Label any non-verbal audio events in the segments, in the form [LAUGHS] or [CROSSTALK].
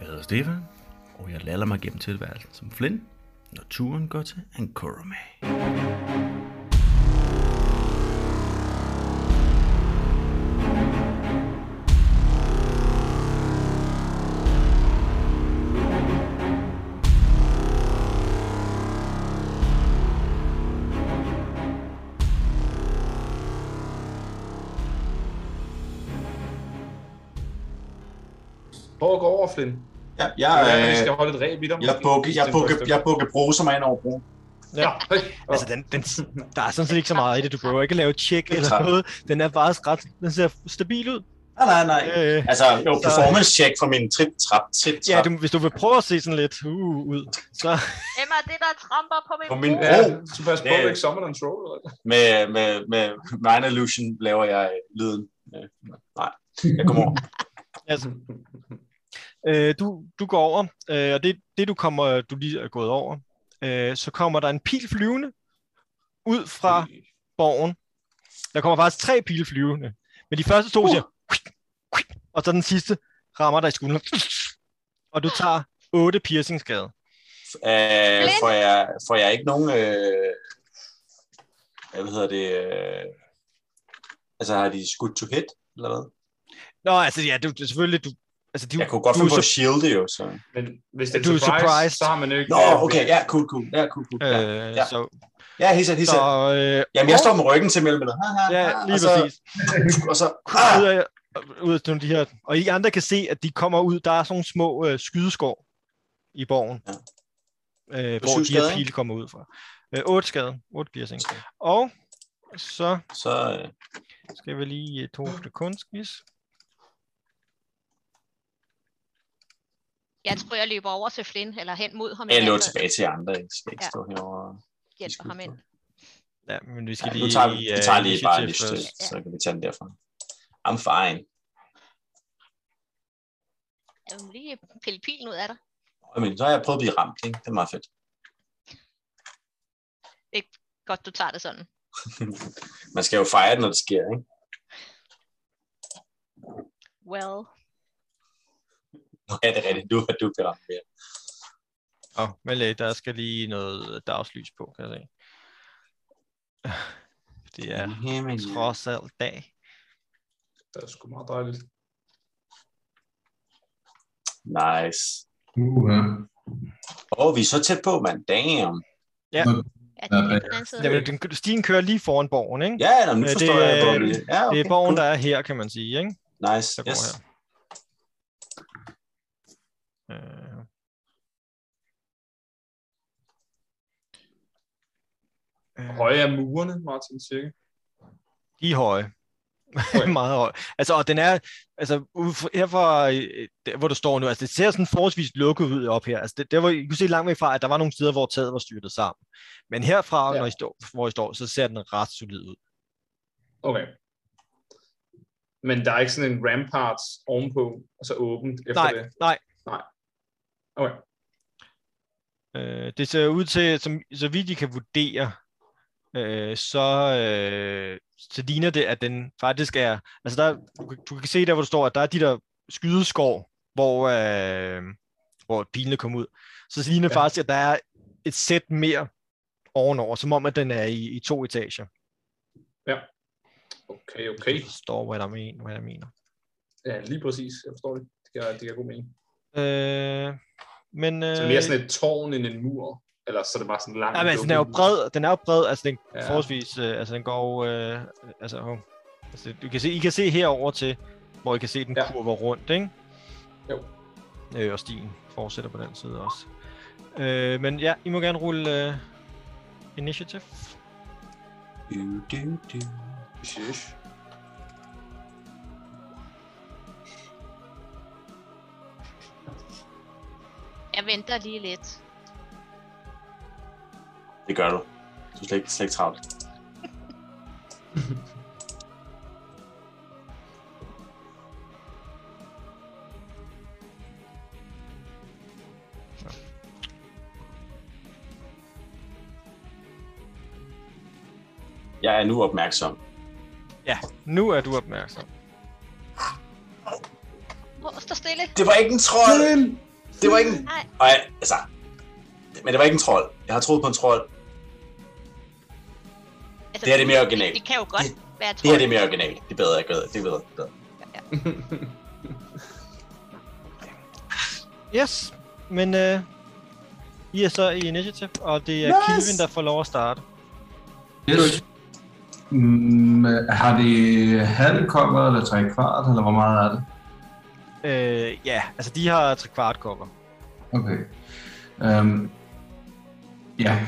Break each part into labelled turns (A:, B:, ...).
A: Jeg hedder Stefan, og jeg lader mig gennem tilværelsen som Flynn, når turen går til Ankorome.
B: Prøv at gå over, Flynn.
C: Ja, jeg,
B: Ja, vi
C: øh,
B: skal holde et ræb i dig.
C: jeg,
B: måske.
C: bukke, jeg, bukke, jeg bukke bruser mig ind over broen.
B: Ja,
D: Altså, den, den, der er sådan set ikke så meget i det. Du behøver ikke lave et check
C: Det er
D: eller
C: klart.
D: noget. Den er bare ret, den ser stabil ud.
C: Nej, nej, nej.
D: Øh,
C: Altså, jo,
D: Så-
C: performance check for min trit trap trit
D: ja,
C: trap
D: du, hvis du vil prøve at se sådan lidt uh, ud, så
E: Emma, det der tramper på min,
C: På min-
E: bro.
B: ja,
C: Oh.
B: så pas på,
C: Ja.
B: at du ikke summon and troll. eller?
C: med, med, med Mind Illusion laver jeg øh, lyden. Øh, nej, jeg kommer [LAUGHS] over.
D: altså, øh, du, du går over, øh, og det, det du kommer, du lige er gået over, øh, så kommer der en pil flyvende ud fra borgen. Der kommer faktisk tre pile flyvende. Men de første
C: Uh.
D: to siger, og så den sidste rammer dig i skulderen. Og du tager otte piercingsskade.
C: Øh,
E: Flint.
C: får, jeg, får jeg ikke nogen... Øh, hvad hedder det? Øh, altså, har de skudt to hit, eller hvad?
D: Nå, altså ja, du, du- selvfølgelig, du, altså, de,
C: Jeg kunne godt
D: du,
C: finde
D: er
C: på at shielde jo, så...
B: Men hvis det er
D: Du er
B: surprise,
D: surprised.
B: så har man jo ikke...
C: Nå, okay, ja, cool, cool. Ja, cool, cool. Ja,
D: Øh,
C: ja.
D: ja. Så,
C: ja helt sikkert, helt
D: så
C: sikkert.
D: øh,
C: Jamen, jeg står med ryggen til mellem. eller-
D: Ja, lige
C: og så,
D: præcis.
C: Og så...
D: Ah!
C: Ah,
D: Ud af, ud af nogle af de her, og I andre kan se, at de kommer ud, der er sådan nogle små øh, skydeskår i borgen,
C: Ja.
D: øh,
C: På
D: hvor
C: syv
D: de her
C: skader,
D: pile kommer ud fra. Øh, 8 skade, 8 piercing. Og så
C: så... Øh,
D: skal vi lige øh, to sekundskis.
E: Jeg tror, jeg løber over til Flynn, eller hen mod ham.
C: Jeg
E: igen,
C: lå
E: og
C: tilbage til jer andre, jeg skal ikke
E: Ja.
C: stå herovre.
E: Hjælper ham ind.
D: Ja, men vi skal
C: Ja,
D: lige...
C: nu tager vi, vi
D: øh,
C: tager lige bare
D: initiativ
C: lyst til,
D: først.
E: Ja.
C: så kan vi tage den derfra. I'm fine.
E: Jeg vil lige pille pilen ud af dig.
C: I mean, så har jeg prøvet at blive ramt, ikke? Det er meget fedt. [LAUGHS]
E: Godt, du tager det sådan.
C: Man skal jo fejre det, når det sker, ikke?
E: Well,
C: Nå, ja, det er rigtigt. Du, du bliver ramt mere.
D: Åh, oh, men øh, der skal lige noget øh, dagslys på, kan jeg
C: [LAUGHS]
D: se. Det er
C: Jamen,
D: trods alt dag.
B: Det er sgu meget dejligt.
C: Nice.
F: Uh,
C: Åh, oh, vi er så tæt på, mand. Damn.
E: er det
F: Ja,
E: lige på den anden side?
D: Jamen, den- stien kører lige foran borgen, ikke?
C: Ja, nå, men nu
D: Øh,
C: forstår
D: det
C: jeg,
D: er-
C: hvor vi Ja, okay.
D: Det er borgen,
C: cool.
D: der er her, kan man sige, ikke?
C: Nice.
D: Der går
C: Yes.
D: her. Øh, øh,
B: Høje er murene, Martin, cirka.
D: de er høje.
B: Okay.
D: [LAUGHS] Meget høje. Altså, og den er, altså, ude fra- her fra, øh, der, hvor du står nu, altså, det ser sådan forholdsvis lukket ud op her. Altså, det, der, hvor I kunne se langt væk fra, at der var nogle steder, hvor taget var styrtet sammen. Men herfra,
B: Ja.
D: ja. når I står, hvor I står, så ser den ret solid ud.
B: Okay. Men der er ikke sådan en rampart ovenpå, og så åbent efter
D: Nej,
B: det.
D: nej.
B: Okay.
D: Øh, det ser ud til, som, så vidt I kan vurdere, øh, så, øh, så ligner det, at den faktisk er... Altså der, du, kan- du kan se der, hvor du står, at der er de der skydeskår, hvor, øh, hvor pilene kom ud. Så ligner det
B: Ja.
D: faktisk, at der er et sæt mere ovenover, som om, at den er i, i to etager.
B: Okay, okay.
D: Hvis du forstår, hvad der mener. Hvad der mener.
B: Ja, lige præcis. Jeg forstår det. Det giver, det giver god mening.
D: Øh, men, øh,
B: Så mere sådan et tårn end en mur, eller så er det bare sådan langt.
D: Nej, men altså, den er jo bred, den er jo bred, altså den
B: Ja.
D: ja. forholdsvis, øh, altså den går, øh, altså, hov. altså, du kan se, I kan se herover til, hvor I kan se den
B: Ja.
D: ja. kurver rundt, ikke?
B: Jo.
D: Øh, og stien fortsætter på den side også. Øh, men ja, I må gerne rulle øh, initiative.
C: Du, du, du.
B: Sheesh.
E: Jeg venter lige lidt.
C: Det gør du. Du er slet ikke, slet ikke travlt. Jeg er nu opmærksom.
D: Nu er du opmærksom.
E: Åh, stå stille.
C: Det var ikke en trold! Det var ikke en...
E: Nej.
C: Ej, altså... Men det var ikke en trold. Jeg har troet på en trold.
E: Altså,
C: Det her, det er mere originalt.
E: Det kan jo godt være
C: Det her det er mere originalt. Det er bedre, jeg gør det. Det er bedre. Det er bedre.
D: Yes, men øh, I er så i initiative, og det er nice.
C: Nice!
D: Kilvin, der får lov at starte.
F: Yes. Mm, har det halv kommer, eller tre kvart, eller hvor meget er det?
D: Øh, ja, altså de har tre kvart kopper.
F: Okay. Um, ja.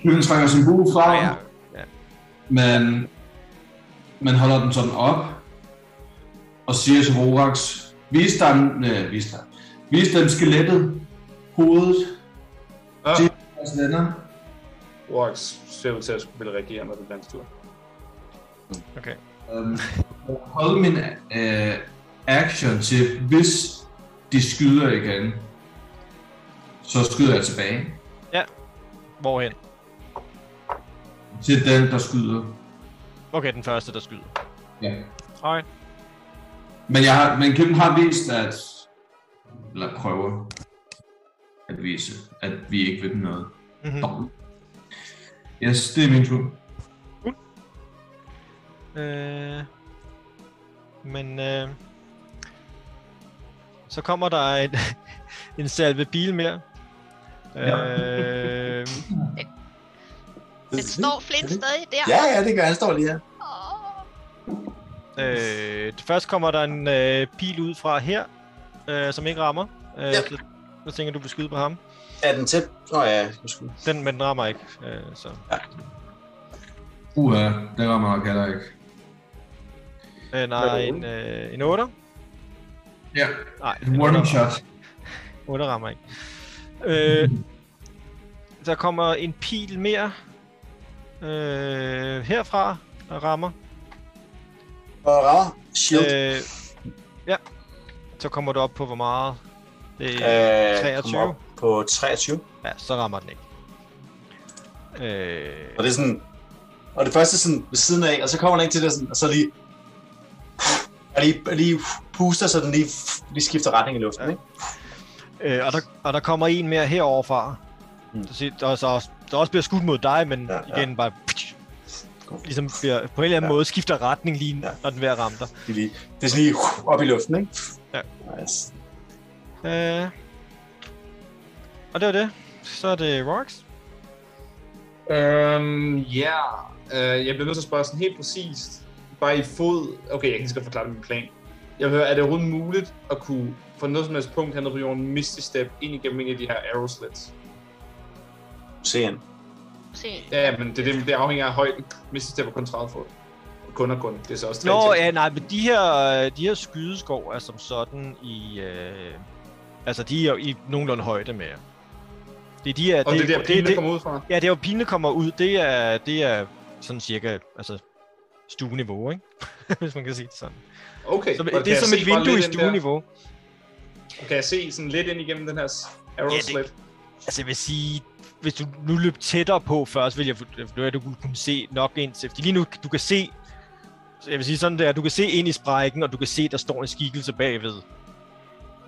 F: Knyden trækker sin bue fra,
D: Ja, ja.
F: men man holder den sådan op, og siger til Rorax, vis dem, øh, vis dem, vis dem skelettet, hovedet,
B: Ah.
F: til deres venner.
B: Rorax ser ud til at skulle ville reagere, når det bliver hans tur.
F: Øhm, jeg vil holde min øh, action til, hvis de skyder igen, så skyder jeg tilbage
D: Hvorhen?
F: til den, der skyder.
D: Okay, den første, der skyder.
F: Ja.
D: Alright.
F: Men, jeg har, men Kim har vist, at... Eller prøver at vise, at vi ikke vil noget.
D: Mm-hmm.
F: dårligt. Yes, det er min tur.
D: Øh, men øh, så kommer der en, [LAUGHS] en salve bil mere.
F: Ja.
D: Øh,
E: Men står Flint stadig der?
C: Ja, ja, det gør jeg. Han står lige her.
E: Åh.
D: [LAUGHS] øh, først kommer der en øh, pil ud fra her, øh, som ikke rammer. Øh,
C: Ja.
D: så, så tænker du vil skyde på ham.
C: Er den tæt? Nå ja, undskyld.
D: Den, men den rammer ikke. Øh, så.
F: Uha, det rammer nok heller ikke.
D: Øh,
B: Hvad
D: nej,
B: er det?
D: en, øh, en 8.
F: Ja,
D: Nej,
F: et warning shot.
D: 8 rammer ikke. Øh, der kommer en pil mere øh, herfra, der rammer.
C: Og rammer. Shield.
D: Øh, ja. Så kommer du op på hvor meget? Det er,
C: Øh,
D: 23.
C: kommer op På 23.
D: ja, så rammer den ikke. Øh,
C: Og det er sådan... Og det første er sådan ved siden af, og så kommer den ikke til det, sådan, og så lige... Og lige, og lige puster, så den lige, lige skifter retning i luften,
D: Ja.
C: ikke?
D: øh, og, der, og der kommer en mere heroverfra.
C: Mm.
D: Mm. Der, siger- der, er så også, der også bliver skudt mod dig, men
C: Ja,
D: ja,
C: ja.
D: igen bare... Ligesom bliver, på en eller anden
C: Ja.
D: ja. måde skifter retning lige
C: Ja.
D: ja. når den er ved at ramme dig.
C: Det er, lige, det er sådan lige op i luften, ikke?
D: Ja.
C: Nice.
D: Øh, og det var det. Så er det Rox.
B: Øhm, ja. Øh, jeg bliver nødt til at spørge sådan helt præcist. Bare i fod... Okay, jeg kan lige så godt forklare min plan. Jeg vil høre, er det overhovedet muligt at kunne fra noget som helst punkt hernede på jorden misty step ind igennem en af de her arrow slits?
C: Se han.
E: Se.
B: Ja, ja, men det, er det, det afhænger af højden. Misty step er kun 30 fod. Kun og kun. Det er så også
D: Nå,
B: 30.
D: ja, nej, men de her, øh, de her skydeskov er som sådan i... Øh, altså, de er jo i nogenlunde højde med jer. Det er de her...
B: Og det, er der pil, der
D: det,
B: kommer ud fra.
D: Ja, det er jo pine kommer ud. Det er, det er sådan cirka altså, stueniveau, ikke? [LAUGHS] Hvis man kan sige det sådan.
B: Okay.
D: Så,
B: og
D: det,
B: kan
D: er
B: jeg
D: som
B: se
D: et
B: bare
D: vindue i
B: lidt ind der?
D: stueniveau.
B: Og Kan jeg se sådan lidt ind igennem den her s- arrow
D: Ja, det-
B: slit?
D: Altså, jeg vil sige, hvis du nu løb tættere på først, vil jeg, vil jeg du kunne kunne se nok ind til. Fordi lige nu, du kan se, så jeg vil sige sådan der, du kan se ind i sprækken, og du kan se, der står en skikkelse bagved.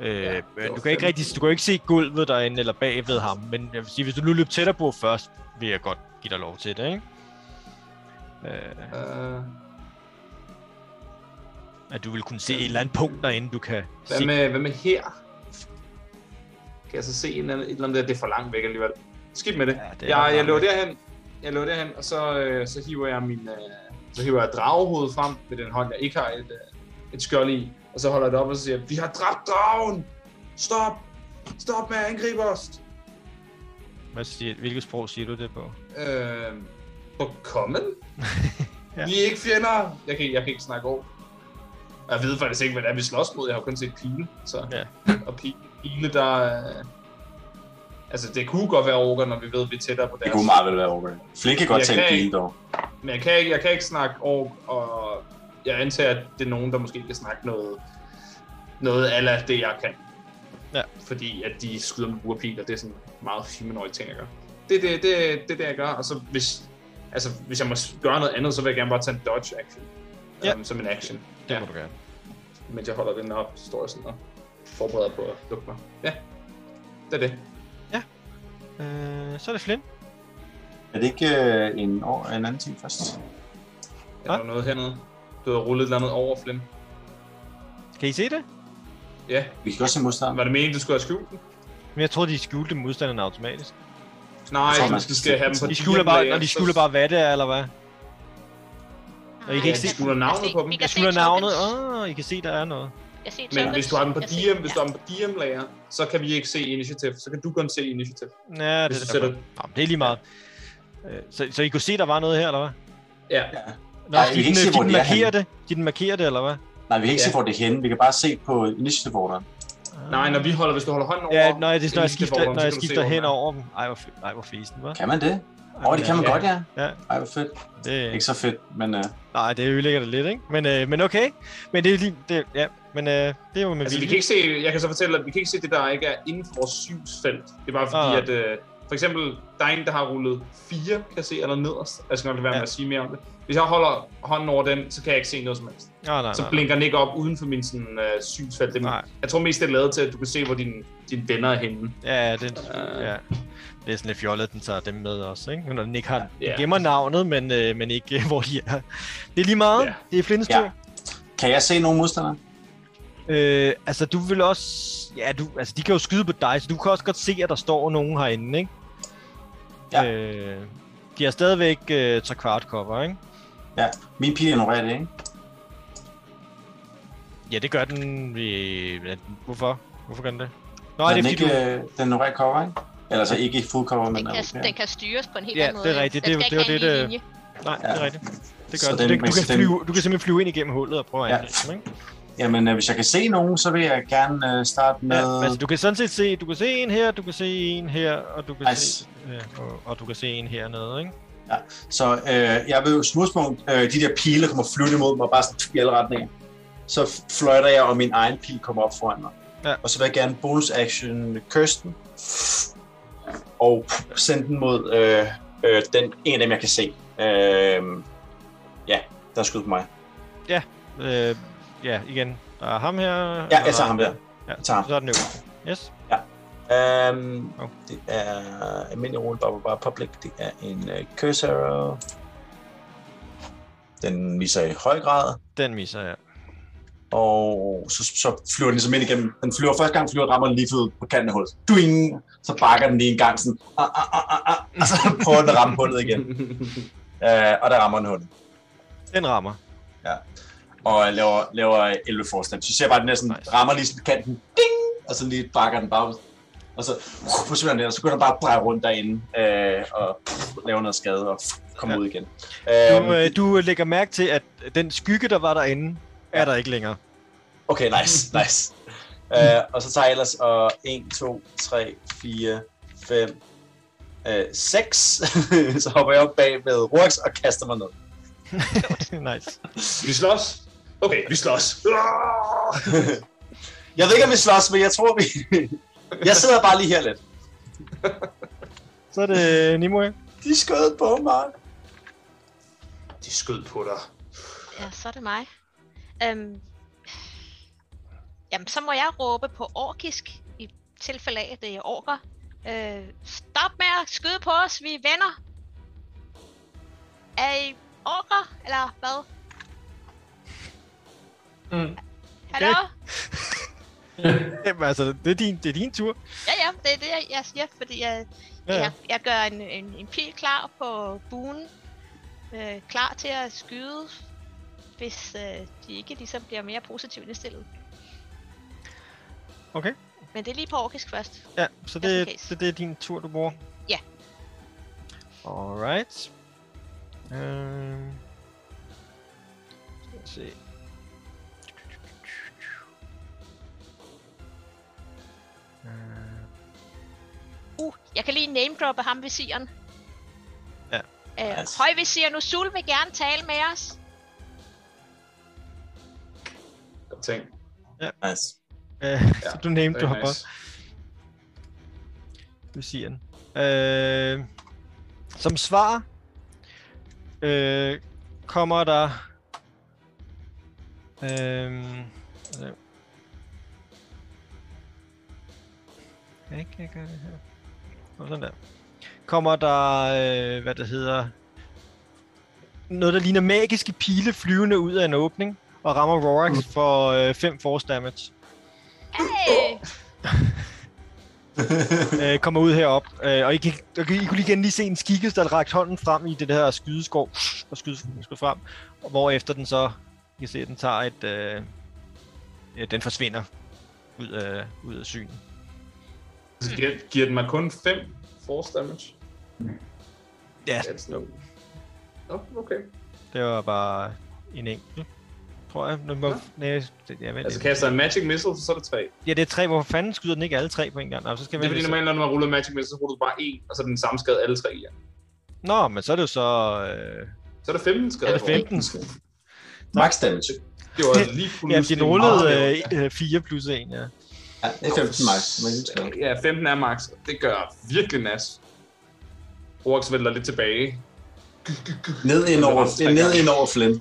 D: Øh,
B: det var
D: men du kan ikke
B: fandme
D: rigtig, du kan jo ikke se gulvet derinde eller bagved ham, men jeg vil sige, hvis du nu løb tættere på først, vil jeg godt give dig lov til det, ikke? Øh,
B: Øh,
D: at du vil kunne se et eller andet punkt derinde, du kan se.
B: hvad, med, hvad med her? Kan jeg så se en eller anden, et eller andet der? Det er for langt væk alligevel. Skib med det.
D: Ja, det er
B: jeg,
D: nok
B: jeg
D: langt
B: løber
D: væk.
B: derhen, jeg løber derhen, og så, øh, så hiver jeg min, øh, så hiver jeg dragehovedet frem med den hånd, jeg ikke har et, øh, et skjold i, og så holder jeg det op og så siger, jeg, vi har dræbt dragen! Stop! Stop med at angribe os!
D: Hvad siger, hvilket sprog siger du det på?
B: Øh, på common?
D: Ja.
B: ja. Vi er ikke fjender! Jeg kan, jeg kan ikke snakke over. Og Jeg ved faktisk ikke, hvad det er, vi slås mod. Jeg har jo kun set pile, så...
D: Ja.
B: [LAUGHS] Og pile, pile der... Øh, altså, det kunne godt være orker, når vi ved, at vi er tættere på
C: Det
B: deres.
C: kunne meget vel være over. Flink kan godt
B: Jeg
C: tage en
B: kan
C: bil,
B: ikke.
C: dog.
B: Men jeg kan, ikke, jeg kan ikke snakke ork, og jeg antager, at det er nogen, der måske kan snakke noget, noget af det, jeg kan.
D: Ja.
B: Fordi at de skyder med burpil, og det er sådan meget humanoid ting, jeg gør. Det er det, det, det, det, jeg gør, og så hvis, altså, hvis jeg må s- gøre noget andet, så vil jeg gerne bare tage en dodge action.
D: Ja.
B: Um, som en action.
D: Det må du gerne.
B: Mens jeg holder den op, så står jeg sådan og forbereder på at lukke mig. Ja, det er det.
D: Øh, så er det Flynn.
C: Er det ikke øh, en, år, en anden ting først?
B: Er der noget hernede? Du har rullet et eller andet over, Flynn.
D: Kan I se det?
B: Ja,
C: Vi kan godt se modstanderen.
B: var det meningen, du skulle have skjult den?
D: Men jeg tror, de skjulte modstanderne automatisk.
B: Nej,
C: Jeg tror,
B: du
C: man
B: skal,
C: skal
B: skal have dem på
D: Altså, De
B: diaen
D: skjuler bare,
B: bagefter.
D: når de skjuler bare, hvad det er, eller hvad? Og I kan ikke se-
B: skjuler navnet på dem.
D: Jeg skjuler navnet. Åh, oh, I kan se, der er noget.
E: Jeg ser
B: Men
E: Tobins.
B: hvis du har dem på
E: Jeg ser-
B: DM, hvis du
E: ja.
B: har dem på DM lager, så kan vi ikke se initiativ. Så kan du kun se initiativ.
D: Ja, det,
B: Hvis
D: er
B: du
D: da
B: sætter-
D: godt. Nå, men det er lige meget. Øh, Så, så I kunne se, der var noget her, eller hvad?
B: Ja,
D: Nå,
C: Nej,
D: de,
C: vi kan ikke
D: den-
C: se,
D: de,
C: hvor
D: den
C: de er
D: markerer det. De den markerer det, eller hvad?
C: Nej, vi kan ikke
B: Ja.
C: se, hvor det er henne. Vi kan bare se på initiative orderen.
B: nej, når vi holder, hvis du holder hånden over...
D: Ah. Ja, nej, det er, når jeg
B: initiativ
D: skifter,
B: orderen,
D: når
B: så
D: jeg
B: kan du se,
D: skifter
B: hvor den
D: hen
B: er.
D: over dem. Ej, hvor, fe- ej, hvor festen, hva'?
C: Kan man det? Åh, oh, det kan man
B: Ja.
C: godt, ja.
D: Ja.
C: Ej, hvor fedt.
D: Det,
C: Ikke så fedt, men øh,
D: nej, det ødelægger det lidt, ikke? Men, øh, men okay. Men det er lige... Det, ja, men øh, det er jo med
B: Altså, vi
D: vilje.
B: kan ikke se, jeg kan så fortælle, at vi kan ikke se det, der ikke er inden for vores synsfelt. Det er bare fordi,
D: Ah.
B: at øh, for eksempel, der er en, der har rullet 4, kan se, eller nederst. Altså, Jeg skal nok lade være med
D: Ja.
B: at sige mere om det. Hvis jeg holder hånden over den, så kan jeg ikke se noget som helst.
D: Nej, Ah, nej,
B: Så
D: nej, nej.
B: blinker den ikke op uden for min sådan, øh, synsfelt. Det, er-
D: Nej.
B: jeg tror mest, det er lavet til, at du kan se, hvor dine din venner er henne.
D: Ja, ja, det,
B: Øh.
D: ja. det er sådan lidt fjollet, at den tager dem med også, ikke? Når den ikke har... Den
B: Ja.
D: gemmer navnet, men, øh, men ikke [LAUGHS] øh, hvor de er. Det er lige meget.
B: Ja.
D: Det er Flints
C: Ja.
D: tur.
C: kan jeg se nogle modstandere?
D: Øh, altså, du vil også... Ja, du, altså, de kan jo skyde på dig, så du kan også godt se, at der står nogen herinde, ikke?
C: Ja.
D: Øh, de har stadigvæk øh, tre kvart cover, ikke?
C: Ja, min pil ignorerer det, ikke?
D: Ja, det gør den ved... ja, Hvorfor? Hvorfor gør den det? Nå,
C: Når
D: det er
C: den,
D: fordi,
C: ikke,
D: du...
C: øh, den ignorerer cover, ikke? Eller altså ikke full cover, men
E: Den kan,
C: okay.
E: den kan styres på en helt
D: Ja,
E: anden måde.
D: det er rigtigt.
E: Den
D: Det-
E: skal
D: det
E: ikke
D: var
E: have
D: det, det-
E: en lige linje.
D: Nej, det er
C: Ja.
D: rigtigt. Det
C: Så
D: gør den.
C: den
D: den. Du, kan
C: mixer den-
D: flyve, du kan simpelthen flyve ind igennem hullet og prøve at
C: Ja.
D: angribe dem, ikke?
C: Jamen, øh, hvis jeg kan se nogen, så vil jeg gerne øh, starte med...
D: Ja, altså, du kan sådan set se, du kan se en her, du kan se en her, og du kan
C: Nice.
D: se, øh, og, og, du kan se en hernede, ikke?
C: Så øh, jeg vil jo smudspunkt, øh, de der pile, der kommer flyvende mod mig, bare sådan i alle retninger. Så fløjter jeg, og min egen pil kommer op foran mig.
D: Ja.
C: Og så vil jeg gerne bonus action Kirsten. Og sende den mod øh, øh, den, en af dem, jeg kan se. Øh, ja, der er skud på mig.
D: Øh, ja, igen. Der er ham her.
C: Ja, jeg tager ham der.
D: Ja,
C: Jeg tager ham.
D: så er den øverste. Yes.
C: Øhm,
D: Hov.
C: det er almindelig rulle, bare, bare public. Det er en øh, curse arrow. Den viser i høj grad.
D: Den misser jeg.
C: Og så, så flyver den ligesom ind igennem. Den flyver første gang, flyver rammer den lige født på kanten af hullet. Duing! Så bakker den lige en gang sådan. Ah, ah, ah, ah, ah, og så prøver den at ramme hullet igen. Øh, og der rammer den hullet.
D: Den rammer.
C: Og laver, laver 11 forslag. Så ser jeg bare, at den der sådan,
D: Nice.
C: rammer lige sådan kanten. Ding! Og så lige bakker den bare ud. Og så uh, forsvinder den, og så begynder den bare at dreje rundt derinde. Øh, og uh, laver noget skade og uh, kommer
D: Ja.
C: ud igen.
D: Du,
C: Øh,
D: øh, du lægger mærke til, at den skygge, der var derinde, er
C: Ja.
D: der ikke længere. [LAUGHS]
C: Okay, nice, nice. Uh, og så tager jeg ellers og 1, 2, 3, 4, 5, øh, 6. [LAUGHS] så hopper jeg op bag med Rux og kaster mig ned. [LAUGHS]
D: nice.
B: Vi slås? Okay, vi slås. Ah!
C: jeg ved ikke, om vi slås, men jeg tror, vi... [LAUGHS] jeg sidder bare lige her lidt.
D: Så er det øh, Nimue.
C: De skød på mig.
B: De skød på dig.
E: Ja, så er det mig. Øhm, jamen, så må jeg råbe på orkisk, i tilfælde af, at det er orker. Øh, stop med at skyde på os, vi er venner. Er I orker, eller hvad?
B: Mm.
E: Hallo?
D: Jamen, altså, det er din, det er din tur.
E: Ja, ja, det er det, jeg- jeg siger, fordi jeg,
D: Ja,
E: ja.
D: ja.
E: jeg, jeg gør en, en, en pil klar på buen. Øh, klar til at skyde, hvis øh, de ikke ligesom bliver mere positivt indstillet.
D: Okay.
E: Men det er lige på orkisk først.
D: Ja, så
E: Just in
D: det,
E: case.
D: det, det er din tur, du bruger?
E: Ja.
D: Alright. Øhm. Skal vi [LAUGHS] se. Øh,
E: Uh, jeg kan lige name droppe ham visiren.
D: Ja.
E: Øh,
C: Nice.
E: Høj visir, nu Sul vil gerne tale med os.
B: Godt ting.
C: Nice.
D: Øh, så du
B: Det
D: nævnte, du
B: er
D: har
B: nice.
D: nice. Lucian. Øh, som svar øh, kommer der... Øh, kan ikke jeg gøre det her. Og sådan der. Kommer der, øh, hvad det hedder, noget, der ligner magiske pile flyvende ud af en åbning, og rammer Rorax for 5 øh, force damage.
E: Hey!
D: øh, kommer ud herop, øh, og I, kan, og I kunne lige igen lige se en skikkelse, der rakte hånden frem i det her skydeskov, og skyde, skyde frem, og hvor efter den så, I kan se, at den tager et, øh, ja, den forsvinder ud af, ud af syn.
B: Så Altså, giver, giver den mig kun 5 force damage?
D: Ja.
B: That's no. Nå, okay.
D: Det var bare en enkelt, tror jeg. Nu må, ja. Næ, det, ja, men,
B: Altså
D: altså,
B: kaster jeg en Magic Missile, så er det 3. Det
D: ja, det er tre. Hvorfor fanden skyder den ikke alle tre på en gang? Nå, så skal
B: er
D: man
B: fordi
D: lige-
B: normalt, når man ruller Magic Missile, så ruller du bare en, og så er den samme skade alle tre igen.
D: Nå, men så er det jo så... Øh,
B: Så er det 15 skade.
D: er det 15?
C: Max damage.
B: Det var altså lige
D: Ja,
B: pludselig
D: de rullede
B: meget
D: øh, et, øh, 4 plus 1, ja.
C: Ja, det er 15 max. Men det skal
B: lavt. Ja, 15 er max. og Det gør virkelig nas. Rorax vælter lidt tilbage.
C: ned ind over, det er ned ind over Flynn,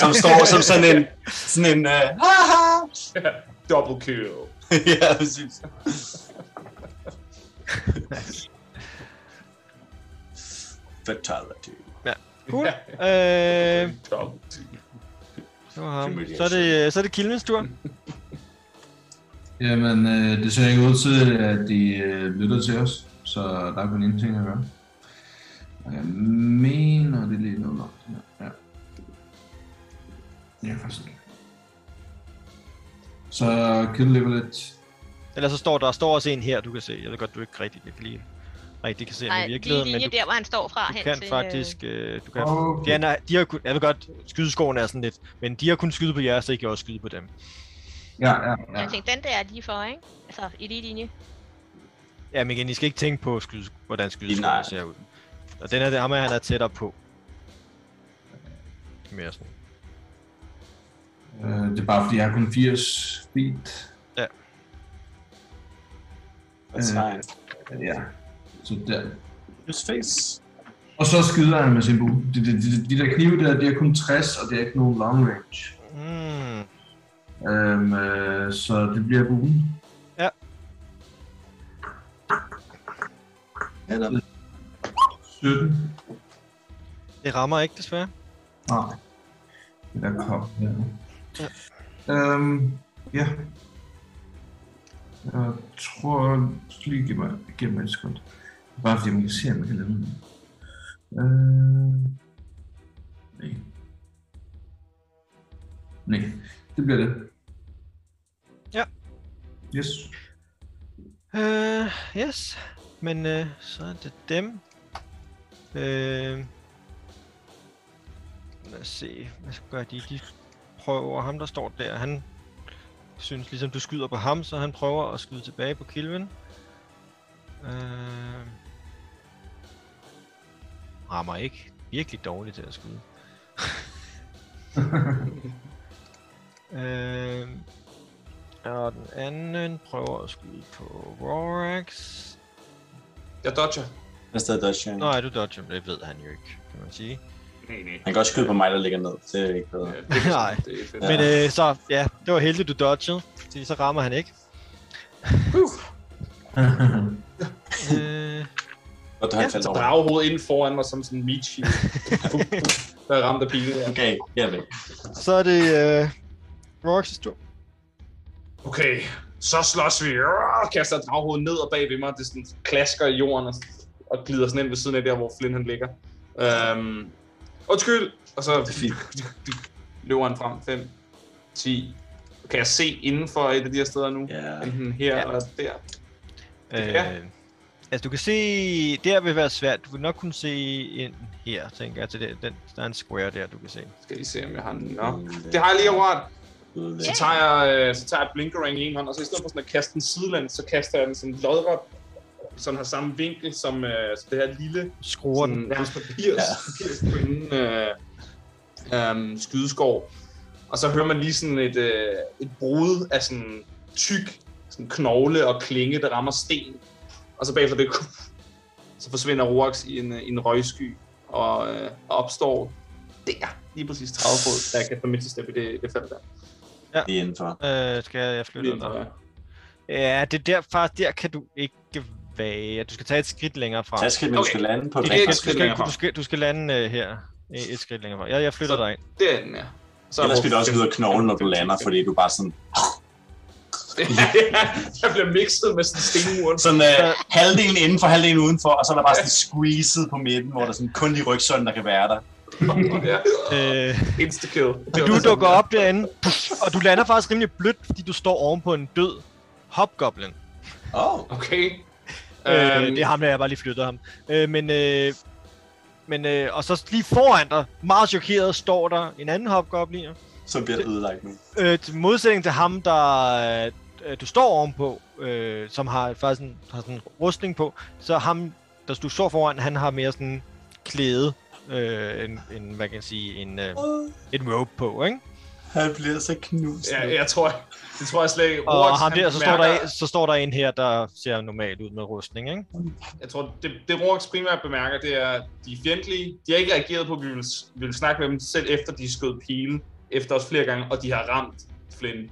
C: som står som sådan en, sådan en, uh, haha.
B: Double kill.
C: [LAUGHS] ja, præcis. Fatality.
D: Cool.
B: Ja.
D: Øh,
B: Double
D: det var ham.
C: Humiliation.
D: Så er det, øh, så er det Kilmes tur.
F: Jamen, øh, det ser ikke ud til, at de øh, lytter til os, så der er kun en ting at gøre. Og jeg mener, det er lige noget langt her. Ja. Ja, faktisk ikke. Så kan du leve lidt.
D: Eller så står der står også en her, du kan se. Jeg ved godt, du ikke rigtig jeg kan lige rigtig kan se ham
E: Nej,
D: i
E: lige
D: virkeligheden, men
E: linje
D: du,
E: der, hvor han står fra
D: du
E: hen
D: kan
E: til... øh,
D: faktisk... Øh, du kan, de,
F: Okay.
D: er, nej, de har, kun- jeg ved godt, skydeskoven er sådan lidt, men de har kun skyde på jer, så I kan også skyde på dem.
F: Ja, ja,
E: Men
F: ja.
E: Jeg tænkte, den der er lige for, ikke? Altså, i lige linje.
D: Ja, men igen, I skal ikke tænke på, skyde, hvordan
C: Nej.
D: skydeskoven ser ud. Og den her, det er ham, her, han er tættere på. Det er Mere sådan.
F: Øh, det er bare, fordi jeg har kun 80 feet.
C: That's fine.
F: Ja. Så der.
C: His face.
F: Og så skyder han med sin bue. De, de, de, de der knive der, det er kun 60, og det er ikke nogen long range.
D: Mm.
F: Øhm, øh, så det bliver buen.
C: Eller
F: 17.
D: Det rammer ikke, desværre.
F: Nej. Det der kom her. Øhm, ja. Jeg tror... Lige giv mig, giv mig et sekund. Bare fordi man kan se, om man kan lave noget. Øh... Nej. Nej, det bliver det.
D: Ja.
F: Yes.
D: Øh, yes. Men øh, så er det dem. Øh, lad os se, hvad gør de? De prøver ham, der står der. Han synes ligesom du skyder på ham, så han prøver at skyde tilbage på Kilvin. Øh, rammer ikke. Virkelig dårlig til at skyde. øh, og den anden prøver at skyde på Rorax.
B: Jeg dodger.
C: Jeg er stadig dodge. ja.
D: Nej, du dodger, men det ved han jo ikke, kan man sige.
B: Nej, nej.
C: Han kan også skyde på mig, der ligger ned. Det er ikke bedre.
B: Ja, det er
D: Nej.
B: Det er fedt.
D: Ja. Men øh, så, ja, det var heldigt, du dodgede, fordi så rammer han ikke. [LAUGHS] øh,
C: Godt, du har
D: Ja,
C: ja, faldt
B: Så
C: over.
B: drager hovedet ind foran mig som sådan en meat [LAUGHS] shield. Der er ramt af pile. der.
C: Okay, jeg er væk.
D: så er det øh, Rorax' tur.
B: Okay, så slås vi. Rrrr, Kaster draghovedet ned og bag ved mig. Det sådan klasker i jorden og, og glider sådan ind ved siden af der, hvor Flynn han ligger. Øhm, undskyld! Og så
C: Det er fint.
B: [LAUGHS] løber han frem. 5, 10. Kan jeg se inden for et af de her steder nu?
C: Ja.
B: Enten her
D: Ja.
B: eller der.
D: Øh,
B: Ja.
D: Altså, du kan se, der vil være svært. Du vil nok kunne se ind her, tænker jeg, til det, den, der er en square der, du kan se.
B: Skal I se, om jeg har Nå.
C: Mm.
B: Det har jeg lige rørt. Så tager jeg, øh, så tager jeg Blinkering i en hånd, og så i stedet for sådan at kaste den sidelæns, så kaster jeg den sådan lodret, som har samme vinkel som øh, så det her lille
D: Skruer
B: sådan,
D: den.
B: nærmest papirs,
C: Ja.
B: papirsgrønne øh, øh, skydeskov. Og så hører man lige sådan et, øh, et brud af sådan tyk sådan knogle og klinge, der rammer sten. Og så bagefter det, [LAUGHS] så forsvinder Roax i en, øh, i en røgsky og, øh, og opstår der, lige præcis 30 fod, der jeg kan få mit step i det, det fald der.
C: Lige indenfor.
D: Øh, skal jeg flytte dig? Ja, det er der, far, der kan du ikke være. Du skal tage et skridt længere frem.
C: Tasket, men du
B: Okay.
C: skal lande på
B: Det
D: Du
B: er
C: et
B: et
D: skal,
B: skridt
D: du,
B: længere
D: skal,
B: frem.
D: du, skal, du skal lande øh, her. Et et skridt længere frem. Jeg, jeg flytter
B: Så-
D: dig ind.
B: Det er den her. Så
C: Ellers bliver det også videre knoglen, når du lander,
B: [LAUGHS]
C: fordi du bare sådan...
B: jeg bliver mixet med sådan stenmuren.
C: Sådan øh, halvdelen indenfor, halvdelen udenfor, og så er der bare sådan et squeeze på midten, hvor der sådan kun de rygsøjlen, der kan være der.
B: ja.
D: Øh,
B: Insta-kill.
D: og du dukker op derinde, og du lander faktisk rimelig blødt, fordi du står ovenpå en død hopgoblin.
C: Oh.
B: Okay.
D: Øh,
B: Øhm,
D: det er ham, der jeg bare lige flyttede ham. Øh, men, øh, men øh, og så lige foran dig, meget chokeret, står der en anden hopgoblin.
C: Så bliver det ødelagt nu.
D: Øh, til modsætning til ham, der øh, du står ovenpå, øh, som har faktisk en, har sådan en rustning på, så ham, der du står foran, han har mere sådan klæde, øh, en, en, hvad kan jeg sige, en, øh, en robe på, ikke?
C: Han bliver så knust.
B: Ja,
C: nu.
B: jeg tror, det tror jeg slet ikke.
D: Og
B: Rorax,
D: ham
B: han
D: der, så står, der,
B: bemærker-
D: en- så står der en her, der ser normal ud med rustning, ikke?
B: Jeg tror, det, det Rorax primært bemærker, det er, at de er fjendtlige. De har ikke reageret på, at vi vil, vi vil snakke med dem, selv efter de skød pile efter os flere gange, og de har ramt Flynn.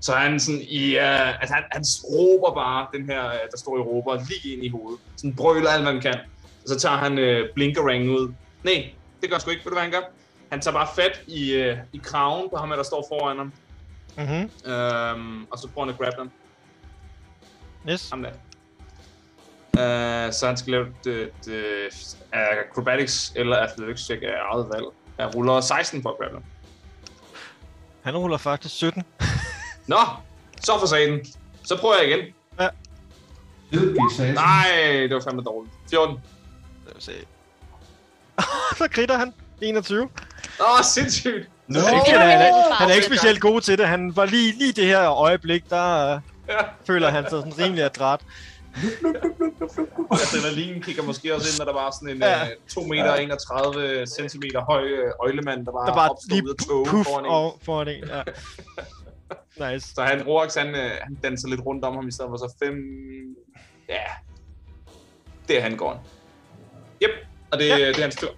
B: Så han sådan i, uh, altså han, han råber bare den her, øh, der står i råber, lige ind i hovedet. Sådan brøler alt, hvad han kan. Og så tager han øh, blinkerangen ud. Nej, det gør han sgu ikke, ved du hvad han gør? Han tager bare fat i, øh, i kraven på ham, her, der står foran ham.
D: Mhm,
B: Øhm, og så prøver han at grabbe ham.
D: yes.
B: Ham der. Uh, så han skal lave et, et, et acrobatics eller athletics check af eget valg. Jeg ruller 16 på at grapple.
D: Han ruller faktisk 17.
B: Nå, så for satan. Så prøver jeg igen.
F: Nej.
B: Nej, det var fandme dårligt. 14.
D: Lad os se. [LAUGHS] så kritter han. 21.
B: Åh, sindssygt.
C: No.
D: Ikke, fordi han, er, han er ikke
B: det er
D: specielt god til det. Han var lige, lige det her øjeblik, der øh,
B: Ja.
D: føler han sig sådan rimelig adræt.
B: Adrenalin kigger måske også ind, når der var sådan en
D: Ja.
B: ja. 2 meter 31 cm høj øh, øglemand, der bare,
D: Der bare
B: opstod
D: lige
B: ud af toget
D: puff
B: foran en.
D: over foran en.
B: [LAUGHS]
D: Ja. Nice.
B: Så han, Roax, han, øh, han danser lidt rundt om ham i stedet for så fem... Ja. Det er han går. Yep, og det, ja. det er hans tur.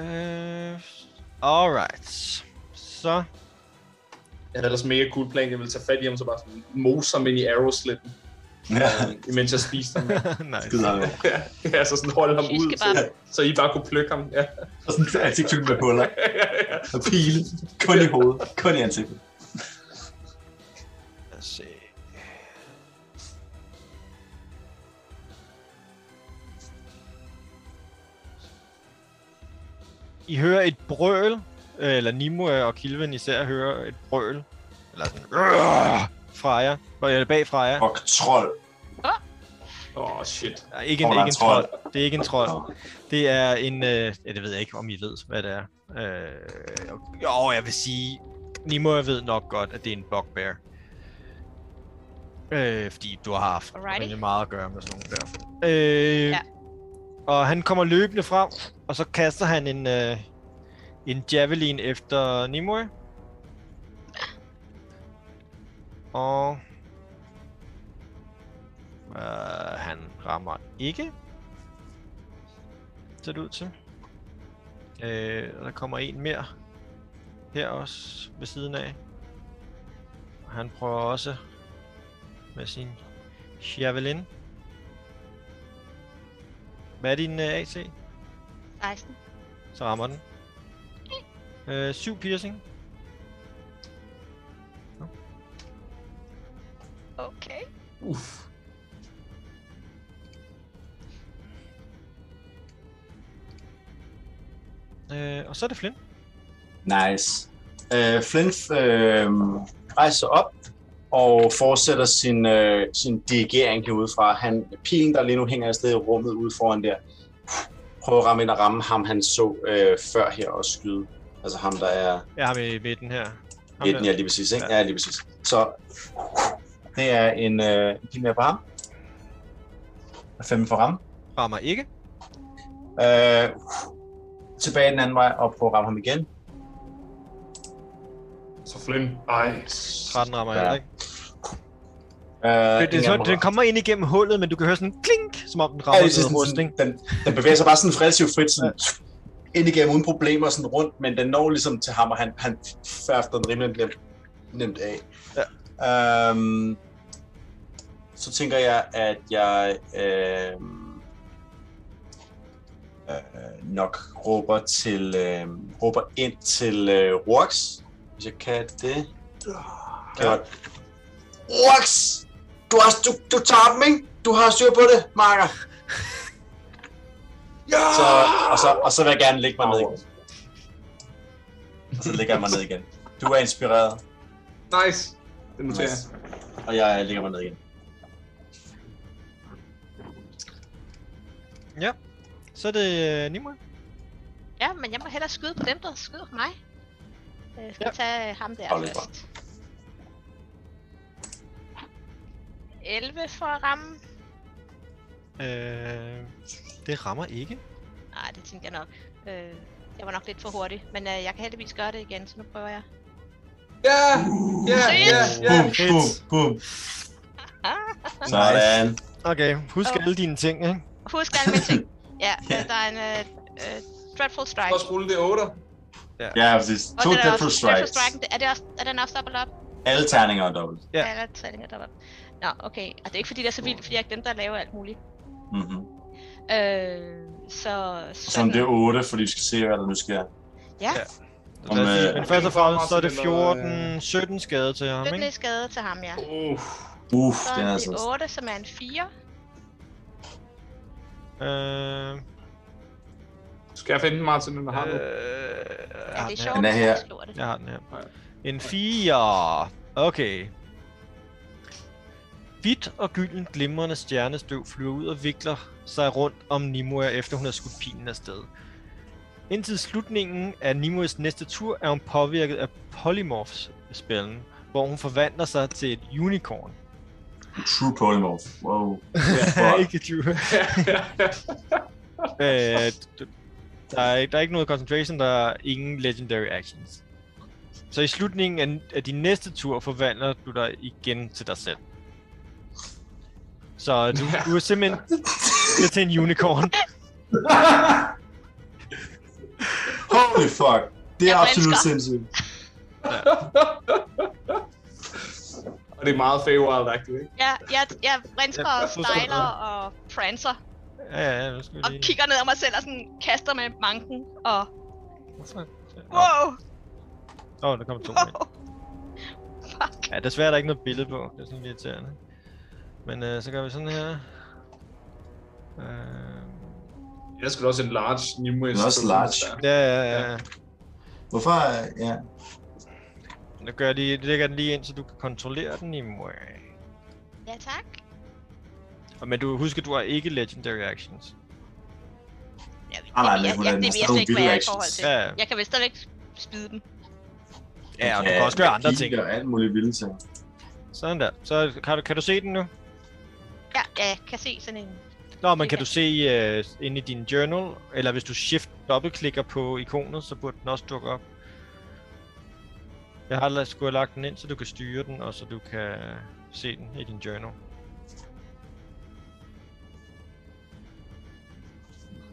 D: Øh, alright. Så. [LAUGHS]
B: Jeg havde ellers en mega cool plan, jeg ville tage fat i ham, så bare sådan mose ham ind i arrowslitten,
C: Ja,
B: øh, imens jeg spiste ham.
D: nice.
C: skider jo.
B: ja, [LAUGHS] ja, så sådan holde ham
E: Vi
B: ud,
E: skal
B: så,
E: bare-
B: så I bare kunne plukke ham. Ja.
C: Og sådan ansigtsygt med [LAUGHS] huller. Og pile. Kun i hovedet. Kun i ansigtet.
D: Lad os se. I hører et brøl, øh, eller Nimo og Kilven især hører et brøl, eller sådan, "Rrrr!" fra jer, eller bag fra jer.
C: Og trold.
B: Åh, oh, shit.
D: Nej, Ikke en,
C: Hvor der er
D: ikke en
C: en trold.
D: trold. Det er ikke en trold. Det er en... Øh, ja, det ved jeg ikke, om I ved, hvad det er. Øh, jo, jeg vil sige... Nimo, jeg ved nok godt, at det er en bugbear. Øh, fordi du har haft
E: Alrighty.
D: rigtig meget at gøre med sådan nogle der. Øh,
E: Ja.
D: ja. Og han kommer løbende frem, og så kaster han en, øh, en javelin efter Nimue. Og... Øh, han rammer ikke. Ser det ud til. Øh, og der kommer en mere. Her også, ved siden af. Og han prøver også med sin javelin. Hvad er din uh, AC?
E: 16.
D: Så rammer den. Øh, 7 piercing.
E: Okay.
B: Uff.
D: Øh, og så er det Flynn.
C: Nice. Øh, Flint øh, rejser op og fortsætter sin, øh, sin dirigering herudefra. Han, pilen, der lige nu hænger afsted i rummet ude foran der, prøver at ramme ind og ramme ham, han så øh, før her og skyde. Altså ham, der er
D: Jeg har med midten her. Ham
C: Etten,
D: der.
C: ja, lige præcis, ikke? Ja, lige præcis. Så det er en øh, pil mere på ham. Fem for ham.
D: Rammer ikke.
C: Øh, tilbage den anden vej og prøver at ramme ham igen.
B: Så Flynn. Ej.
D: 13 rammer
C: Ja.
D: heller ikke.
C: Øh,
D: Det,
C: ingen
D: det, er
C: af
D: så,
C: dem
D: den
C: rammer.
D: kommer ind igennem hullet, men du kan høre sådan en klink, som om den
C: Ja, det er
D: rammer noget
C: sådan,
D: rustning.
C: den, den bevæger sig bare sådan relativt frit, sådan ind igennem uden problemer sådan rundt, men den når ligesom til ham, og han, han færfter den rimelig nemt. nemt af. Ja. Øhm, så tænker jeg, at jeg øhm, øh, nok råber, til, øh, råber ind til øh, Rox, hvis jeg kan det. Kan jeg godt. Rox! Du, har, du, du tager dem, ikke? Du har styr på det, Marker.
B: Ja!
C: Så, og, så, og så vil jeg gerne lægge mig ned igen. Og så lægger jeg mig ned igen. Du er inspireret,
B: Nice. Det noterer jeg.
C: og jeg lægger mig ned igen.
D: Så er det øh, Nimue.
E: Ja, men jeg må hellere skyde på dem, der skyder på mig. Øh, Jeg skal
D: Ja.
E: ja. tage øh, ham der
C: Hold det
E: først. 11 for at ramme.
D: Øh, det rammer ikke.
E: Nej, det tænker jeg nok. Øh, jeg var nok lidt for hurtig, men øh, jeg kan heldigvis gøre det igen, så nu prøver jeg.
B: Ja!
E: Uh.
B: Ja! Ja! Ja!
C: Boom, boom, boom. Sådan.
D: Okay, husk
E: Åh.
D: alle dine ting, ikke?
E: Husk alle mine
C: [LAUGHS]
E: ting. Ja,
C: Ja.
E: yeah. øh, der er en øh, øh, Dreadful Strike.
B: Lad os rulle det 8.
C: Ja, præcis.
E: Og
C: To
E: den er
C: triple
E: også- Dreadful
C: strikes.
E: Strike, det- er, det også, er den også dobbelt op?
C: Alle terninger er dobbelt.
D: Ja.
E: Ja. Eller træninger der var... Nå, okay. Og det er ikke fordi, det er så vildt, fordi jeg er ikke dem, der laver alt muligt.
C: Mm-hmm.
E: Øh, så...
C: Som det er 8, fordi vi skal se, hvad der nu sker.
E: Ja,
D: Ja.
C: Om,
D: Lad os sige,
C: øh,
D: Men først og fremmest, så er det
B: Martin, eller,
D: 14, 17 skade til ham,
E: den
D: ikke?
E: er skade til ham, ja.
B: Uh.
C: Uff,
E: Så
C: den
E: er
C: er altså
E: det
C: så...
E: 8, som er en 4.
D: Øh,
B: Skal jeg finde Martin, den har øh.
E: Ja, det er sjovt,
C: den er her.
E: at jeg slår det.
D: Jeg har den her. En 4. Okay. Hvidt og gylden glimrende stjernestøv flyver ud og vikler sig rundt om Nimue, efter hun har skudt pilen afsted. Indtil slutningen af Nimues næste tur er hun påvirket af polymorphs-spillen, hvor hun forvandler sig til et unicorn.
C: True polymorph. Wow.
E: Øh. [LAUGHS]
D: Ja, [LAUGHS] ikke et u- Øh, d- der, er, ikke- der er ikke noget concentration, der er ingen legendary actions. Så i slutningen af, af din næste tur forvandler du dig igen til dig selv. Så du, du er simpelthen bliver til en unicorn.
C: Holy fuck. Det er
E: Jeg
C: absolut
E: elsker.
C: sindssygt.
B: Og det er meget Feywild-agtigt, ikke?
E: Ja, jeg, jeg rensker
D: Ja,
E: og
D: forstår jeg.
E: stejler og prancer.
D: Ja, ja, nu skal vi
E: Og
D: lige...
E: kigger ned af mig selv og sådan kaster med manken. Og
D: Hvorfor?
E: wow!
D: Åh, oh, der kommer to mere.
E: wow. Fuck.
D: Ja, desværre er der ikke noget billede på. Det er sådan lidt irriterende. Men øh, så gør vi sådan her. Øh,
B: Jeg skulle også en large Nimue.
C: Det er også large.
D: ja, ja, ja, ja.
C: Hvorfor? Ja.
D: Nu gør jeg lige, lægger den lige ind, så du kan kontrollere den i morgen.
E: Ja, tak.
D: Og Men du husker, du har ikke legendary actions.
E: Ja, det,
C: nej,
E: jeg,
C: men
E: jeg,
C: hun er
E: jeg, det ved jeg
C: stadig
E: slet ikke, hvad jeg er i
C: vilde
E: forhold til.
D: Ja, ja.
E: Jeg kan vel stadigvæk spide dem.
D: ja og du kan også gøre andre ting.
C: Og alt muligt vilde ting.
D: Sådan der. Så kan du, kan du se den nu?
E: Ja, ja, jeg kan se sådan en...
D: Nå, men kan du se uh, inde i din journal, eller hvis du shift dobbeltklikker på ikonet, så burde den også dukke op. Jeg har lagt, skulle have lagt den ind, så du kan styre den, og så du kan se den i din journal.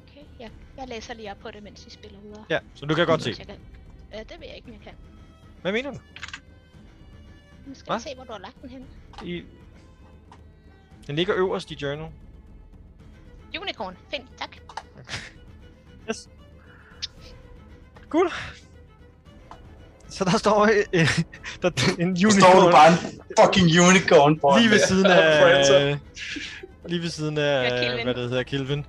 E: Okay, jeg, jeg læser lige op på det, mens I spiller videre.
D: Ja, så du kan godt se.
E: Jeg kan... Øh, det ved jeg ikke, om jeg kan.
D: Hvad mener du?
E: Nu skal
D: Hva?
E: jeg se, hvor du har lagt den hen.
D: I... Den ligger øverst i journal.
E: Unicorn, fint, tak.
D: Yes. Cool. Så der står øh, [LAUGHS] der, en
C: Nu
D: unicorn.
C: står du bare en fucking unicorn på
D: lige ved siden
B: Prancer.
D: af... øh, lige ved siden af,
E: Ja, Kelvin.
D: hvad det hedder, Kelvin.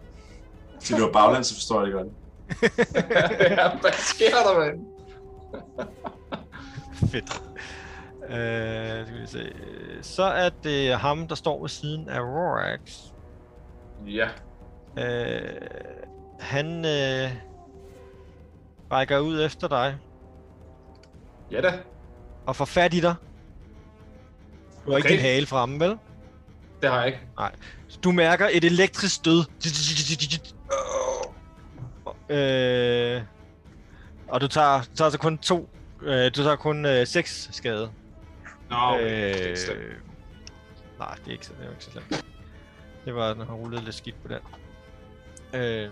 C: Så du har bagland, så forstår jeg det godt.
B: ja, [LAUGHS] hvad sker der, mand?
D: Fedt. Øh, skal vi se. Så er det ham, der står ved siden af Rorax.
B: Ja.
D: Øh, han øh, rækker ud efter dig
B: Ja da.
D: og får fat i dig. Du har okay. ikke
B: Okay.
D: din hale fremme, vel?
B: Det har jeg ikke.
D: Du mærker et elektrisk stød. Øh, og du tager, du tager så kun to. Øh, du tager kun øh, seks skade.
B: Nå, okay. Det er ikke slemt.
D: Øh, nej, det er ikke, så- det er jo ikke så slemt. Det var, den har rullet lidt skidt på den. Øh,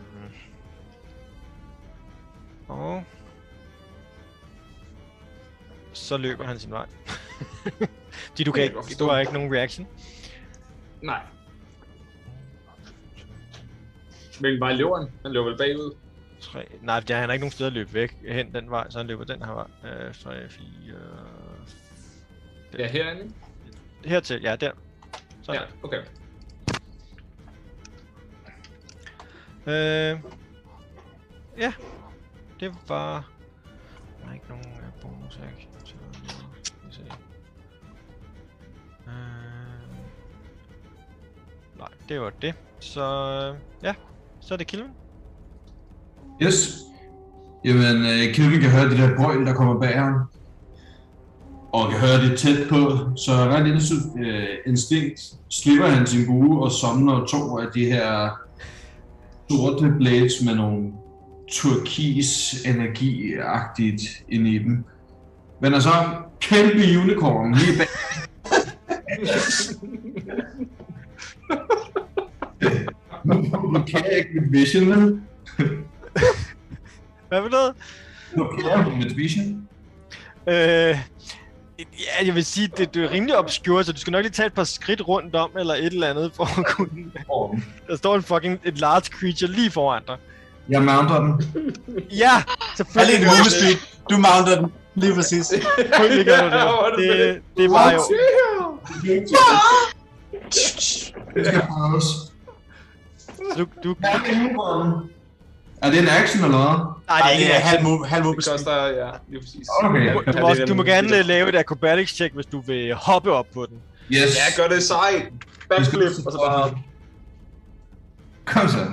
D: og... Så løber han sin vej. [LAUGHS] Fordi du, kan
B: jeg
D: ikke,
B: godt forstå.
D: du har ikke nogen reaction.
B: Nej. Men bare løber han? Han løber vel bagud?
D: 3. Nej, der, han har ikke nogen steder at løbe væk hen den vej, så han løber den her vej. Øh, 3, 4...
B: Ja, herinde. ikke?
D: Hertil, ja, der.
B: Ja,
D: Sådan.
B: okay.
D: Ja. Øh, ja. Det var... Der er ikke nogen øh, bonus action, så... Lad se. Øh, nej, det var det. Så øh, ja, så er det Kilvin.
F: Yes. Jamen, øh, Kevin kan høre det der brøl, der kommer bag ham. Og kan høre det tæt på, så ret indsyn, øh, instinkt slipper han sin bue og somner to af de her sorte blades med nogle turkis energiagtigt ind i dem. Men er så kæmpe unicorn lige bag. nu kan jeg ikke mit vision, vel?
D: Hvad for noget?
F: Nu kan jeg mit vision.
D: Øh, ja, jeg vil sige, det, det er rimelig obskur, så du skal nok lige tage et par skridt rundt om, eller et eller andet, for at kunne... Der står en fucking et large creature lige foran dig.
F: Jeg mounter den.
D: Ja, selvfølgelig.
C: Alene Wall Street, du mounter den. Lige præcis.
D: Selvfølgelig gør du det.
B: Ja, hvor er det
D: Det,
B: fedt.
D: det er bare jo.
F: Det skal prøves.
D: Så Du, du,
F: Er det Er det en action eller hvad?
D: nej, det
C: Ej,
D: er
C: det
D: ikke
C: er halv move, halv move.
B: Det koster, ja, lige præcis.
F: Okay.
D: Du, må- du, må, også, du må gerne øh, lave et acrobatics check, hvis du vil hoppe op på den.
F: Yes.
B: Ja, gør det sej. [LAUGHS] Backflip, og så bare...
F: Kom så.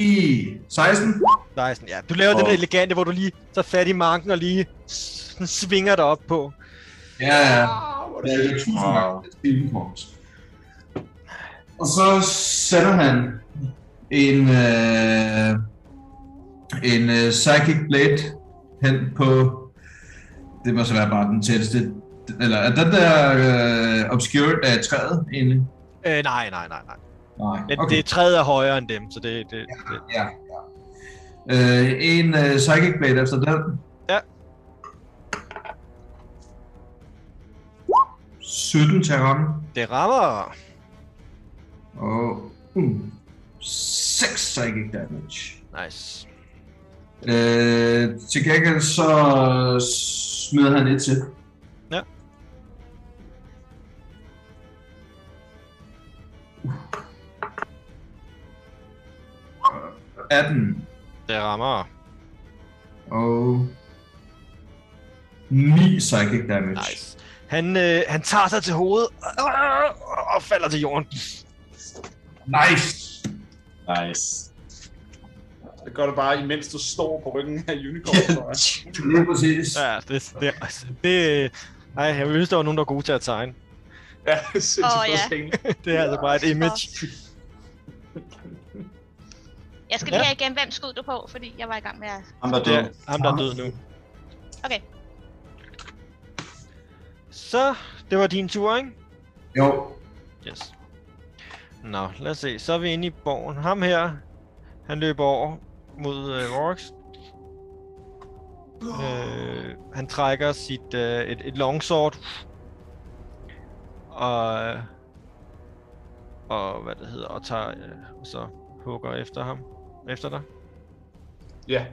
F: I 16.
D: Nej, sådan, ja. Du laver oh. den
C: Åh.
D: der elegante, hvor du lige tager fat i marken og lige s- sådan svinger dig op på.
F: Ja, ja.
B: Ah, hvor er det
F: Det er jo
B: fedt.
F: tusind gange et unicorns. Og så sætter han en, øh, en øh, psychic blade hen på, det må så være bare den tætteste, eller er den der øh, obscured af træet egentlig?
D: Øh, nej, nej, nej, nej.
F: Nej,
D: Men okay. det træet er højere end dem, så det... det, det.
F: Ja, ja. Øh, en øh, psychic blade efter den.
D: Ja.
F: 17 til at ramme.
D: Det rammer.
F: Og uh, 6 psychic damage.
D: Nice.
F: Øh, til gengæld så smider han et til.
D: Ja.
F: Uh, 18
D: Det rammer.
F: og 9 psychic damage.
D: Nice. Han, øh, han tager sig til hovedet øh, og, og falder til jorden.
F: nice.
C: Nice.
B: Det gør du bare, imens du står på ryggen af unicorn, tror
C: [LAUGHS]
B: jeg.
F: Lige præcis.
D: Ja, det... det, det ej, jeg ville ønske, der var nogen, der var gode til at tegne. [LAUGHS]
B: Ja, det er sindssygt
E: Åh, ja.
B: oh, ja.
D: Det er altså bare et image.
E: Jeg skal lige have igen, hvem skød du på, fordi jeg var i gang med at...
C: Ham der
D: Det
C: døde.
D: er ham, der er død nu.
E: Okay.
D: Så, det var din tur, ikke?
F: Jo,
D: Yes. Nå, lad os se. Så er vi inde i borgen. Ham her, han løber over mod øh, Vorax. Øh, han trækker sit øh, et, et longsword. Og, og hvad det hedder, og tager, øh, og så hugger efter ham. Efter dig.
B: ja.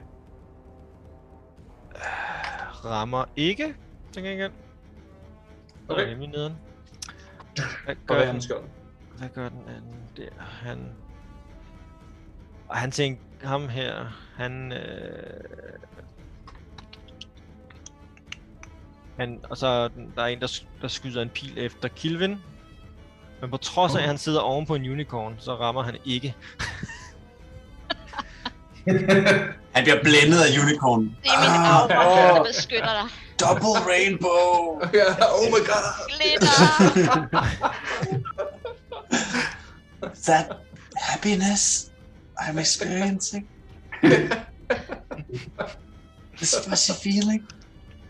D: Rammer ikke, til gengæld.
B: Okay.
D: Okay. Nemlig nederen. Hvad
B: Og
D: gør
B: hvad er
D: den?
B: hans skjold?
D: Hvad gør den anden der? Han... Og han tænkte, ham her, han... Øh... han og så er den- der er en, der, sk- der skyder en pil efter Kilvin. Men på trods af, at han sidder oven på en unicorn, så rammer han ikke.
C: Han bliver blændet af unicornen.
E: Det er min
C: Ah,
E: armor, der beskytter dig.
C: Double rainbow!
B: Ja, oh my god.
D: [LAUGHS]
E: Glitter!
C: That happiness I'm experiencing. This was a feeling.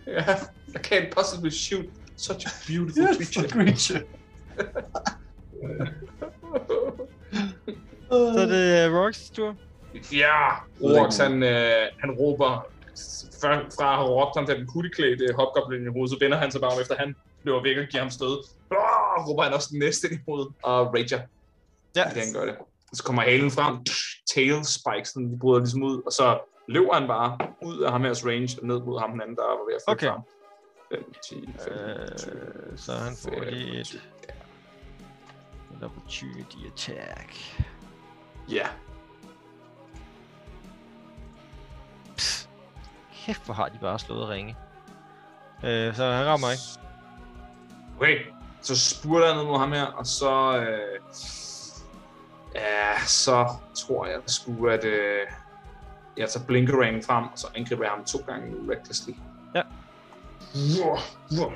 B: Ja. I can't possibly shoot such a beautiful creature.
D: [LAUGHS]
C: creature.
D: Så er det Rorks tur.
B: ja, Rox, øh, han, øh, han råber fra, fra at have råbt ham til den kutteklædte hopgoblin i hovedet, så vender han sig bare om efter han løber væk og giver ham stød. Brrr, råber han også den næste i hovedet, og rager,
D: Ja,
B: fordi han gør det. Så kommer halen frem, tail spikes, den de bryder ligesom ud, og så løber han bare ud af ham hers range og ned mod ham den anden, der var ved at flygte
D: Okay.
B: okay. ham. 5, 10, 15,
D: øh, så han får lige et... En opportunity attack.
B: Ja,
D: Kæft, hvor har de bare slået ringe. Øh, så han rammer ikke.
B: Okay, så spurgte jeg ned mod ham her, og så... Øh, ja, så tror jeg sgu, at øh, jeg tager blinkerangen frem, og så angriber jeg ham to gange nu, recklessly.
D: Ja.
B: Wow, wow.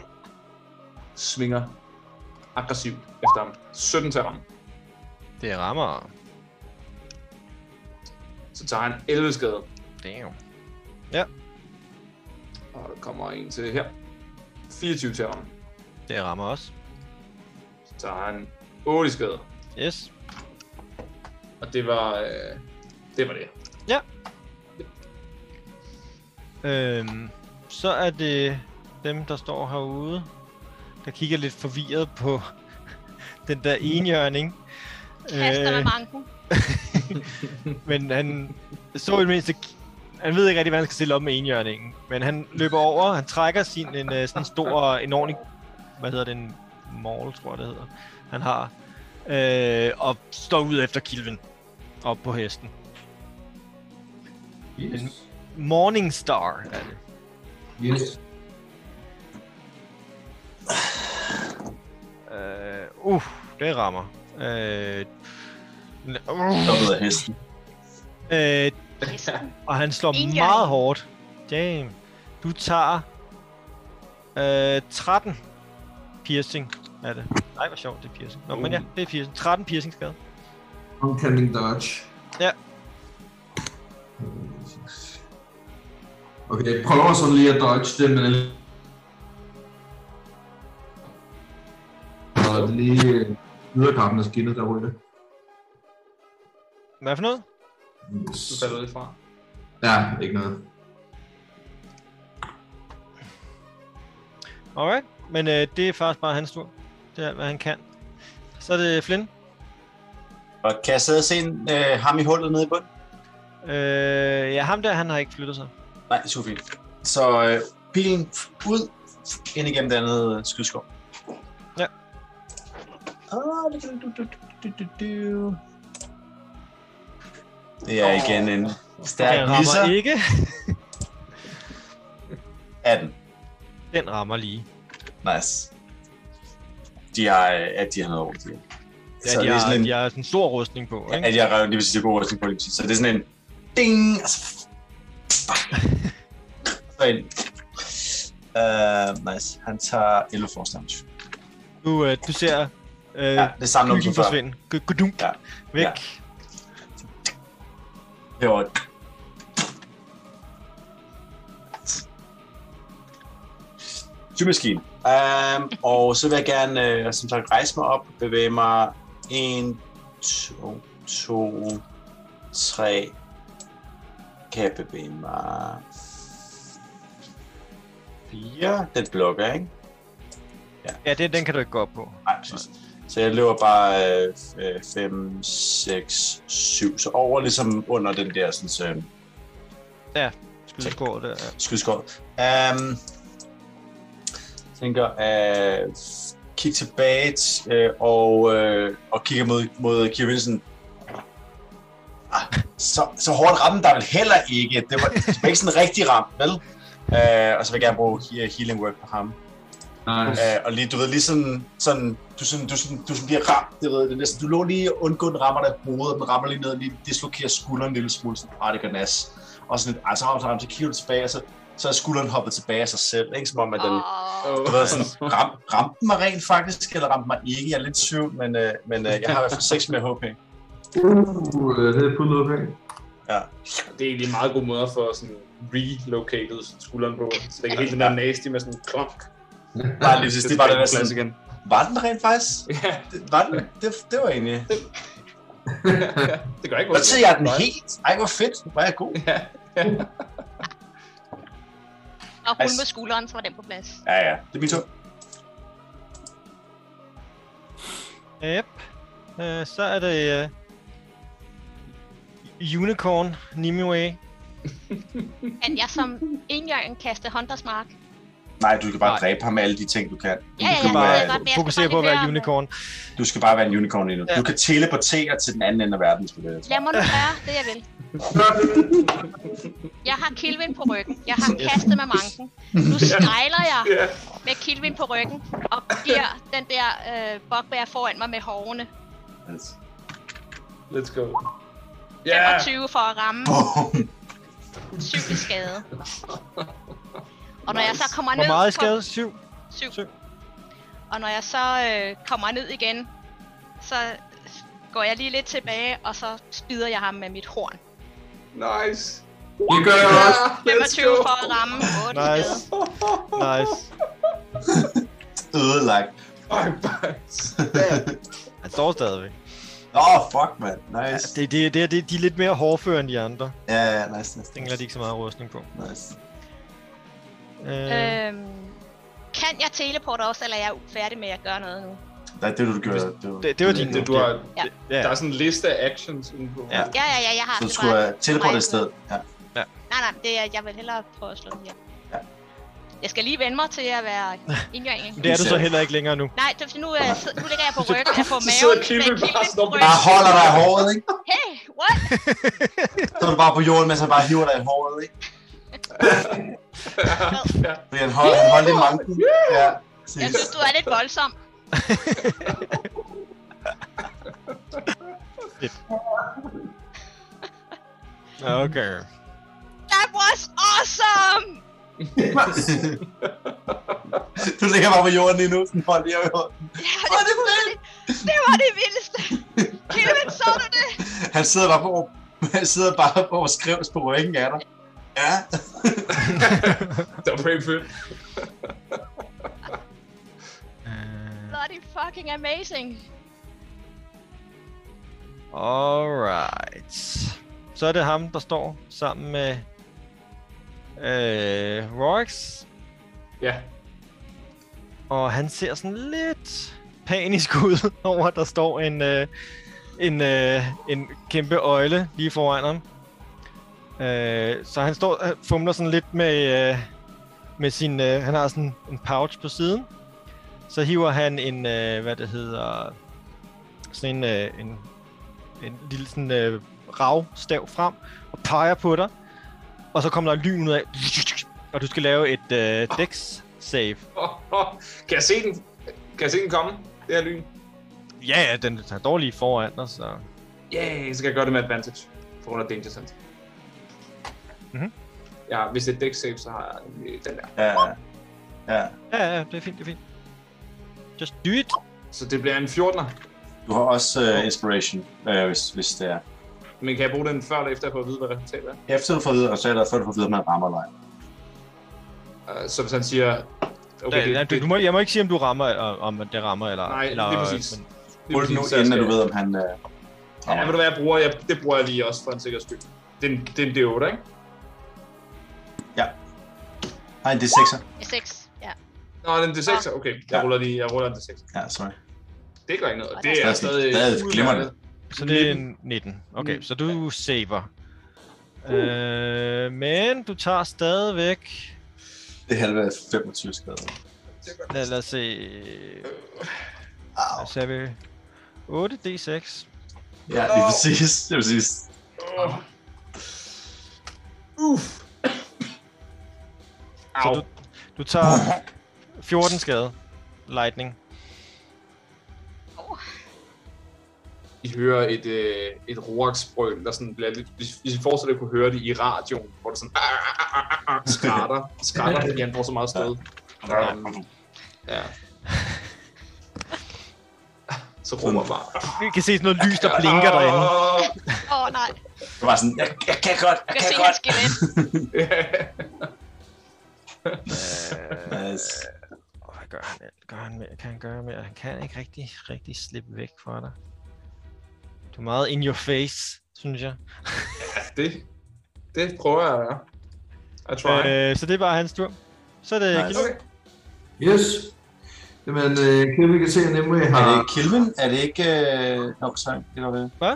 B: Svinger aggressivt efter ham. 17 til ramme.
D: Det rammer.
B: Så tager han 11 skade,
D: Damn.
B: og der kommer en til her. 24 til ramme.
D: Det rammer også.
B: Så tager han 8 i skade,
D: Yes.
B: og det var... Øh, det var det.
D: Øhm, så er det dem, der står herude, der kigger lidt forvirret på [LAUGHS] den der enhjørning. Øh,
E: Kaster med manken.
D: men han så i det mindste... Han ved ikke rigtig, hvad han skal stille op med enhjørningen. Men han løber over, han trækker sin en, øh, sådan en stor, en ordentlig... Hvad hedder den? Maul, tror jeg, det hedder. Han har. Øh, og står ud efter kilven. Op på hesten.
F: Yes.
D: Morningstar er det.
F: [LAUGHS] Yes.
D: Øh, uh, det rammer. Øh, n-
C: Der
D: uh,
C: ved jeg hesten.
D: øh,
E: Hesten.
D: og han slår
E: Enhjørning.
D: meget hårdt. Damn. Du tager øh, 13 piercing er det. Nej, hvor sjovt, det er piercing. Nå, men ja, det er piercing. 13 piercing skade.
F: Homecoming dodge.
D: Ja.
F: Okay, prøv også sådan lige at dodge det, men... Og det er lige øh, yderkappen af skinnet, der ryger.
D: Hvad for noget?
B: Du falder lidt fra.
F: Ja, ikke noget.
D: Alright. Men øh, det er faktisk bare hans tur. Det er alt, hvad han kan. Så er det Flynn.
C: Og kan jeg sidde og se en, øh, ham i hullet nede i bunden?
D: Øh, ja, ham der, han har ikke flyttet sig.
C: Nej, super fint. Så øh, pilen f- ud, f- ind igennem det andet øh, skydskov.
D: Ja.
C: Ah, det kan du, du, du, du, du, du. Det er igen en
D: Den
C: stærk
D: rammer
C: misser.
D: ikke.
C: 18.
D: Den rammer lige.
C: Nice. De har, øh, at de har noget over det.
D: Ja,
C: så
D: de,
C: det er
D: har,
C: sådan en,
D: de har sådan en stor rustning på, ikke?
C: at jeg har lige præcis god rustning på lige præcis. Så det er sådan en ding, og
D: [LAUGHS]
C: så så en. Uh, nice. Han tager 11 force damage.
D: Du, øh, du ser øh,
C: Ja,
D: ja,
C: det er samme nummer som
D: skyggen
C: før.
D: forsvinde. Gu- Gudunk.
C: Ja.
D: Ja. Væk.
C: Ja.
D: Ja.
C: Det var... Symaskine. Um, og så vil jeg gerne, øh, som sagt, rejse mig op, bevæge mig 1, 2, 2, 3. Kan jeg bevæge mig 4? Den blokker, ikke?
D: ja, det, den kan du ikke gå op på.
C: Nej, præcis. Så jeg løber bare øh, 5, 6, 7, så over ligesom under den der sådan, øh,
D: Skydeskåret der. ja.
C: skydskov. Um, tænker at uh, kigge tilbage uh, og, uh, og kigger mod, mod Kirvinsen. Ah, så, så hårdt ramte der vel heller ikke. Det var, det var ikke sådan rigtig ramt, vel? Uh, og så vil jeg gerne bruge he- healing work på ham.
F: Nice.
C: Øh, og lige, du ved, lige sådan, sådan, du, sådan, du, sådan, du sådan bliver ramt, det ved, det er næsten, du lå lige og undgå, den rammer dig i hovedet, og den rammer lige ned, og lige dislokerer skulderen en lille smule, sådan, ah, det gør nas. Og sådan lidt, ah, så rammer, så rammer, så kigger du tilbage, og så, så er skulderen hoppet tilbage af sig selv, ikke? Som om, at den,
E: Åh,
C: du ved, sådan, ram, ramte den mig rent faktisk, eller ramte mig ikke, jeg er lidt i tvivl, men, øh, men øh, jeg har i hvert fald 6 mere HP.
F: Uh, det er puttet op af.
B: Det er egentlig en meget god måde at få sådan relocated skulderen på. Så det er helt den der nasty med sådan en klonk.
C: Nej, lige præcis, det var det der
B: plads
C: sådan,
B: igen.
C: var den rent faktisk?
B: Ja,
C: Det, var den, det, det var egentlig...
B: det gør ikke
C: Og så jeg den helt. Ej, hvor fedt. Hvor er jeg god.
B: Ja.
E: Og hun
C: Altså-
E: med skulderen, så var den på plads.
C: Ja, ja. Det er min tur.
D: Yep. Øh, så er det øh, Unicorn Nimue.
E: Kan jeg som enjørn kaste Hunters Mark?
C: Nej, du skal bare
D: Nej.
C: dræbe ham med alle de ting, du kan.
E: Ja,
C: du,
E: ja,
C: kan
E: ja,
C: bare,
E: det er godt. men jeg skal
D: Fokuser
E: bare
D: på at
E: lige
D: være
E: være-
D: unicorn.
C: du skal bare være en unicorn endnu.
D: Ja.
C: Du kan teleportere til den anden ende af verden, skulle jeg tro.
E: Lad mig nu gøre det, jeg vil. Jeg har Kilvin på ryggen. Jeg har kastet med manken. Nu strejler jeg
B: Ja.
E: med Kilvin på ryggen og giver den der øh, bugbear foran mig med hårene.
C: Altså. [LAUGHS]
B: Let's go. Ja, yeah.
E: 25 for at ramme
C: Boom.
E: 7 i skade. Og når jeg så kommer ned...
D: Hvor meget er
E: på-
D: skade? 7?
E: Syv.
D: Syv.
E: Og når jeg så øh, kommer ned igen, så går jeg lige lidt tilbage, og så spider jeg ham med mit horn.
B: nice.
F: Det gør jeg også.
E: 25 for at ramme 8 nice.
D: Nice. Nice.
C: Ødelagt.
B: Bye, bye.
D: Han står stadigvæk.
C: [LAUGHS] Åh, oh, fuck, man.
D: Ja,
C: Nice.
D: det, det, det, det, de er lidt mere hårdføre end de andre.
C: Ja, ja, nice, nice.
D: Tænker de ikke så meget rustning på.
C: nice.
D: Øh,
E: Øhm, kan jeg teleporte også, eller er jeg færdig med at gøre noget nu?
C: Nej, det er det, du gør. Det,
D: det, det var din.
B: Det, du har,
E: Ja.
D: Ja.
B: der er sådan en liste af actions inde på.
D: Ja.
E: Ja, ja, ja, jeg har
C: Så du
E: det
C: skulle
E: bare-
C: uh, teleportere et sted. Ja.
E: Nej, nej, det er, jeg vil hellere prøve at slå den her.
C: Ja.
E: Jeg skal lige vende mig til at være indgøring.
D: Det er du så heller ikke længere nu.
E: Nej, det, nu, er jeg, sid- nu ligger jeg på ryggen, jeg på
B: Så
E: maven.
B: sidder
E: med
B: Kilvin bare
E: Kilvin
B: sådan
E: på
B: op-
E: ryggen.
C: Bare holder dig i håret, ikke?
E: Hey, what?
C: Så er du bare på jorden, mens han bare hiver dig i håret, ikke?
B: ja.
C: Fordi han holder, han holder i manken. Ja,
E: Jeg
C: præcis.
E: synes, du er lidt voldsom.
D: Okay.
E: That was awesome!
C: [LAUGHS] du ligger bare på jorden lige nu, sådan hold lige i håret.
E: Ja,
C: Åh,
E: det,
C: det var
E: det, det var det vildeste! Kilvin, så du det?
C: Han sidder bare på, han sidder bare på og skrives på ryggen af dig. Ja,
B: Det var pretty fedt.
D: Øh,
E: Bloody fucking amazing!
D: Alright. Så er det ham, der står sammen med øh, Rox,
B: Ja.
D: og han ser sådan lidt panisk ud [LAUGHS] over, at der står en, øh, en, øh, en kæmpe øjle lige foran ham. Øh, så han står og fumler sådan lidt med, øh, med sin... Øh, han har sådan en pouch på siden. Så hiver han en, øh, hvad det hedder... Sådan en, øh, en, en lille sådan, øh, ravstav frem og peger på dig. Og så kommer der lyn ud af, og du skal lave et øh, dex save.
B: Oh, oh. Kan jeg se den? Kan jeg se den komme? Det her lyn.
D: Ja, ja, den tager dog lige foran dig, så...
B: Yeah, så kan jeg gøre det med advantage. For under danger sense.
D: Mhm.
B: Ja, hvis det er deck save, så har jeg øh, den der.
C: ja, ja.
D: Ja, ja, det er fint, det er fint. Just do it.
B: Så det bliver en 14'er.
C: Du har også uh, inspiration, øh, hvis, hvis det er.
B: Men kan jeg bruge den før eller efter for at vide, hvad resultatet er?
C: Efter du får videre, og så er der før du får videre, man rammer dig.
B: Uh, så hvis han siger...
D: Okay, ja, du, du må, jeg må ikke sige, om du rammer, eller om det rammer, eller...
B: Nej,
D: eller,
B: lige præcis.
D: Men,
B: det
C: Prøv
B: er
C: det nu,
B: præcis, så jeg
C: inden at
B: skal-
C: du ved, om han øh,
B: Ja, ved
C: rammer
B: du hvad, jeg bruger? Jeg, det bruger jeg lige også for en sikkerheds skyld. Det er en, det er en D8, ikke?
C: Nej, det er 6'er.
E: 6, ja.
B: Nå, det er en D6'er. Okay, jeg
C: Ja.
B: ruller lige jeg ruller en D6'er.
C: Ja, sorry.
B: Det gør ikke noget.
E: Og
B: Det
E: der
B: er
C: er sådan-
B: stadig...
C: stadig
B: udmærket.
C: glimrende.
D: så det er en 19. Okay, så du saver.
B: Uh.
D: Øh, men du tager stadigvæk...
C: Det er halve 25 skader.
D: Lad, lad os se...
C: Au.
D: Så er vi... 8d6.
C: Ja, det er præcis. Det er præcis.
B: Åh. Uff. Au.
D: Så Du tager 14 skade. Lightning.
B: I hører et, øh, et roaksbrøl, der sådan bliver lidt... Hvis, hvis I fortsætter at kunne høre det i radioen, hvor det sådan... "Ah, ah, ah, ah, ah," Skratter, skratter, fordi han får så meget stød. Um, ja. Så råber bare...
D: Vi kan se sådan noget lys, der blinker
B: [LAUGHS]
D: derinde.
E: Åh, oh, nej.
C: Det var sådan, jeg, jeg kan godt, jeg kan
E: Jeg kan se
C: godt.
E: hans
B: [LAUGHS]
E: skelet.
D: Øh.
C: Nice.
D: Åh, Hvad gør han? Gør han mere? Kan han gøre mere? Han kan ikke rigtig, rigtig slippe væk fra dig. Du er meget in your face, synes jeg.
B: Det, det prøver jeg at gøre. I try.
D: Øh, så Øh, det er bare hans tur. Så er det
C: Nice.
D: nice.
C: Okay.
F: Yes. Jamen, øh, Kevin kan se, at Nimue
C: Er
F: har...
C: det ikke Kilvin? Er det ikke... Øh... Nå, sorry. Det var det.
D: Hvad?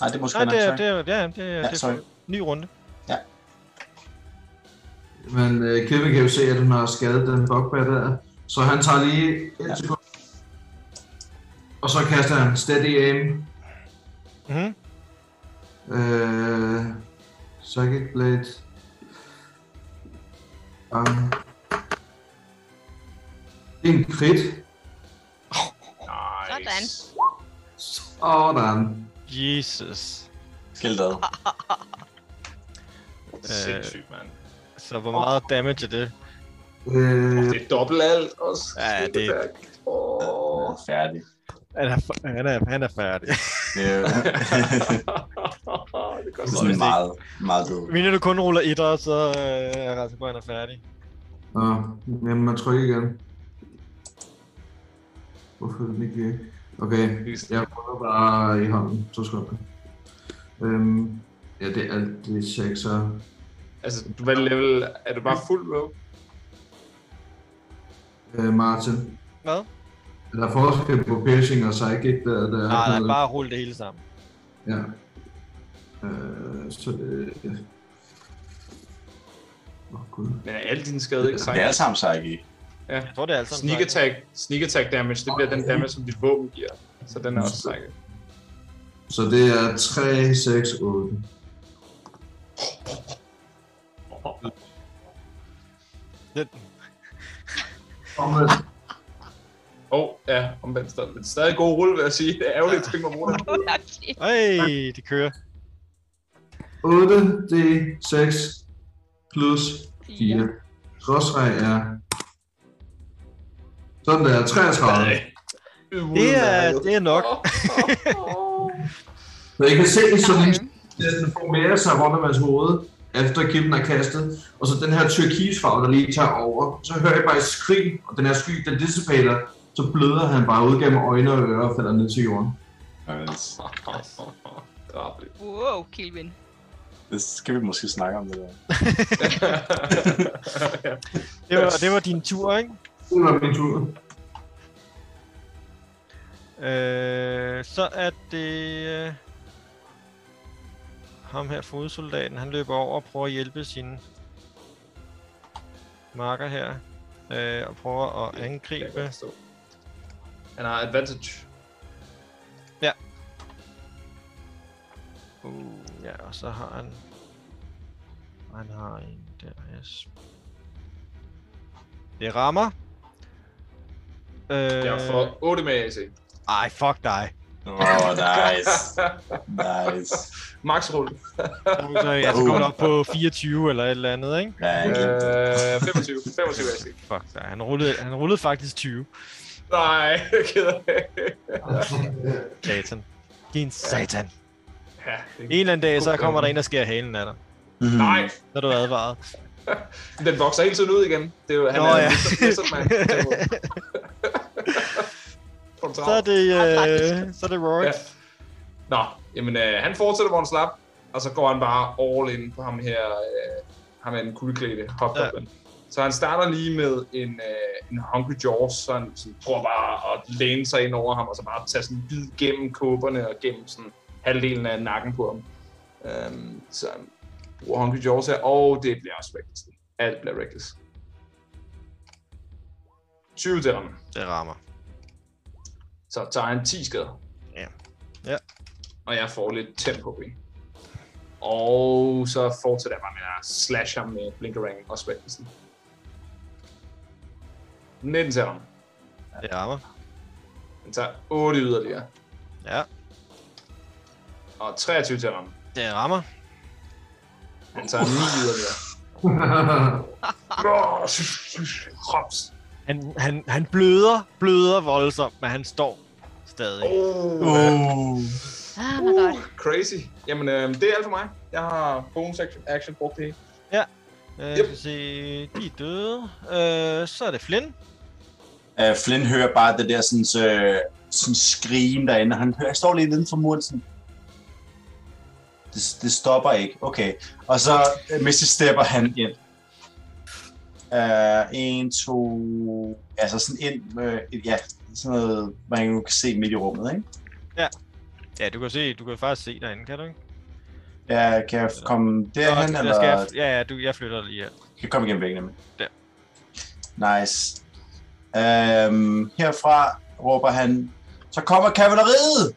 C: Nej, det er måske
D: Nej,
C: nok,
D: det er,
C: sorry.
D: det er, ja, ja, det er,
C: Ja,
D: det
C: sorry.
D: er ny runde.
F: Men øh, Kevin kan jo se, at hun har skadet den bugbear der. Så han tager lige et
C: Ja.
F: ja. sekund. Og så kaster han steady aim.
D: Mhm.
F: Øh, Psychic Blade. Bang. Det er en crit.
E: Sådan.
F: Sådan.
D: Jesus.
C: Skilt ad.
B: Sindssygt, mand.
D: Så hvor meget damage er det?
F: Øh,
B: Det er dobbelt alt også.
D: Ja, det-
B: Åh. [LAUGHS]
C: Åh, færdig.
D: Han er, fa- han er, han er [LAUGHS] færdig.
C: [LAUGHS] Ja.
B: det er
C: det
B: godt.
C: er sådan meget, meget død.
D: Hvis du kun ruller etter, så øh, er Rasmus han er færdig.
F: Nå, jamen man trykker igen. Hvorfor er den ikke virke? Okay, jeg prøver bare i hånden, to sekunder. Øhm, ja, det er alt det check, så...
B: Altså, du- hvad level? Er du bare fuld rogue?
F: Øh, Martin,
D: Hvad?
F: er der forskel på piercing og psychic, der, der er
D: Nej, nej,
F: noget-
D: bare rulle det hele sammen.
F: Ja. Øh, så det... Åh, oh, gud.
B: Men er alle dine skade ikke
C: Det er alle
B: sagt?
C: sammen psyche.
D: Jeg tror, det er alt sammen.
B: Sneak attack, sneak attack damage, det bliver den damage, som dit våben giver. Så den er også sagt.
F: Så det er 3, 6, 8.
D: Den-
F: Omvendt.
B: Åh, oh, ja, omvendt stadig. Men stadig god rulle, vil jeg sige. Det er ærgerligt, at tænke mig rundt.
E: Okay.
D: Ej, det kører.
F: 8, det er 6 plus 4. Skråstreg er... Sådan der, 33.
D: Det er, det er nok.
F: Så I kan se, sådan den formerer sig rundt om hans hoved, efter Kim er kastet, og så den her turkisfarve, der lige tager over. Så hører jeg bare et skrig, og den her sky, den dissipater, så bløder han bare ud gennem øjne og ører og falder ned til jorden.
C: Nice.
D: [LAUGHS]
B: Drabligt.
E: øh. Wow, Kilvin.
C: Det skal vi måske snakke om det der.
B: ja.
D: Det var, det var din tur, ikke?
F: Det var min tur.
D: Øh, så er det... øh, Ham her, fodsoldaten, han løber over og prøver at hjælpe sine marker her. Øh, og prøver at
B: Jeg
D: angribe.
B: kan forstå. Han har advantage.
D: Uh, ja, og så har han... og Han har en der, yes. Det rammer. Øh,
B: Jeg får 8 med AC.
D: Ej, fuck dig.
C: Åh, nice. Nice.
B: Max rulle.
D: Så jeg så går op på 24 eller et eller andet, ikke?
C: Ja, jeg glemte det.
B: Øh,
D: [LAUGHS]
B: 25. 25 AC.
D: Fuck dig. Han rullede, han rullede faktisk 20.
B: Nej, [LAUGHS] jeg er ked af det.
D: Satan. Din satan.
B: Ja,
D: En eller anden dag, så kommer der en, der skærer halen af dig.
C: Mhm.
B: Nej,
D: Så er du advaret.
B: den vokser hele tiden ud igen. Det er jo, han
D: Nå,
B: er
D: ja.
B: ligesom man.
D: [LAUGHS]
B: Ah,
D: Så er det, øh, så er det Rory.
B: Ja. Nå, jamen øh, han fortsætter, hvor han slap, og så går han bare all in på ham her, øh, ham er en kuldeklæde, hobgoblin. Så han starter lige med en, øh, en Hungry Jaws, så han sådan, prøver bare at læne sig ind over ham, og så bare tage sådan en bid gennem kåberne og gennem sådan halvdelen af nakken på ham. Øhm, så han bruger Hungry Jaws her, og det bliver også reckless. Alt bliver reckless. 20 til ham.
D: Det rammer.
B: Så tager han 10 skader.
D: Ja. Ja.
B: Og jeg får lidt tempo i. Og så fortsætter jeg bare med at slash ham med blinkerang og spændelsen. 19 til ham.
D: Det rammer.
B: Han tager 8 yderligere.
D: Ja.
B: Og 23 til ham.
D: Det rammer.
B: Han tager 9 yderligere.
D: [LAUGHS]
F: [LAUGHS]
B: Krops.
D: Han, han, han bløder, bløder voldsomt, men han står stadig.
B: Oh,
C: Oh.
E: Ah, my god.
B: crazy. Jamen, øh, det er alt for mig. Jeg har bonus action, action brugt det hele.
D: Øh,
B: Yep.
D: yep. skal se, de er døde. Øh, så er det Flynn.
C: Uh, Flynn hører bare det der sådan, så, sådan skrigen derinde. Han, hører, han står lige inden for muren sådan. øh, Det, det stopper ikke. Okay. Og så uh, Missy stepper han ind. Uh, en, to... Altså sådan ind... Øh, ja, sådan noget, man nu kan se midt i rummet, ikke?
D: Ja, du kan se, du kan faktisk se derinde, kan du ikke?
C: Ja, kan jeg komme
D: Nå,
C: derhen,
D: der
C: eller
D: skal
C: jeg...
D: jeg, ja, ja, du, jeg flytter dig lige her.
C: kan komme igennem væggen nemlig?
D: Der.
C: Nice. Øhm, herfra råber han, så kommer kavaleriet!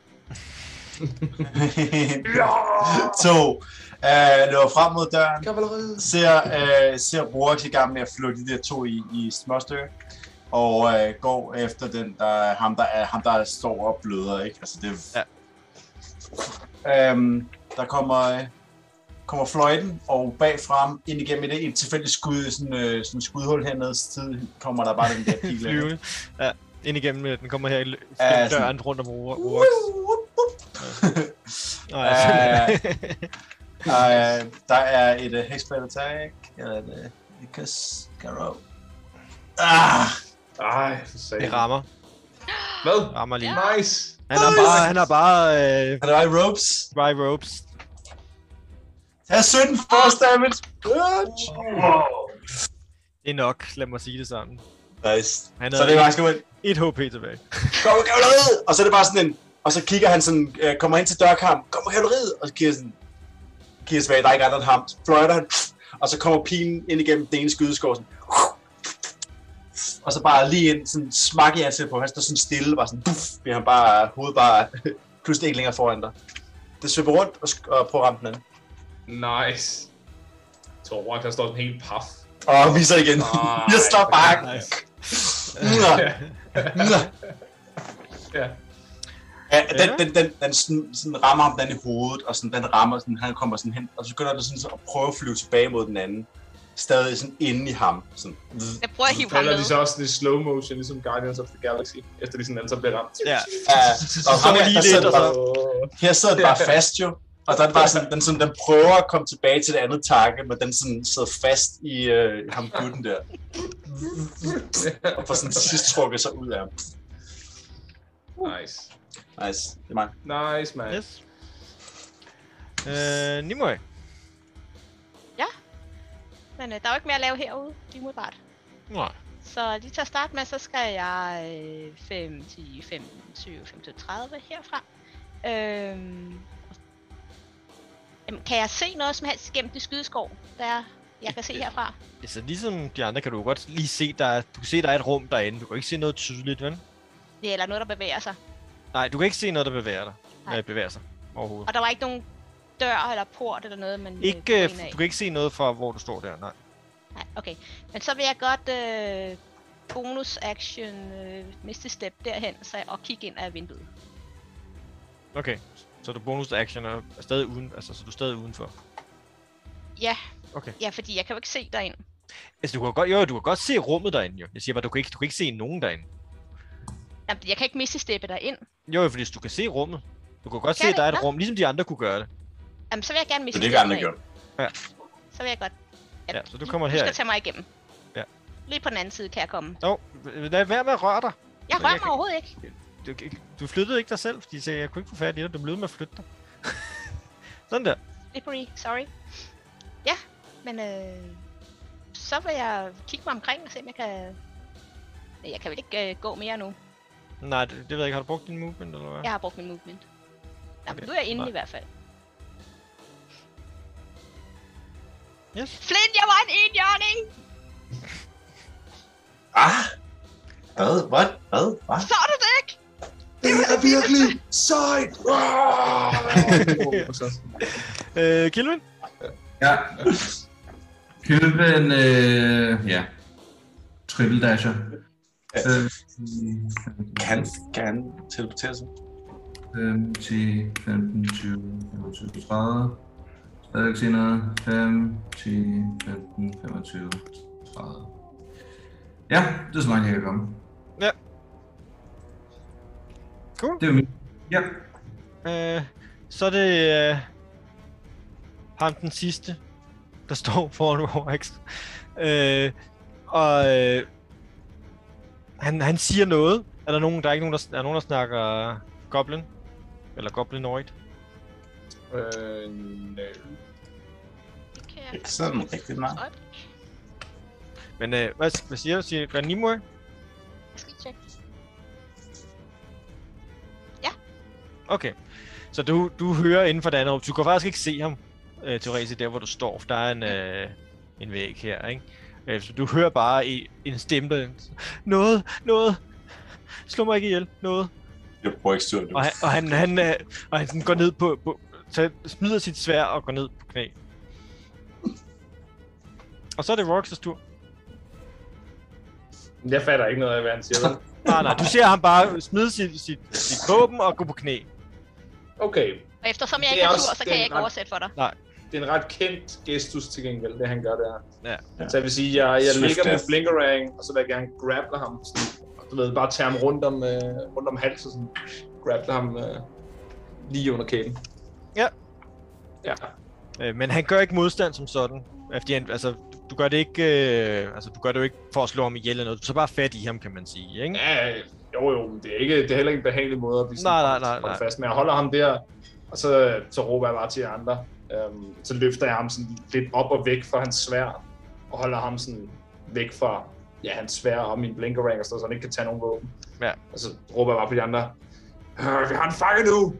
C: to. Øh, løber frem mod døren,
B: Kavaleriet!
C: ser, øh, ser Rorik i gang med at flytte de der to i, i småstykker, og øh, går efter den, der, ham, der, er, ham, der står og bløder, ikke? Altså, det...
D: Ja.
C: Øhm, der kommer, øh, kommer fløjten, og bagfra ind igennem et, et tilfældigt skud, sådan, øh, sådan et skudhul hernede, så kommer der bare den der pil. ind.
D: [LAUGHS] Flyvende. Ja, ind igennem, øh, den kommer her i lø-
C: Ja,
D: gennem
C: sådan-
D: døren rundt om Ro-
C: Wup,
D: Roax.
C: wup, wup.
D: Nej,
C: Ja,
D: altså. [LAUGHS]
C: Og, øh, der er et øh, hexblade attack, eller et, øh, et kys, Garo. Ah!
B: Ej, for satan.
C: Øhm.
D: det rammer,
B: Hvad?
D: rammer lige.
B: Nice!
D: Han har bare, han har bare øh,
C: Er der i ropes?
D: dry ropes.
C: Tag 17 force damage!
D: Det er nok, lad mig sige det sammen.
C: Nice.
D: Han
C: Så
D: havde
C: det er bare sådan, en,
D: 1 HP tilbage.
C: kom og kavaleriet! Og så er det bare sådan en, og så kigger han sådan, øh, kommer ind til dørkarmen, kom og kavaleriet! Og så kigger sådan, kigger svag, der er ikke andet end ham. Så fløjter han, og så kommer pilen ind igennem den ene skydeskår, sådan, og så bare lige ind, sådan smak i ansigtet på ham. Han står sådan stille, bare sådan, puff, bliver han bare, hovedet bare, [LAUGHS] pludselig ikke længere foran dig. Det svipper rundt og, sk- og prøver at ramme den anden.
B: Nice. Jeg tror, Rock, der står sådan helt paf.
D: [LAUGHS]
C: Og viser igen. [LAUGHS] Jeg står bare. Mwah. Mwah.
B: Ja.
C: Ja, den, den, den, den sådan, sådan rammer ham den i hovedet, og sådan, den rammer, sådan, han kommer sådan hen, og så begynder det sådan så at prøve at flyve tilbage mod den anden. Stadig sådan inde i ham. Sådan.
E: Uh. Jeg prøver at hive ham
B: Falder
E: med.
B: de så også sådan i slow motion, ligesom Guardians of the Galaxy, efter de sådan alle sammen bliver ramt.
D: Ja,
C: [LAUGHS] Ja, og
D: Så
C: ham her,
D: lige
C: der
D: lidt,
C: sidder
D: og
C: bare,
B: Åh.
C: her sidder den bare fast jo. Og den, bare sådan, den, sådan, den prøver at komme tilbage til det andet takke, men den sådan sidder fast i øh, ham gutten der. Og får sådan til sidst trukket sig ud af ham.
B: [LAUGHS] nice.
C: Nice, det er mig.
B: Nice, man.
D: yes. Øh, Nimoy.
E: Men øh, der er jo ikke mere at lave herude, lige modbart.
D: Nej.
E: Så lige til at starte med, så skal jeg øh, 5, 10, 15, 20, 15, 30 herfra. Øhm, jamen, kan jeg se noget som helst gennem det skydeskov, der jeg kan se herfra?
D: Altså ligesom de andre kan du jo godt lige se, der er, du kan se, der er et rum derinde. Du kan ikke se noget tydeligt, vel?
E: Ja, Eller noget, der bevæger sig?
D: Nej, du kan ikke se noget, der bevæger dig.
E: Nej.
D: Øh, bevæger sig overhovedet.
E: Og der var ikke nogen dør eller port eller noget, man øh,
D: Ikke,
E: kunne
D: øh,
E: gå ind
D: f-
E: af?
D: du kan ikke se noget fra, hvor du står der, nej.
E: Nej, okay. Men så vil jeg godt øh, bonus action øh, miste step derhen så, og kigge ind af vinduet.
D: Okay, så du bonus action er er stadig uden, altså så du er stadig udenfor.
E: Ja.
D: Okay.
E: Ja, fordi jeg kan jo ikke se derind.
D: Altså du kan godt, jo, du kan godt se rummet derinde jo. Jeg siger bare, du kan ikke, du kan ikke se nogen derinde.
E: Jamen, jeg kan ikke miste steppe derind.
D: Jo, jo, fordi du kan se rummet. Du kan godt
E: Kan
D: se,
E: det?
D: der er et
E: Nå.
D: rum, ligesom de andre kunne gøre det.
E: Jamen, så vil jeg gerne
C: Det
E: miste
C: er det, vi andre gjorde.
E: Så vil jeg godt.
D: Ja, så du kommer
E: Du skal
D: her.
E: tage mig igennem.
D: Ja.
E: Lige på den anden side kan jeg komme.
D: Jo, lad være med at røre dig.
E: Jeg
D: Så
E: rører
D: jeg
E: mig
D: kan-
E: overhovedet ikke.
D: Du, du flyttede ikke dig selv, fordi jeg sagde, jeg kunne ikke få fat i dig. Du blev ved med at flytte dig. [LAUGHS] Sådan der.
E: Slippery, sorry. Ja, men øh, så vil jeg kigge mig omkring og se, om jeg kan... Nej, Jeg kan vel ikke øh, gå mere nu.
D: Nej, det, det ved jeg ikke. Har du brugt din movement, eller hvad?
E: Jeg har brugt min movement. Jamen,
D: Okay,
E: nu er jeg inde
D: nej.
E: i hvert fald.
D: Yes.
E: Flint, jeg var en enhjørning!
C: [LAUGHS] Ah! Hvad? Hvad? Hvad? Hvad?
E: Så du det ikke?
C: Det er virkelig sejt!
B: Åh, så-
D: Øh, Kilvin?
F: Ja. Købe en, øh, ja, triple dasher. Øh,
C: Kan, kan teleportere sig.
F: 5, 10, 15, 20, 25, 30. Stadig ikke se noget. 5, 10, 15, 25, 30. Ja, det er så langt, jeg kan komme.
D: Ja. Cool.
F: Det er min. Ja.
D: Øh, så er det øh, ham den sidste, der står [LAUGHS] foran Warwax. Øh, og øh, han, han siger noget. Er der nogen, der er ikke nogen, der, er nogen, der snakker Goblin? Eller Goblinoid?
B: Øh, no.
E: Det kan jeg
C: Sådan rigtig meget.
D: Men øh, hvad, hvad siger du? Siger gør Nimue?
E: Jeg skal lige tjekke.
D: Okay. Så du, du hører inden for det andet rum. Du kan faktisk ikke se ham, øh, teoretisk, der hvor du står. For der er en, øh, en væg her, ikke? Øh, så du hører bare i, en stemme. der- Noget, noget. Slå mig ikke ihjel. Noget.
C: Jeg prøver ikke styr det.
D: Og han, og han, han, øh, og han sådan går ned på... på tager, smider sit svær og går ned på knæ. Og så er det Roxas tur.
B: Jeg fatter ikke noget af, hvad han
D: [LAUGHS]
B: siger. vel?
D: Ah, Nej, nej, du ser ham bare smide sit, sit, sit våben og gå på knæ.
B: Okay,
E: Og eftersom jeg
B: Det
E: ikke
B: er
E: har
B: også-
E: tur, så
B: det
E: kan
B: er
E: jeg ikke
B: ret-
E: oversætte for dig.
B: det er en ret kendt gestus til gengæld, det han gør der.
D: Ja.
B: Så jeg vil sige, jeg, jeg
C: Swift
B: ligger med
C: death.
B: blinkerang, og så vil jeg gerne grapple ham. Sådan, du ved, bare tage ham rundt om, øh, rundt om halsen, sådan grapple ham øh, lige under kæben.
D: Ja.
B: Ja.
D: Øh, men han gør ikke modstand som sådan. Øh, Fordi han, altså, du- du gør det ikke, øh, altså, du gør det jo ikke for at slå ham ihjel eller noget. Du tager bare fat i ham, kan man sige, ikke?
B: ja, jo jo, men det er, ikke, det er heller ikke en behagelig måde at blive sådan
D: Nej, nej, nej,
B: holdt
D: nej.
B: fast. Men jeg holder ham der, og så, så råber jeg bare til jer andre. Øhm, så løfter jeg ham sådan lidt op og væk fra hans svær, og holder ham sådan væk fra ja, hans svær og min blinkerang, og sådan, så han ikke kan tage nogen våben.
D: Ja.
B: Og så råber jeg bare på de andre, "Øh, vi har en fange nu!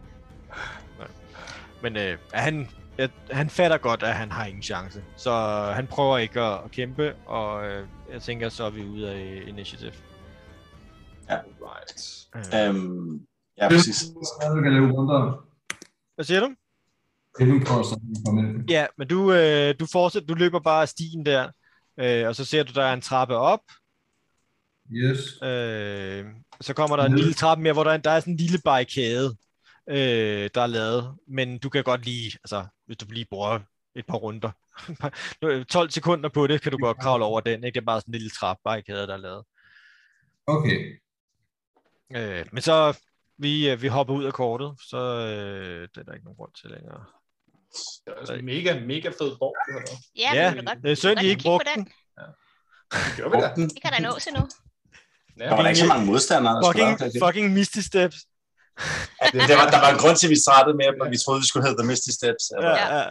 D: Men øh, han, jeg, han fatter godt, at han har ingen chance. Så øh, han prøver ikke at, at kæmpe, og øh, jeg tænker, så er vi ude af initiativ.
B: Right.
D: Øh.
C: Øhm, ja, præcis.
F: Jeg vil lave runder.
D: Hvad siger du?
F: Kevin Cross er lige kommet ind.
D: Ja, men du, øh, du fortsætter, du løber bare af stien der, øh, og så ser du, der er en trappe op,
F: Yes.
D: Øh, så kommer der en lille trappe mere, hvor der er, der er sådan en lille barrikade, øh, der er lavet. Men du kan godt lige, altså hvis du lige bruger et par runder, [LAUGHS] nu, 12 sekunder på det, kan du godt kravle over den. Ikke? Det er bare sådan en lille trappe barrikade, der er lavet.
F: Okay.
D: Øh, men så, vi, øh, vi hopper ud af kortet, så øh, det er der ikke nogen grund til længere.
B: Det er altså en mega, mega fed borg, det her. dog.
E: Ja,
D: Ja,
E: ja det er godt.
D: Det er synd,
E: godt
D: I ikke
E: kigge på
D: brugte den.
B: Det gjorde vi da.
C: Den,
E: Det kan der nås endnu.
B: Ja.
C: der var da ikke så mange modstandere. der skulle være
D: Fucking,
C: der.
D: fucking Misty Steps.
C: Det, det var, der var en grund til, at vi startede med, at vi troede, vi skulle hedde The Misty Steps. Eller,
D: Ja, ja,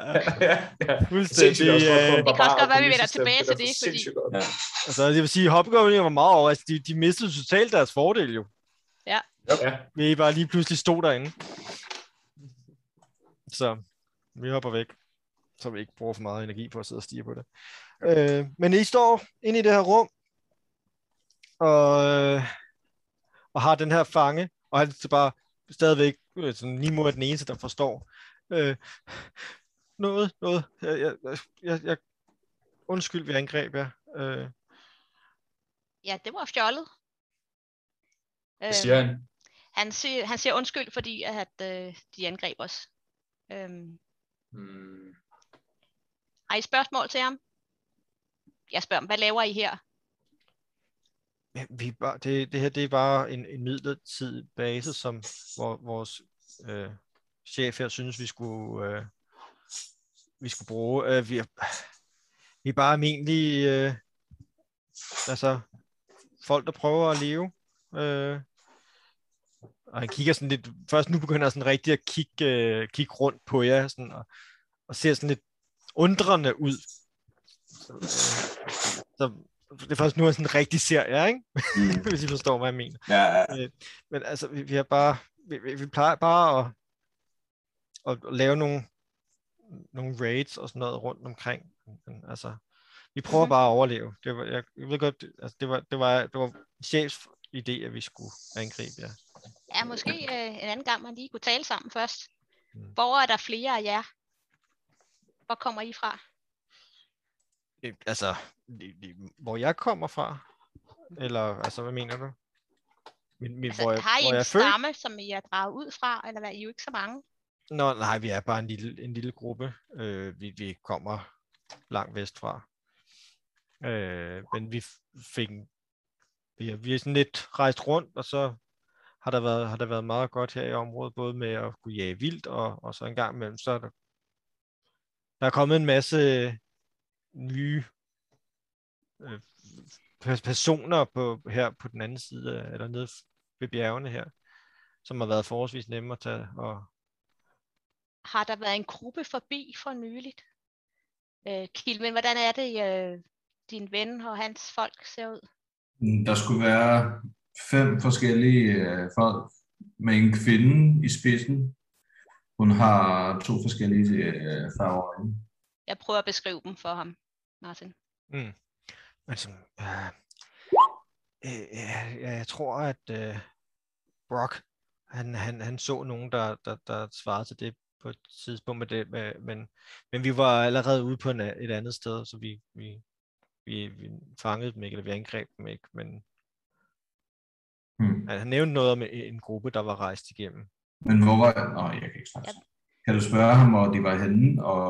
D: ja.
B: [LAUGHS] ja.
D: Fuldstændig. øh,
E: Det kan også godt være, vi vender tilbage til det, fordi-
B: Ja.
D: Altså, jeg vil sige, Hoppegoblin var meget over. Altså, de, de mistede totalt deres fordel jo.
B: ja.
D: Vi bare lige pludselig stod derinde. Så vi hopper væk, så vi ikke bruger for meget energi på at sidde og stige på det. Øh, men I står inde i det her rum, og, øh, og har den her fange, og han er bare stadigvæk, øh, sådan Nimo er den eneste, der forstår. Øh, noget, noget, jeg, jeg, jeg, jeg, undskyld, vi angreb jer. Øh,
E: Ja, det var fjollet.
B: Det siger han.
E: han, siger, han siger undskyld, fordi at, øh, de angreb os. Øhm,
C: Mm.
B: Hmm.
E: har I spørgsmål til ham? Jeg spørger ham, hvad laver I her?
D: Ja, vi er bare, det, det her det er bare en, en midlertidig base, som hvor, vores øh, chef her synes, vi skulle, øh, vi skulle bruge. Øh, vi, er, vi er bare almindelige øh, altså, folk, der prøver at leve. Øh, og han kigger sådan lidt, først nu begynder han sådan rigtig at kigge, øh, kigge rundt på jer, sådan, og, og ser sådan lidt undrende ud. øh, Så, øh, så det er først nu, han sådan rigtig ser jer, ikke?
C: Mm.
D: [LAUGHS] hvis I forstår, hvad jeg mener.
C: Ja, ja.
D: Men altså, vi, vi har bare, vi, vi, vi plejer bare at, at, at lave nogle, nogle raids og sådan noget rundt omkring. Men, altså, vi prøver
E: Mhm.
D: bare at overleve. Det var, jeg, jeg ved godt, det- altså, det var, det var, det var chefs idé, at vi skulle angribe jer.
E: Ja, måske øh, en anden gang, man lige kunne tale sammen først.
D: Mm.
E: Hvor er der flere af jer? Hvor kommer I fra?
D: Øh, Altså, i- i- hvor jeg kommer fra? Eller, altså, hvad mener du? Min, min,
E: Altså,
D: hvor jeg,
E: har I
D: hvor jeg
E: en
D: er født?
E: stamme, som I er draget ud fra, eller hvad? I er jo ikke så mange.
D: Nå, nej, vi er bare en lille, en lille gruppe. Øh, vi, vi kommer langt vestfra. Øh, men vi f- fik... en- Vi er, vi er sådan lidt rejst rundt, og så har der, været, har der været meget godt her i området, både med at kunne jage vildt, og, og så en gang imellem, så er der, der er kommet en masse øh, nye øh, pers- personer på, her på den anden side, af- eller nede ved bjergene her, som har været forholdsvis nemme at tage og,
E: Har der været en gruppe forbi for nyligt? Øh, Kilmen, hvordan er det, øh, din ven og hans folk ser ud?
F: mm, Der skulle være fem forskellige øh, folk med en kvinde i spidsen. Hun har to forskellige øh, farver. øjne.
E: Jeg prøver at beskrive dem for ham, Martin.
D: Altså, øh, øh, øh, jeg tror, at øh, Brock, han, han, han så nogen, der, der, der svarede til det på et tidspunkt med det, med, men, men vi var allerede ude på en, a- et andet sted, så vi, vi, vi, vi fangede dem ikke, eller vi angreb dem ikke, men
F: Hmm.
D: han, han nævnte noget om en- en gruppe, der var rejst igennem.
F: Men hvor var... Nå, jeg kan ikke snakke. Kan du spørge ham, hvor de var henne, og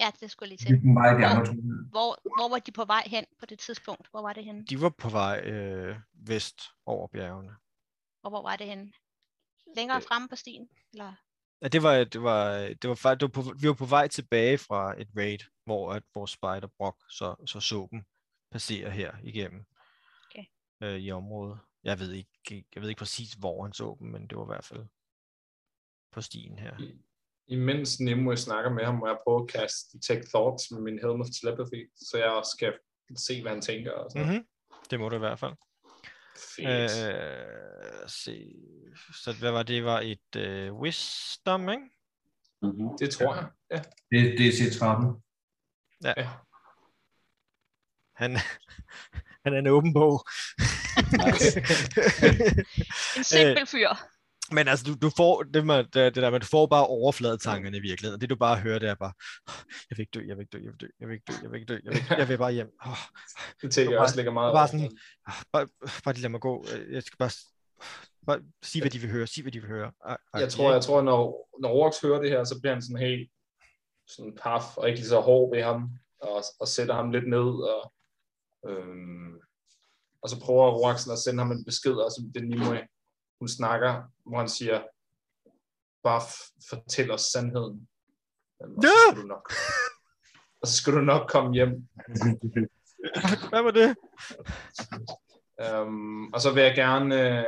E: Ja, det skulle jeg lige til.
F: hvilken vej de andre tog?
E: Hvor, hvor var de på vej hen på det tidspunkt? Hvor var det henne?
D: De var på vej øh, vest over bjergene.
E: Og hvor var det henne? Længere fremme på stien? Eller?
D: Ja, det var, det var, det var, fakt- det var på, vi var på vej tilbage fra et raid, hvor at vores spider Brock så, så så dem passere her igennem
E: Okay.
D: øh, i området. Jeg ved, ikke, jeg ved ikke præcis, hvor han så dem, men det var i hvert fald på stien her.
B: Imens Nimue snakker med ham, må jeg prøve at kaste Detect Thoughts med min Helm of Telepathy, så jeg også skal se, hvad han tænker og sådan noget.
D: Mm-hmm. Det må du i hvert fald.
B: Fedt.
D: Øh, se. Så hvad var det? det var et øh, wisdom, ikke?
C: Mm-hmm.
B: Det tror jeg. Ja.
F: Det, det er C13.
D: Han, [LAUGHS] han er en åben bog. [LAUGHS]
F: [LAUGHS]
E: En simpel fyr.
D: Men altså, du, du får, det, man, det, det der, men du får bare overfladetankerne i virkeligheden. Det du bare hører, det er bare, jeg vil ikke dø, jeg vil ikke dø, jeg vil dø, jeg vil ikke dø, jeg vil ikke dø, jeg vil, ikke, jeg vil bare hjem. Oh,
B: Det tænker jeg også ligger meget
D: Bare
B: over.
D: sådan- bare, bare lad mig gå. Jeg skal bare, bare sige, hvad de vil høre, sige, hvad de vil høre. Ej, ej,
B: Jeg tror, jeg tror, når, når Orks hører det her, så bliver han sådan helt sådan paf, og ikke lige så hård ved ham, og, og sætter ham lidt ned, og, øhm, og så prøver Orksen at sende ham en besked, og som det Nimue, hun snakker, hvor han siger, bare f- fortæl os sandheden. Øhm, Og så,
D: Ja!
B: skal du nok, og så skal du nok komme hjem.
D: Hvad var det? [LAUGHS]
B: Øhm, og så vil jeg gerne, øh,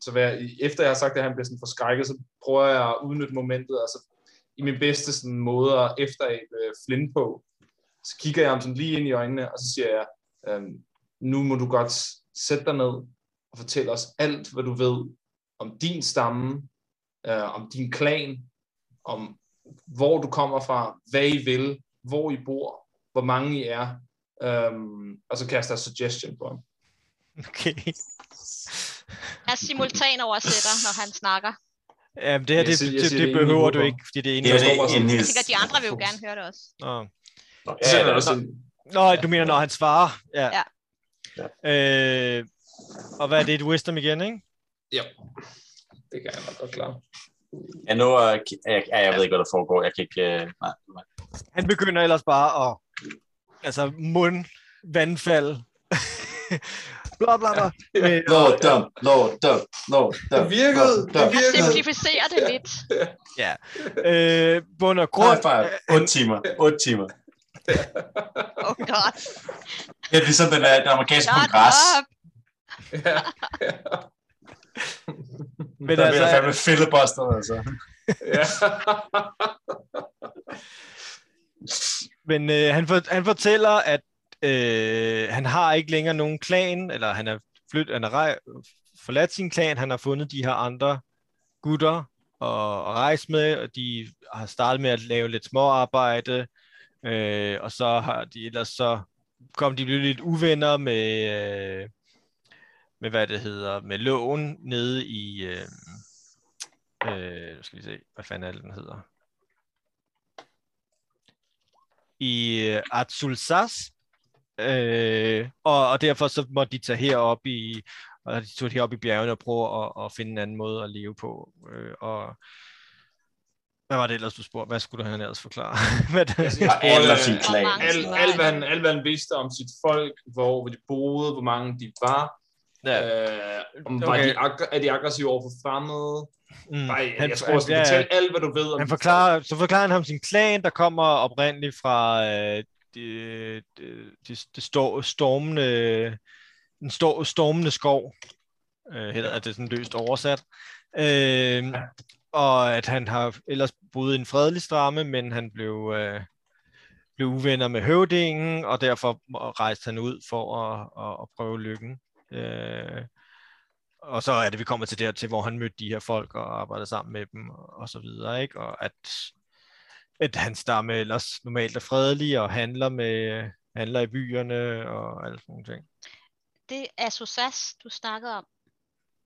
B: så vil jeg, efter jeg har sagt, at han bliver sådan forskrækket, så prøver jeg at udnytte momentet, altså i min bedste sådan, måde at efterabe øh, Flynn på. Så kigger jeg ham sådan lige ind i øjnene, og så siger jeg, øhm, nu må du godt s- sætte dig ned og fortælle os alt, hvad du ved om din stamme, øh, om din klan, om hvor du kommer fra, hvad I vil, hvor I bor, hvor mange I er. Øhm, og så kaster jeg suggestion på ham.
D: Okay.
E: Jeg simultan oversætter, når han snakker.
D: Jamen, det her,
B: Jeg
D: det,
B: siger- jeg
D: det,
B: siger,
D: det
B: det er inde i
D: behøver du
B: hovedet.
D: ikke, fordi det er
C: Det er det
D: inde.
C: en
E: Jeg
C: hel...
E: tænker, at de andre vil jo gerne høre det også.
D: Nå.
B: Så
C: Ja,
B: sender
C: ja,
B: jeg også en,
D: Nå, du mener, når han svarer. Ja.
E: Ja.
D: Øh, og hvad er det, et wisdom igen, ikke?
B: Det kan jeg nok godt klare.
C: jeg, nu, jeg, jeg, jeg, jeg ved ikke, hvad der foregår. Jeg kan ikke... Øh, nej, nej.
D: Han begynder ellers bare at altså mund, vandfald, [LAUGHS] bla bla bla. Ja.
C: Lord, dum, lord, dum, lord, dum.
B: Det virkede!
C: lord,
B: Det
C: dum.
E: Jeg
B: virkede!
E: simplificerer det lidt.
D: Øh, bund og grund.
C: High five. 8 timer. 8 timer.
E: Oh god.
C: Det er ligesom den, der- den amerikanske
E: Shut
C: kongres.
E: up.
B: Ja.
D: Men
C: Der bliver
D: altså,
C: der fandme filibuster, altså.
B: Ja.
D: men øh, han, for, han fortæller, at øh, han har ikke længere nogen klan, eller han er flyttet, han er rej, forladt sin klan, han har fundet de her andre gutter og, og rejse med, og de har startet med at lave lidt småarbejde, øh, og så har de ellers så kom de blev lidt uvenner med, øh, med hvad det hedder, med loven nede i, øh, øh, nu skal vi se, hvad fanden er det, den hedder? I øh, Atsulsas, øh, og, og derfor så måtte de tage herop i, og de tog herop i bjergene og prøve at, at finde en anden måde at leve på, øh, og hvad var det ellers, du spurgte? Hvad skulle han ellers forklare? [LAUGHS] hvad det,
C: Altså, Jeg
B: tror,
C: aner
B: øh,
C: sin
E: Hvor
C: klan.
E: mange
B: Alt,
E: timer
B: alt,
E: er
B: hvad
E: det?
B: han, alt, hvad han vidste om sit folk, hvor de boede, hvor mange de var, ja. øh, om var
D: Okay.
B: de ag- er de aggressive over for fremmede.
D: Mm.
B: Nej,
D: Han-
B: jeg tror, at
D: ja,
B: fortæl alt, hvad du ved om
D: han
B: dit
D: forklarer, så forklarer han ham sin klan, der kommer oprindeligt fra øh, det, det, det, det står, stormende, den står, stormende skov. Øh, heller er det sådan løst oversat. Øh, og at han har ellers boet i en fredelig stramme, men han blev øh, blev uvenner med høvdingen, og derfor rejste han ud for at, at, at prøve lykken. Øh, og så er det, vi kommer til dertil, hvor han mødte de her folk og arbejdede sammen med dem, og, og så videre, ikke? Og at, at hans stamme ellers normalt er fredelig og handler med handler i byerne og alle sådan nogle ting.
E: Det er Sosas, du snakkede om.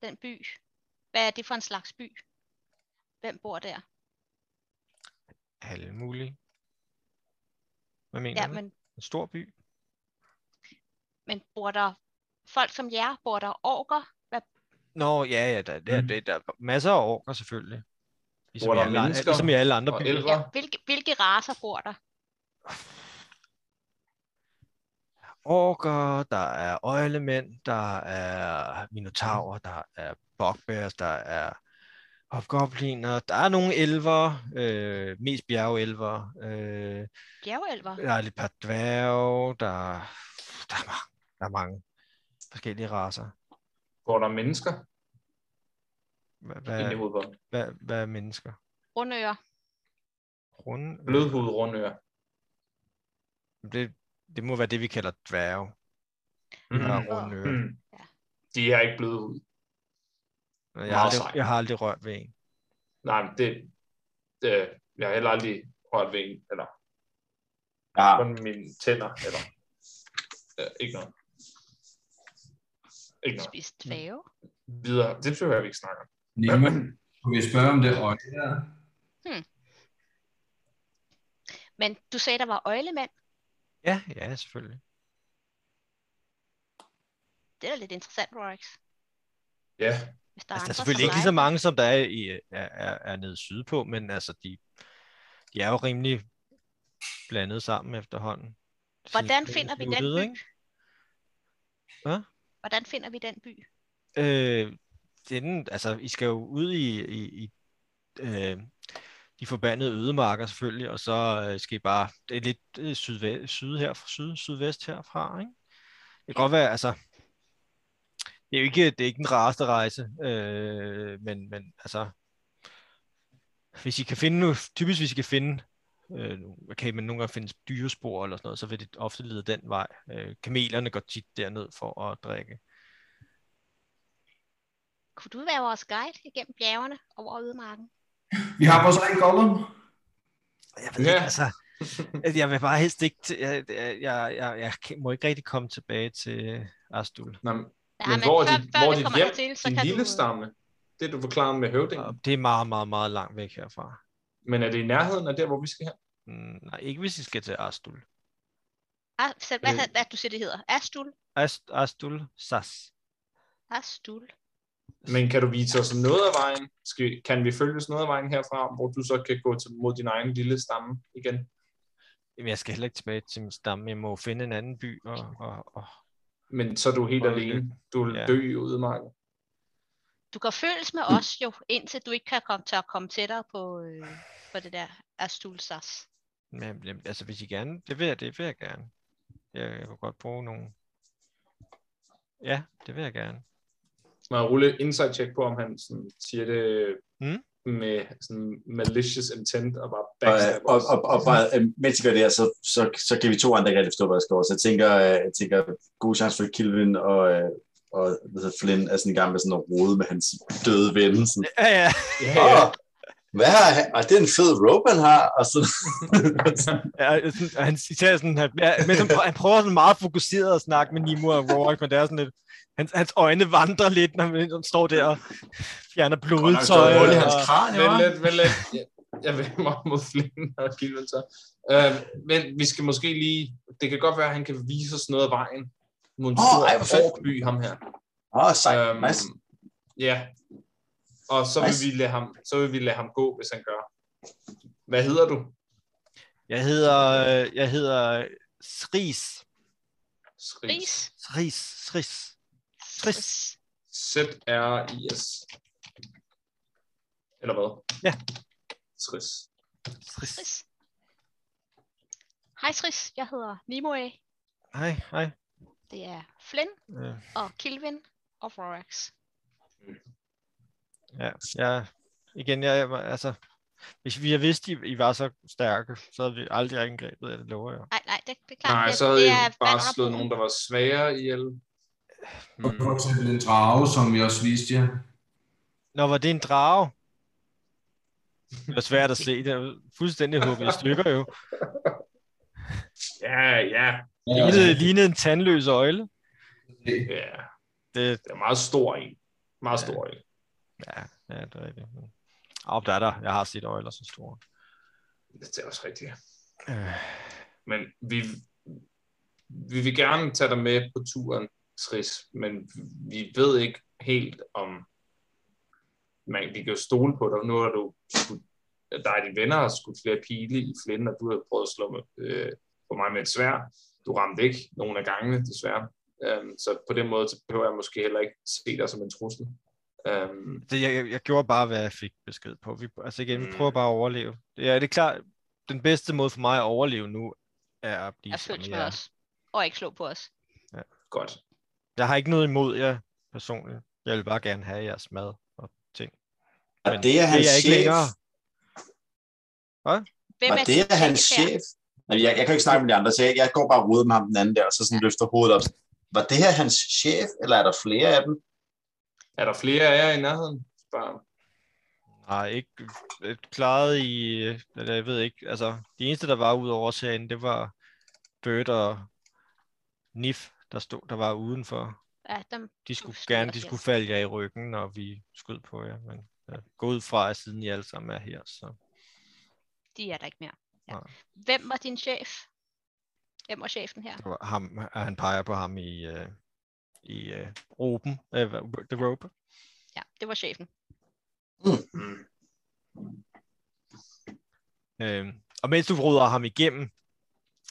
E: Den by. Hvad er det for en slags by? Hvem bor der?
D: Alle mulige. Hvad mener
E: Ja,
D: du?
E: men,
D: En stor by?
E: men bor der folk som jer? Bor der orker? Hvad,
D: Nå, ja, ja, der, der,
C: Mhm.
D: der, der er masser af orker selvfølgelig. Ligesom,
B: Bor
D: i
B: der
D: alle, an-
B: mennesker
D: ligesom i alle andre
B: og
D: byer.
B: elver?
E: ja, hvilke, hvilke raser bor der?
D: orker, der er øjlemænd, der er minotaurer, der er bugbears, der er hobgobliner, der er nogle elver, øh, mest bjergelver, øh,
E: Bjergelver?
D: der er lidt par dværge, der, der, er mange, der er mange forskellige raser.
B: Går der mennesker
D: Hvad,
B: ind i
D: hvad,
B: hovedet på dem?
D: hvad, hvad er mennesker?
E: Rundører?
D: Runde?
B: Blødhud, rundører.
D: Det, det må være det, vi kalder dværge.
B: Mhm.
D: Der er runde ører.
B: Mm.
E: Ja.
B: De har ikke bløde hud.
D: Jeg, har
B: Meget
D: aldrig,
B: sejt.
D: jeg har aldrig rørt ved en.
B: Nej, men det, det, jeg har heller aldrig rørt ved en, eller
C: Ja,
B: kun mine tænder, eller øh, ikke noget. Ikke noget.
E: Spist dværge?
B: Videre. Det tror jeg, vi ikke snakker om.
F: Nemme, kunne vi spørge om det øje der?
B: Hmm.
E: Men du sagde, der var øjlemænd.
D: Ja, ja, selvfølgelig.
E: Det er da lidt interessant, Rorex.
B: Ja,
E: Hvis
D: altså, der
E: der, andre
D: er selvfølgelig
E: som
D: ikke
E: dig.
D: lige så mange, som der er, i, er, er, er nede sydpå, men altså, de, de er jo rimelig blandet sammen efterhånden. Siden
E: Hvordan
D: krigen
E: finder vi den
D: sluttede,
E: by?
D: ikke? Hvad?
E: Hvordan finder vi den by?
D: Øh, den, altså, I skal jo ud i, i, i øh, de forbandede ødemarker selvfølgelig, og så øh, skal I bare det er lidt øh, syd, syd her, syd, sydvest herfra, ikke? Det kan godt være, altså, det er jo ikke, det er ikke den rareste rejse, øh, men, men altså, hvis I kan finde, nu- typisk hvis I kan finde, øh, okay, men nogle gange findes dyrespor eller sådan noget, så vil det ofte lede den vej. Øh, kamelerne går tit derned for at drikke.
E: Kunne du være vores guide igennem bjergene over ødemarken?
F: Vi har vores egen Gollum.
D: Jeg ved
B: Ja.
D: ikke, altså, at jeg vil bare helst ikke, til- jeg, jeg, jeg, jeg, jeg kan- må ikke rigtig komme tilbage til Astul.
B: Nå, men
E: Nej,
B: hvor er
E: før,
B: dit-
E: før
B: hvor er
E: vi
B: dit
E: kommer
B: hjem?
E: hertil, så
B: din
E: kan
B: lille
E: du...
B: stamme, det du forklarede med høvdingen,
D: Og det er meget, meget, meget langt væk herfra.
B: men er det i nærheden af der, hvor vi skal hen?
D: Mm, nej, ikke hvis I skal til Astul.
E: Ah, så hvad,
B: Øh.
E: hvad, hvad du siger, det hedder? Astul?
D: Ast, Astul Sas.
E: Astul?
B: Men kan du vise os noget af vejen? Skal, vi- kan vi følges noget af vejen herfra, hvor du så kan gå til, mod din egen lille stamme igen?
D: Jamen, jeg skal heller ikke tilbage til min stamme. Jeg må finde en anden by. Og, og, og.
B: Men så er du helt
D: Prøv at
B: alene. Du vil
D: Ja.
B: dø i udmarken.
E: Du kan følges med os jo, indtil du ikke kan komme til at komme tættere på, øh, på det der Astul Sas.
D: Men, jamen, altså, hvis I gerne, det vil jeg, det vil jeg gerne. Jeg, jeg kunne godt bruge nogle... Ja, det vil jeg gerne.
B: Må jeg rulle insight check på, om han sådan, siger det
D: Mm.
B: med sådan, malicious intent og bare
C: og,
B: backstab
C: og,
B: os?
C: og, og bare, øh, mens I gør det her, så, så, så kan vi to andre ikke rigtig forstå, hvad der står. Så jeg tænker, øh, jeg tænker god chance for at Kilvin og, øh, og hvad hedder Flynn er sådan i gang med sådan at rode med hans døde ven. Sådan,
D: Ja, ja.
B: Ja,
C: Åh,
B: ja.
C: hvad har han? Og det er en fed rope, han har. Og så,
D: Ja, sådan, og han især sådan, han, ja, men han, prøver, han prøver sådan meget fokuseret at snakke med Nimue og Rorik, men det er sådan lidt, hans, hans øjne vandrer lidt, når han han står der og fjerner blodtøj.
C: så hul i hans
D: og-
C: kran,
B: øh, Vent
C: ja.
B: lidt, vent lidt. Jeg, jeg vender mig mod Flynn og Gilman så. Øh, men vi skal måske lige... Det kan godt være, at han kan vise os noget af vejen mod en
C: Åh,
B: stor
C: ej, hvor fedt.
B: orkby, ham her.
C: Åh, sejt.
B: Øhm,
C: Nice.
B: Ja. Og så vil,
C: Nice.
B: vi lade ham, så vil vi lade ham gå, hvis han gør. Hvad hedder du?
D: Jeg hedder, øh, jeg hedder Sris.
B: Skris.
E: Ris?
D: Sris, Sris. Sris.
B: Z-R-I-S. Eller hvad?
D: Ja.
B: Skris.
D: Sris.
E: Ris. Hej Tris, jeg hedder Nimue.
D: Hej, hej.
E: Det er Flynn
D: Øh,
E: og Kilvin og Rorax.
D: Ja, jeg, igen, jeg, jeg, altså, Hvis vi havde vidst, I, I var så stærke, så havde vi aldrig angrebet jer, det lover jeg.
E: Nej, nej, det, det er klart.
B: Nej,
E: det,
B: så havde
E: det
B: jeg
E: vand
B: bare
E: under
B: slået
E: broen.
B: nogen, der var svagere ihjel.
F: Og
C: Øh,
F: for eksempel en drage, som vi også viste jer.
D: Nå, var det en drage? Det var svært at se, det var fuldstændig hugget i stykker jo.
B: Ja, ja,
D: Det lignede, lignede en tandløs øjle.
B: ja.
D: Det,
B: Det er en meget stor en. Meget stor en.
D: ja, ja, det er rigtigt. Op, der er der. Jeg har set øjler så store.
B: Det er også rigtigt.
D: Øh,
B: Men vi, vi vil gerne tage dig med på turen, Tris, men vi ved ikke helt om... Man, vi kan jo stole på dig. Nu har du skudt, dig og dine venner har skudt flere pile i flinden, og du har prøvet at slå med, øh, på mig med et svær. Du ramte ikke nogen af gangene, desværre. Øhm, så på den måde så behøver jeg måske heller ikke se dig som en trussel. Øhm,
D: det, jeg, jeg gjorde bare, hvad jeg fik besked på. Vi, altså igen, vi
B: Mm.
D: prøver bare at overleve. Ja, det er klart, den bedste måde for mig at overleve nu, er at blive
E: Jeg følte
D: som
E: med
D: jeg er.
E: os. Og ikke slå på os.
B: godt.
D: Jeg har ikke noget imod jer personligt. Jeg vil bare gerne have jeres mad og ting.
C: Var
D: Men
C: det er
D: det er
C: hans
D: jeg ikke
C: chef?
D: længere.
E: Hvem
C: Var
E: er
C: det
E: din
C: er hans
E: sekretær?
C: chef? Nej, Jeg, jeg kan ikke snakke med de andre, så jeg, jeg går bare og roder med ham den anden der, og så sådan løfter hovedet op. Var det her hans chef, eller er der flere af dem?
B: Er der flere af jer i nærheden? Bare
D: Nej, ikke øh, klaret i... øh, Eller jeg ved ikke, altså... De eneste, der var ude over os herinde, det var Bird og Nif, der stod, der var udenfor.
E: Ja, dem.
D: De skulle
E: stod
D: gerne,
E: også
D: de
E: her.
D: skulle falde jer i ryggen, når vi skød på jer, men jeg går ud fra, at siden I alle sammen er her, så...
E: De er der ikke mere. Ja.
D: Nej.
E: Hvem var din chef? Hvem var chefen her?
D: Det var ham, og han peger på ham i, øh, i øh, roben, øh, hvad- The Rope.
E: Ja, det var chefen.
D: Øh, og mens du ruder ham igennem,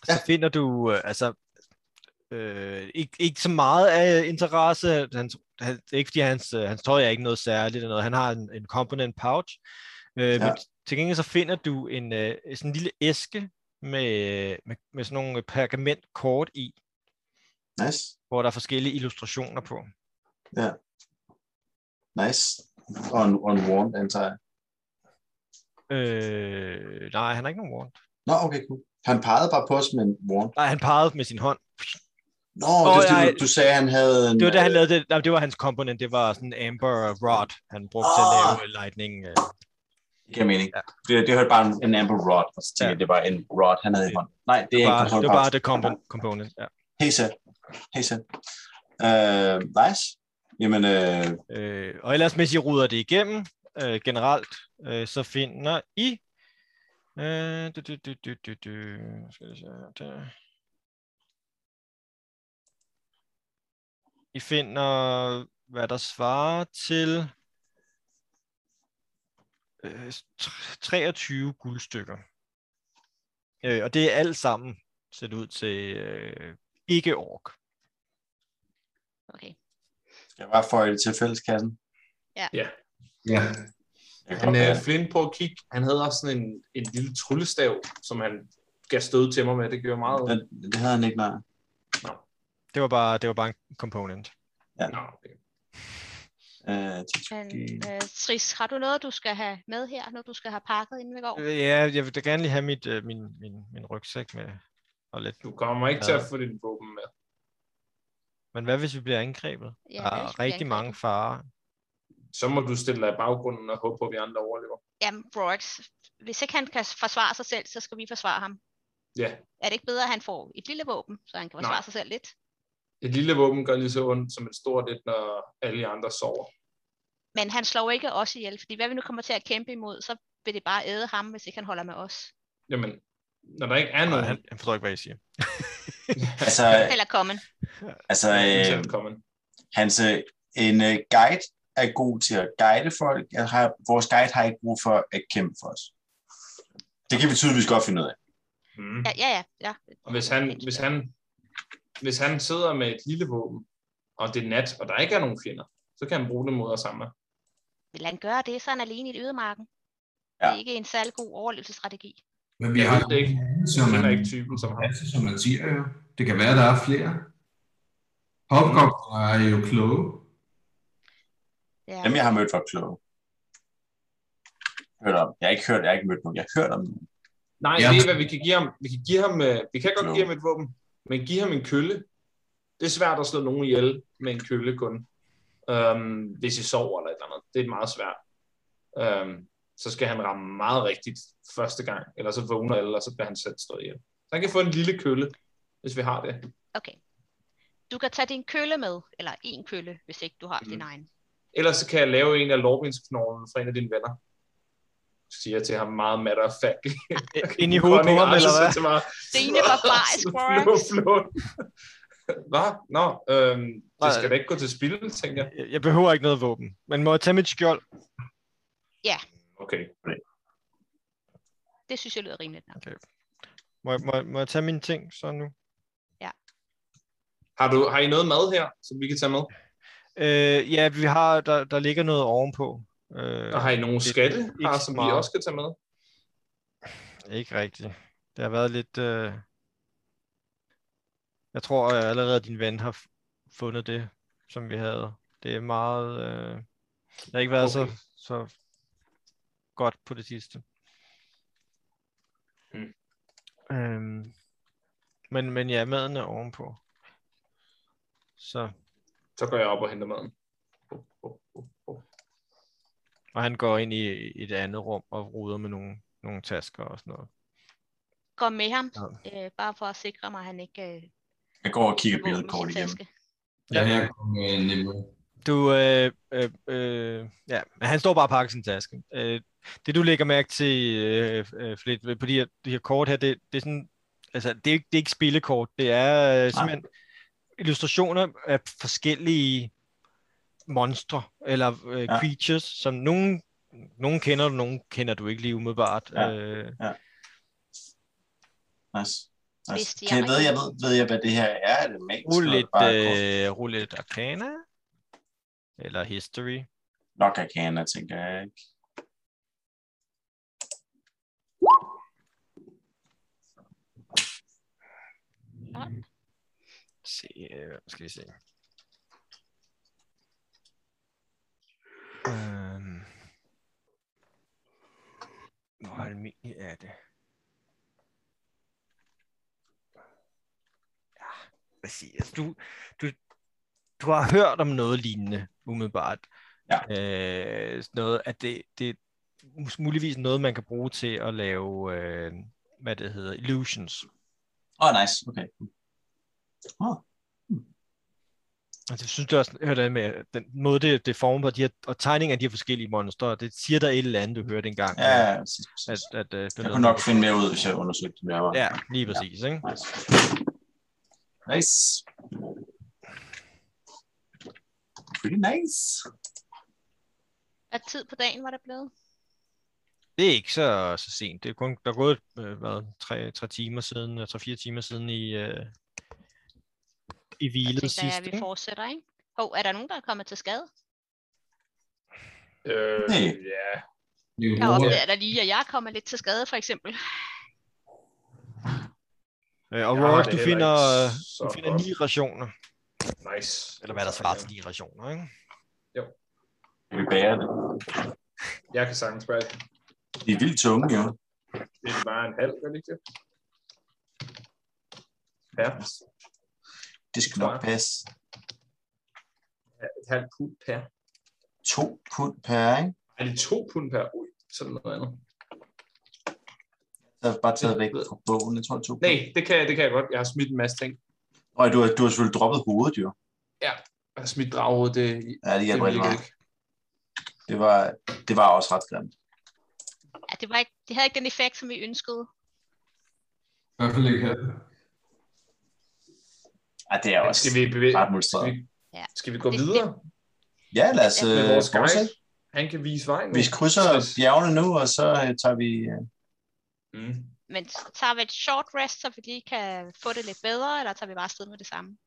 D: så
C: Ja.
D: finder du øh, altså øh, ikke, ikke så meget af interesse. Hans, han, ikke fordi hans, øh, hans tøj er ikke noget særligt eller noget. Han har en, en component pouch. Øh, ja.
C: Ja.
D: Men til gengæld så finder du en øh, sådan en lille æske med, med, med sådan nogle pergamentkort i,
C: Nice,
D: hvor der er forskellige illustrationer på.
C: nice. Og en, og en warrant, antager jeg.
D: Øh, nej, han har ikke nogen warrant.
C: Nå, okay, cool. Han pegede bare på os med en warrant.
D: Nej, han pegede med sin hånd.
C: Nå, det var,
D: nej.
C: fordi, du, du sagde, han havde en...
D: Det var det, han lavede. Det, nej, det var hans komponent. Det var sådan en amber rod, han brugte til at
C: Ah!
D: lave lightning. Øh,
C: Det giver mening. Det, det hørte bare en, en amber rod, og så tænkte
D: Ja.
C: jeg, det var en rod, han havde i hånden. Nej, det er
D: bare,
C: ikke en
D: det var bare
C: holdbar.
D: det compo- component. Ja.
C: Helt sæt. Helt sæt. Øh, nice. Jamen, øh,
D: Øh, og ellers, mens I ruder det igennem øh, generelt, øh, så finder I... Øh, du, du, du, du, du, du, skal vi se, her, der. I finder, hvad der svarer til øh, tr- 23 guldstykker. Øh, og det er alt sammen, ser det ud til, øh, ikke ork.
E: Okay.
C: skal jeg bare få det til fælleskassen.
F: Ja.
C: Jeg kan
B: Han
C: godt
B: øh,
C: gøre det.
B: Flynn på at kigge. Han havde også sådan en, en lille tryllestav, som han gav stød til mig med. Det gjorde meget.
C: Men det havde han ikke, nej.
D: Det var bare, det var bare en component.
B: Nå, okay.
C: Øh,
E: Men
C: Tjutjutju.
E: øh, Tris, har du noget, du skal have med her, når du skal have pakket, inden vi går?
D: Øh, Ja, jeg vil da gerne lige have mit, øh, min, min, min rygsæk med. Og lidt.
B: Du kommer ikke til
D: Ja.
B: at få din våben med.
D: Men hvad hvis vi bliver angrebet?
E: Ja,
D: Ja,
E: hvad
D: der
E: hvis vi
D: er
E: bliver
D: rigtig mange
E: angrebet?
D: farer.
B: Så må du stille dig i baggrunden og håbe på, at vi andre overlever.
E: Jamen, Brox, hvis ikke han kan forsvare sig selv, så skal vi forsvare ham.
B: Ja,
E: Er det ikke bedre, at han får et lille våben, så han kan forsvare sig selv lidt?
B: et lille våben gør lige så ondt som et stort et, når alle de andre sover.
E: Men han slår ikke os ihjel, fordi hvad vi nu kommer til at kæmpe imod, så vil det bare æde ham, hvis ikke han holder med os.
B: Jamen, når der ikke er
D: Nej,
B: nogen,
D: han, han forstår ikke, hvad I siger.
C: Altså,
E: Eller kommen.
B: [LAUGHS]
C: altså
B: så
C: øh,
B: er det kommet.
C: hans, øh, en øh, guide er god til at guide folk. Jeg har, vores guide har ikke brug for at kæmpe for os. Det kan vi tydeligvis godt finde ud af.
B: Mm.
E: Ja, ja, ja. ja.
B: Og hvis han, hvis, han, hvis han sidder med et lille våben, og det er nat, og der ikke er nogen fjender, så kan han bruge det mod os andre.
E: Vil han gøre det, så er han alene i ydermarken. Ja.
C: Ja.
E: Det er ikke en særlig god overlevelsesstrategi.
F: Men vi
B: Jeg
F: har
B: ved det ikke.
F: som
B: Jeg kender
F: man,
B: ikke typen som ham.
F: masse, som man siger jo. Det kan være, der er flere. Hopkopter er jo kloge.
E: Ja.
C: Dem, jeg har mødt, var kloge. hørt om. Jeg har ikke hørt, jeg har ikke mødt nogen. Jeg har hørt om nogen.
B: Nej,
F: Ja.
B: ja. ved I, hvad vi kan give ham? Vi kan, give ham, øh, vi kan godt
C: Jo.
B: no. give ham et våben, men give ham en kølle. Det er svært at slå nogen ihjel med en kølle kun. Øhm, hvis I sover eller et eller andet. Det er meget svært. Øhm, så skal han ramme meget rigtigt første gang, eller så vågner alle, og så bliver han selv slået ihjel. Så han kan få en lille kølle, hvis vi har det.
E: Okay. Du kan tage din kølle med, eller en kølle, hvis ikke du har mm. din
B: Mhm.
E: egen.
B: Ellers så kan jeg lave en af lårbensknoglen fra en af dine venner. Siger jeg til ham meget matter of fact.
D: Ind i hovedet på
B: Conning
D: ham, eller
B: Andersen
D: hvad?
B: Til mig, [LAUGHS]
E: Dine barbarisk
B: Flå, flå. Hvad? Nå, øhm, det skal da ikke gå til spil, tænker jeg.
D: Jeg- Jeg behøver ikke noget våben. Men må jeg tage mit skjold?
B: Okay.
E: Det synes jeg lyder rimeligt nok.
D: Må jeg, må, jeg- må jeg tage mine ting så nu?
B: Har, du, har I noget mad her, som vi kan tage med?
D: Øh, ja, vi har, der, der ligger noget ovenpå. Øh,
B: Og har I nogle
D: det-
B: skatte her,
D: ikke
B: som vi
D: meget.
B: også skal tage med?
D: Ikke rigtigt. Det har været lidt... Øh... Jeg tror øh, allerede, din ven har f- fundet det, som vi havde. Det er meget... Øh... Jeg har ikke været okay.
B: Okay.
D: så, så godt på det sidste.
B: Hmm.
D: Øhm... Men, men ja, maden er ovenpå. Så,
B: Så går jeg op og henter maden.
D: og han går ind i et andet rum og ruder med nogle, nogle tasker og sådan noget.
E: Gå med ham, øh, bare for at sikre mig, at han ikke øh,
C: Jeg går og kigger
E: våben i
C: billedkort
E: sin
C: igennem.
E: taske.
F: Ja, jeg kom med en nemme.
D: Du, øh, øh, øh, ja, men han står bare og pakker sin taske. Øh, det du lægger mærke til, øh, øh, Flit, ved- på de her, de her kort her, det, det er sådan, altså, det er, ikke- det er ikke spillekort, det er øh, simpelthen illustrationer af forskellige monstre, eller øh,
C: Ja.
D: creatures, som nogen, nogen kender du, nogen kender du ikke lige umiddelbart.
C: Ja.
D: Øh,
C: Nice. nice.
E: Hvis de
C: Kan jeg
E: er
C: ved, jeg ved,
E: rigtige.
C: ved jeg, hvad det her er? Er det magisk?
D: rul
C: eller er
D: lidt,
C: det bare et kort?
D: øh, rul lidt Arcana, eller History.
C: Nok Arcana, tænker jeg ikke.
D: Se, øh, skal vi se. Øhm. Hvor almindelig er det? Ja, hvad siger jeg? Du, du, du har hørt om noget lignende, umiddelbart.
C: Ja.
D: Øh, sådan noget, at det, det er mus- muligvis noget, man kan bruge til at lave, øh, hvad det hedder, illusions.
C: Åh, oh, nice. Okay.
D: Altså, jeg synes, det også hører det med at den måde, det, det former på, de her, og tegningen af de her forskellige monstre, det siger der et eller andet, du hørte engang.
C: Ja, ja, præcis, præcis.
D: At, at, at,
C: Jeg kunne nok finde mere ud, hvis jeg undersøgte det mere.
D: Ja, lige præcis. Ikke?
C: Nice. Nice. Pretty nice.
E: Hvad tid på dagen var der blevet?
D: Det er ikke så, så sent. Det er kun, der er gået, øh, hvad, tre, tre timer siden, øh, tre, fire timer siden i, øh, i
E: Jeg
D: hvilet
E: tænker,
D: sidst.
E: at vi
D: ikke?
E: fortsætter, ikke? Hov, er der nogen, der er kommet til skade?
B: Øh,
C: Nej.
B: ja.
F: Jo,
E: Jeg opdager da lige, at jeg kommer lidt til skade, for eksempel.
D: Øh, og
B: Jeg har
D: Rorik,
B: det
D: du
B: heller
D: finder, øh,
B: ikke så
D: du finder
B: godt.
D: ni rationer.
B: Nice.
D: Eller hvad der svarer til ni rationer, ikke?
C: Kan Vi bærer det.
B: Jeg kan sagtens bære det.
C: De er vildt tunge, jo.
B: Det er bare en halv, gør det ikke det? Per.
C: Det skal nok passe.
B: Et halvt pund per.
C: To pund per, ikke?
B: Er det to pund per? Ui, sådan noget andet.
C: Der er bare taget væk fra bogen. Jeg tror, det er to pund.
B: Nej, det kan, jeg- det kan jeg godt. Jeg har smidt en masse ting.
C: Og du har, du har selvfølgelig droppet hovedet, jo.
B: Jeg har smidt dragehovedet. Det,
C: Ja, det
B: det
C: hjælper ikke
B: virkede
C: meget.
B: ikke.
C: Det var, det var også ret grimt.
E: Ja, det, var ikke, det havde ikke den effekt, som vi ønskede.
F: I hvert fald ikke her.
C: Ja, det er
B: Men
C: også
B: Skal vi bevæge?
C: ret modstrædende.
B: Skal vi,
E: Ja.
B: skal vi gå
E: Det- det-
B: videre
C: Ja, lad os
E: Med
B: med
C: øh,
B: vores guide?
C: fortsætte.
B: Han kan vise vejen.
C: Vi krydser bjergene nu, og så øh, tager vi... øh,
B: Mm.
E: Men s- tager vi et short rest, så vi lige kan få det lidt bedre, eller tager vi bare afsted med det samme?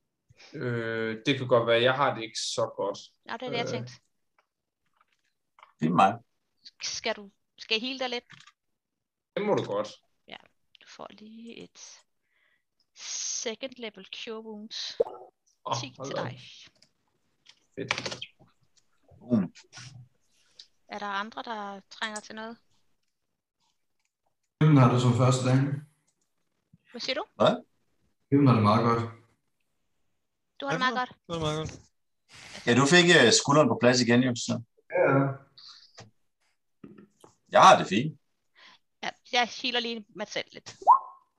B: Øh, det kan godt være. Jeg har det ikke så godt.
E: Nå, det er det, jeg
B: Øh.
E: tænkte.
C: Det er mig.
E: Skal du skal jeg hele dig lidt?
B: Det må du godt.
E: Du får lige et second level cure wounds.
B: Åh,
E: 10
B: hold
E: til
B: da op.
E: dig.
B: Fedt.
C: Boom. Mm.
E: Er der andre, der trænger til noget?
F: Kevin har det som første dag.
E: Hvad siger du?
F: Kevin har det meget godt.
E: Du har det
D: Ja,
E: meget godt.
D: Det er meget godt.
C: Ja, du fik øh, skulderen på plads igen, jo. Så.
F: Ja, ja.
C: Jeg har det fint.
E: Ja, jeg healer lige mig selv lidt.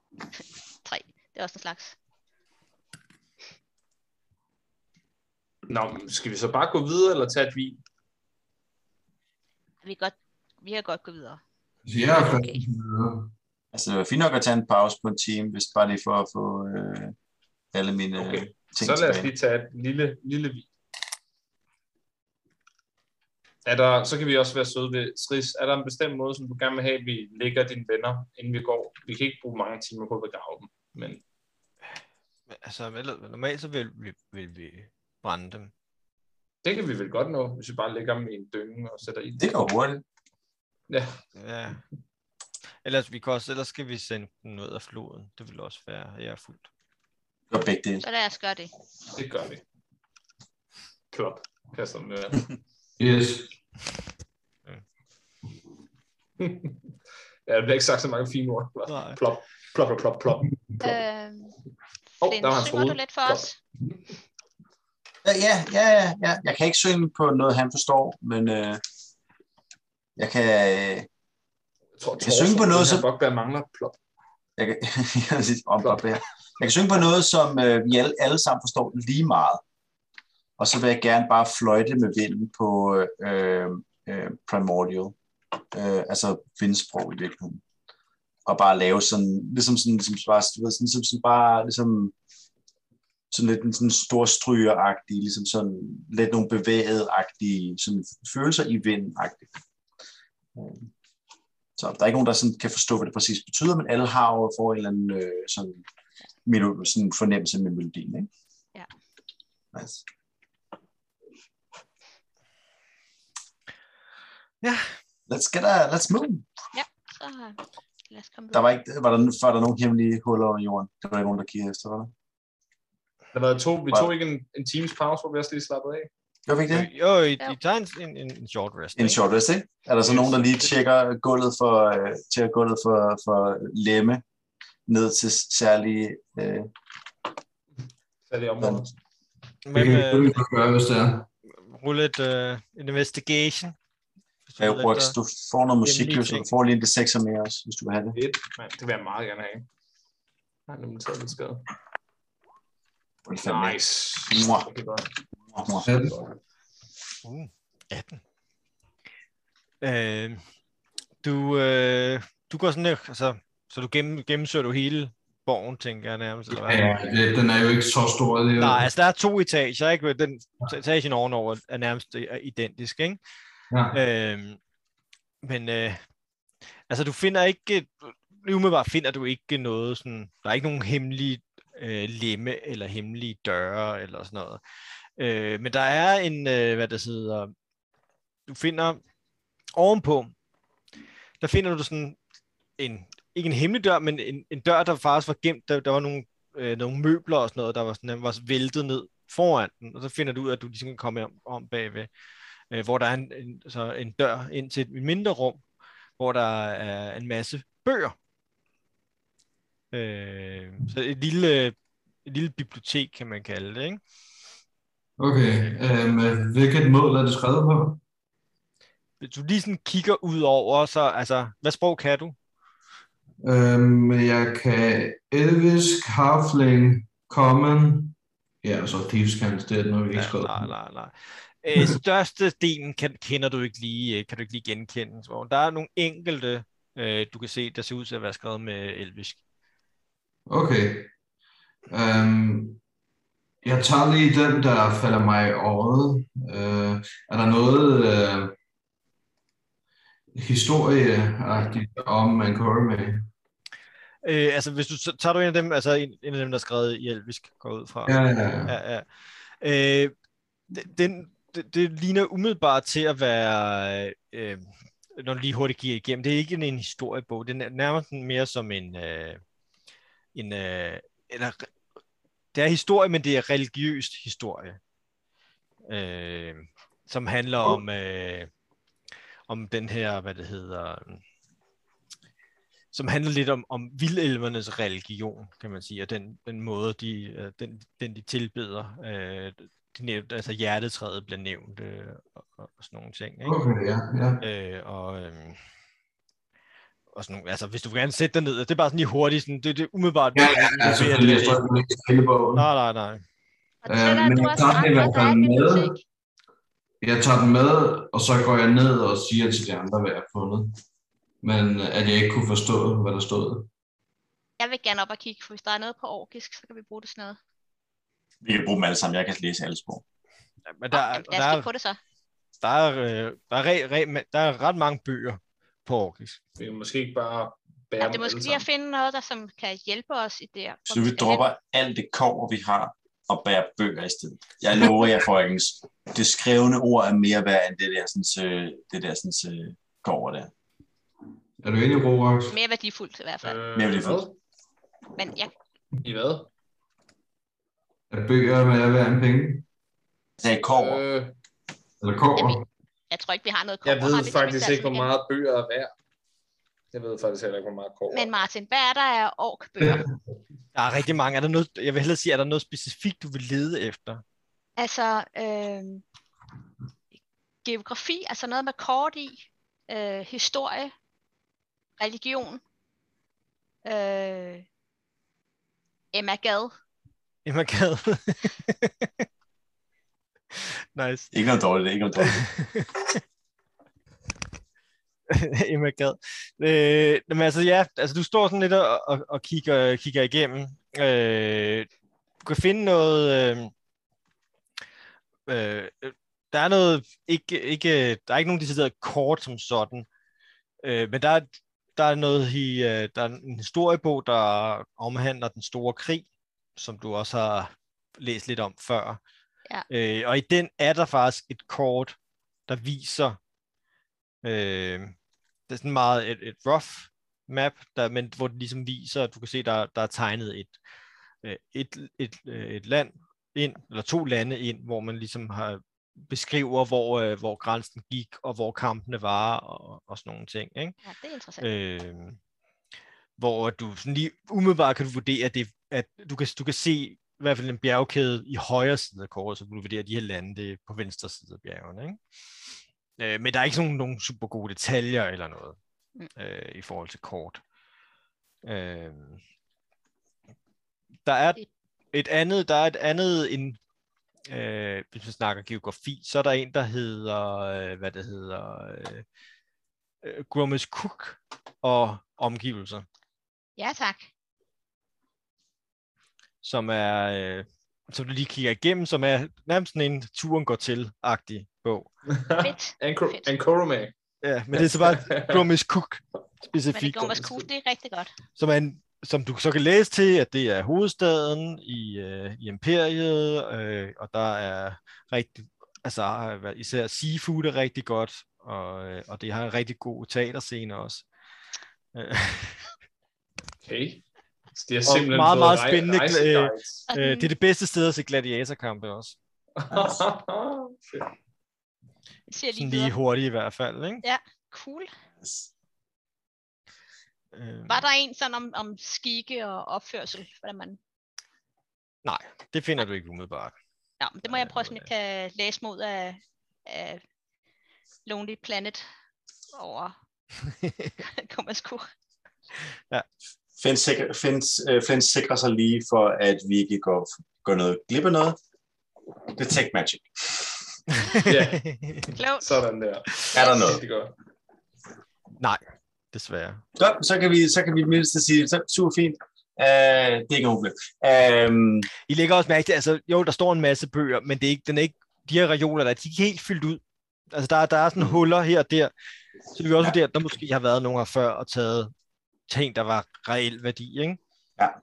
E: [LAUGHS] Tre. Det er også en slags.
B: Nå, men skal vi så bare gå videre, eller tage et vin?
E: Vi kan godt, vi kan godt gå videre.
F: Så jeg er fast.
E: Okay.
C: Altså, det var fint nok at tage en pause på en time, hvis bare lige for at få øh, alle mine okay.
B: Okay.
C: ting
B: så lad os
C: tilbage.
B: lige tage et lille, lille vin. Er der, så kan vi også være søde ved Sris. Er der en bestemt måde, som du gerne vil have, at vi lægger dine venner, inden vi går? Vi kan ikke bruge mange timer på at begrave dem. Men
D: Men, altså, vel- normalt så vil, vil, vil vi brænde dem.
B: det kan vi vel godt nå, hvis vi bare lægger dem i en dynge og sætter ild.
C: Det går hurtigt.
D: Ja. Ellers, vi kan også, ellers skal vi sende den ud af floden. Det vil også være jeg er fuldt.
C: Det går begge dele.
E: Så lad os gøre det.
B: Det gør vi. Klop. Kaster øh. dem i vand.
F: Yes.
B: [LAUGHS] Ja, der bliver ikke sagt så mange fine ord. Klop,
D: Nej.
B: plop, plop, plop, plop, plop.
E: Øhm,
B: Hov,
E: Flint,
B: der var hans
E: synger du
B: hoved.
E: lidt for
B: Godt.
E: os?
C: Ja, ja, ja, ja, ja. Jeg kan ikke synge på noget, han forstår, men øh, jeg kan... Øh,
B: Jeg tror,
C: Jeg synge på noget,
B: som...
C: så-
B: Bokberg mangler. Plop.
C: jeg kan, [LAUGHS] jeg vil sige, om, op, her. jeg kan synge på noget, som øh, vi alle, alle sammen forstår lige meget. Og så vil jeg gerne bare fløjte med vinden på øh, øh, primordial, øh, altså vindsprog i virkeligheden. Og bare lave sådan, ligesom sådan, ligesom, bare, du ved, sådan, ligesom, sådan bare, ligesom, sådan lidt en sådan stor strygeragtig, ligesom sådan lidt nogle bevæget-agtige sådan følelser i vinden-agtigt. Øh. Så der er ikke nogen, der sådan kan forstå, hvad det præcis betyder, men alle har jo får en eller anden øh, sådan, melo- sådan fornemmelse med melodien. Ikke?
E: Ja.
C: Nice.
D: Ja.
C: Let's get a, let's move.
E: Så øh, lad os komme
C: Der
E: videre.
C: var, ikke, var, der, var der nogen hemmelige huller under jorden? Det var der ikke nogen, der kiggede efter, var der?
B: Der var to, vi
C: Hvad?
B: tog ikke en, en times pause, hvor vi også lige slappede af.
C: Gør vi ikke det?
D: Jo, I,
E: Jo.
D: I tager en, en, en short rest.
C: En
D: ikke?
C: short rest, ikke? Er der så nogen, der lige tjekker gulvet for, øh, tjekker gulvet for, for lemme ned til særlige... Øh,
B: Så er det området.
F: Det
D: Hvem,
F: kan
D: øh,
F: Kevin godt gøre, hvis det er.
D: rulle et uh, investigation. Hvis du
C: hvad
D: ved,
C: Rox,
D: at der-
C: du får noget musik,
D: Hjemlige
C: jo, så du
D: ting.
C: får lige en D6'er mere også, hvis du vil have det.
B: Et, mand, det vil jeg meget gerne have. Jeg har nemlig taget lidt skade. Nice.
C: Mwah.
B: Det er godt.
F: Ja,
D: Uh, 18. Øh, du, øh, du går sådan der, altså, så du gennem, gennemsøger du hele borgen, tænker jeg nærmest. Eller hvad?
F: Ja, det, den er jo ikke så stor. Det er jo,
D: Nej, altså der er to etager, ikke? Den etagen ovenover er nærmest øh, er identisk, ikke?
F: ja.
D: Øhm, men øh, altså, du finder ikke, lige umiddelbart finder du ikke noget sådan, der er ikke nogen hemmelige øh, lemme eller hemmelige døre eller sådan noget. Øh, men der er en, øh, hvad det hedder, du finder ovenpå, der finder du sådan en, ikke en hemmelig dør, men en, en dør, der faktisk var gemt, der, der var nogle, øh, nogle møbler og sådan noget, der var, sådan, var væltet ned foran den, og så finder du ud af, at du ligesom kan komme om, om bagved øh, hvor der er en, en, så en dør ind til et mindre rum, hvor der er en masse bøger. Øh, så et lille, et lille bibliotek, kan man kalde det. Ikke?
F: Okay. Øhm, hvilket mål er det skrevet på?
D: Hvis du lige sådan kigger ud over, så altså, hvad sprog kan du?
F: Øhm, jeg kan Elvisk, Halfling, Common. Ja, og så Thieves det er noget, vi ikke skrev.
D: nej, nej, nej. Øh, størstedelen kan, kender du ikke lige, øh, kan du ikke lige genkende. Så der er nogle enkelte, øh, du kan se, der ser ud til at være skrevet med elvisk.
F: Okay. Øhm, jeg tager lige den, der falder mig i øjet. Øh, er der noget øh, historieagtigt om Angkor med?
D: Øh, altså, hvis du så tager du en af dem, altså en, en af dem, der er skrevet i elvisk, går jeg ud fra.
F: Ja, ja, ja.
D: ja, ja. Øh, det- den, det, det ligner umiddelbart til at være, øh, når du lige hurtigt kigger igennem, det er ikke en, en historiebog, det er nær- nærmest sådan mere som en, øh, en øh, eller, det er historie, men det er religiøst historie, øh, som handler om, øh, om den her, hvad det hedder, som handler lidt om, om vildelvernes religion, kan man sige, og den, den måde, de, øh, den, den de tilbeder. Øh, de nævnt, altså hjertetræet bliver nævnt øh, og, og sådan nogle ting. Ikke?
F: Okay, ja, ja.
D: Øh, og, øhm, og sådan nogle, altså hvis du vil gerne sætte dig ned, det er bare sådan lige hurtigt, sådan, det, det er umiddelbart.
F: Ja, ja, ja, selvfølgelig. Jeg står ikke læse hele bogen.
D: Nej, nej, nej.
E: Og
F: Øh,
E: så er der,
F: men
E: du
F: jeg
E: også
F: tager den i
E: andre,
F: hvert
E: der er
F: fald
E: i
F: med.
E: bibliotek.
F: Jeg tager den med, og så går jeg ned og siger til de andre, hvad jeg har fundet. Men øh, at jeg ikke kunne forstå, hvad der stod.
E: Jeg vil gerne op og kigge, for hvis der er noget på orkisk, så kan vi bruge det sådan noget.
C: Vi kan bruge dem alle sammen. Jeg kan læse alle sprog.
D: Ja, Men
E: Der,
D: der,
E: Jamen,
D: er-
E: lad
D: der,
E: os
D: er,
E: kigge på det så.
D: der, er, øh, der, er, re, re, men der er ret mange bøger på orkisk.
B: Vi kan måske ikke bare bære
E: Ja,
B: dem
E: det er måske
B: alle
E: lige at
B: sammen.
E: finde noget, der som kan hjælpe os i det her. hvor
C: Så vi
E: skal
C: dropper alt det kover, vi har, og bærer bøger i stedet. Jeg lover jer, folkens. Det skrevne ord er mere værd end det der, sådan, øh, det der sådan, øh, kover der.
F: Er du enig, Rorax?
E: hen. Mere værdifuldt i hvert fald.
B: Øh,
C: Mere vil det
B: hvad?
E: Men jeg,
B: I hvad?
F: Er bøger mere værd end penge?
C: Så jeg kover.
B: Øh,
F: Eller kover?
E: Jamen, jeg tror ikke, vi har noget
B: jeg
E: kobber,
B: ved
E: har vi det,
B: faktisk
E: hvis det er
B: ikke, hvor
E: sådan
B: meget bøger er værd. Jeg ved faktisk heller ikke, hvor meget kår.
E: igen. Men Martin, hvad er der af orkbøger?
D: Der er rigtig mange. Er der noget, jeg vil hellere sige, er der noget specifikt, du vil lede efter?
E: altså, øh, geografi, altså noget med kort i, øh, historie, religion, øh, Emma Gad.
D: Emma Gade. [LAUGHS] nice.
C: Ikke noget dårligt, ikke noget dårligt.
D: [LAUGHS] Emma Gad. Øh, men altså ja, altså du står sådan lidt og, og, og kigger, kigger igennem. Øh, du kan finde noget... Øh, øh, der er noget... Ikke, ikke, der er ikke nogen decideret kort som sådan. Øh, men der er, der er noget i... Øh, der er en historiebog, der omhandler den store krig, som du også har læst lidt om før.
E: Ja.
D: Øh, og i den er der faktisk et kort, der viser... Øh, det er sådan meget et, et rough map, der, men hvor det ligesom viser, at du kan se, der, der er tegnet et, øh, et, et, øh, et land ind, eller to lande ind, hvor man ligesom har beskriver, hvor, øh, hvor grænsen gik, og hvor kampene var, og, og sådan nogle ting. Ikke?
E: Ja, det er interessant.
D: Øh, hvor du sådan lige umiddelbart kan du vurdere, at, det, at du, kan, du kan se i hvert fald en bjergkæde i højre side af kortet, så kan du vurdere, at de her lande det er på venstre side af bjergene. Ikke? Øh, men der er ikke sådan nogle super gode detaljer eller noget
E: Mm.
D: øh, i forhold til kort. Øh, der er et andet, der er et andet en, øh, hvis vi snakker geografi, så er der en, der hedder, øh, hvad det hedder, øh, øh, Grummes Cook og omgivelser,
E: Ja, tak.
D: som er, øh, som du lige kigger igennem, som er nærmest sådan en turen går til-agtig bog.
E: Fedt.
B: Ankor-
E: Fedt.
B: Ankorome.
D: Ja, men det er så bare [LAUGHS] Grummes Cook
E: Men det
D: specifikt,
E: går også cool, det er rigtig godt.
D: som, er en, som du så kan læse til, at det er hovedstaden i, øh, i imperiet, øh, og der er rigtig, altså øh, hvad- især seafood er rigtig godt, og, øh, og det har en rigtig god teaterscene også. Øh,
B: Okay. Så de har
D: Og
B: simpelthen
D: meget,
B: fået
D: meget
B: rej-
D: spændende,
B: rejseguides.
E: Og
D: øh,
E: den-
D: det er det bedste sted at se gladiatorkampe
B: [LAUGHS]
D: også.
B: Fedt.
E: siger lige
D: Sådan
E: videre.
D: lige hurtigt i hvert fald, ikke?
E: Cool.
D: Øh,
E: Var der en sådan om, om skikke og opførsel? Hvordan man...
D: det finder du ikke umiddelbart.
E: Ja, men det må
D: Nej,
E: jeg prøve,
D: det
E: sådan
D: ved
E: jeg kan læse mod af, af Lonely Planet
D: [LAUGHS]
E: over Kommer sku.
C: Flint sikrer, Flint, øh, Flint sikrer sig lige for, at vi ikke går, går noget glip af noget. Det er tech magic.
B: Ja.
D: [LAUGHS]
E: Klogt.
B: Sådan der.
C: Er der noget?
B: Det er godt.
D: Nej, desværre.
C: Godt, så kan vi, så kan vi mindst sige, så super fint. Uh, det er ikke noget problem. Uh,
D: I lægger også mærke til, altså jo, der står en masse bøger, men det er ikke, den er ikke, de her reoler, der, de er ikke helt fyldt ud. Altså der, er- der er sådan huller her og der, så vi også
C: Mm. Ja.
D: vurderer, at der måske har været nogen her før og taget ting, der var reel værdi, ikke?
E: Nej,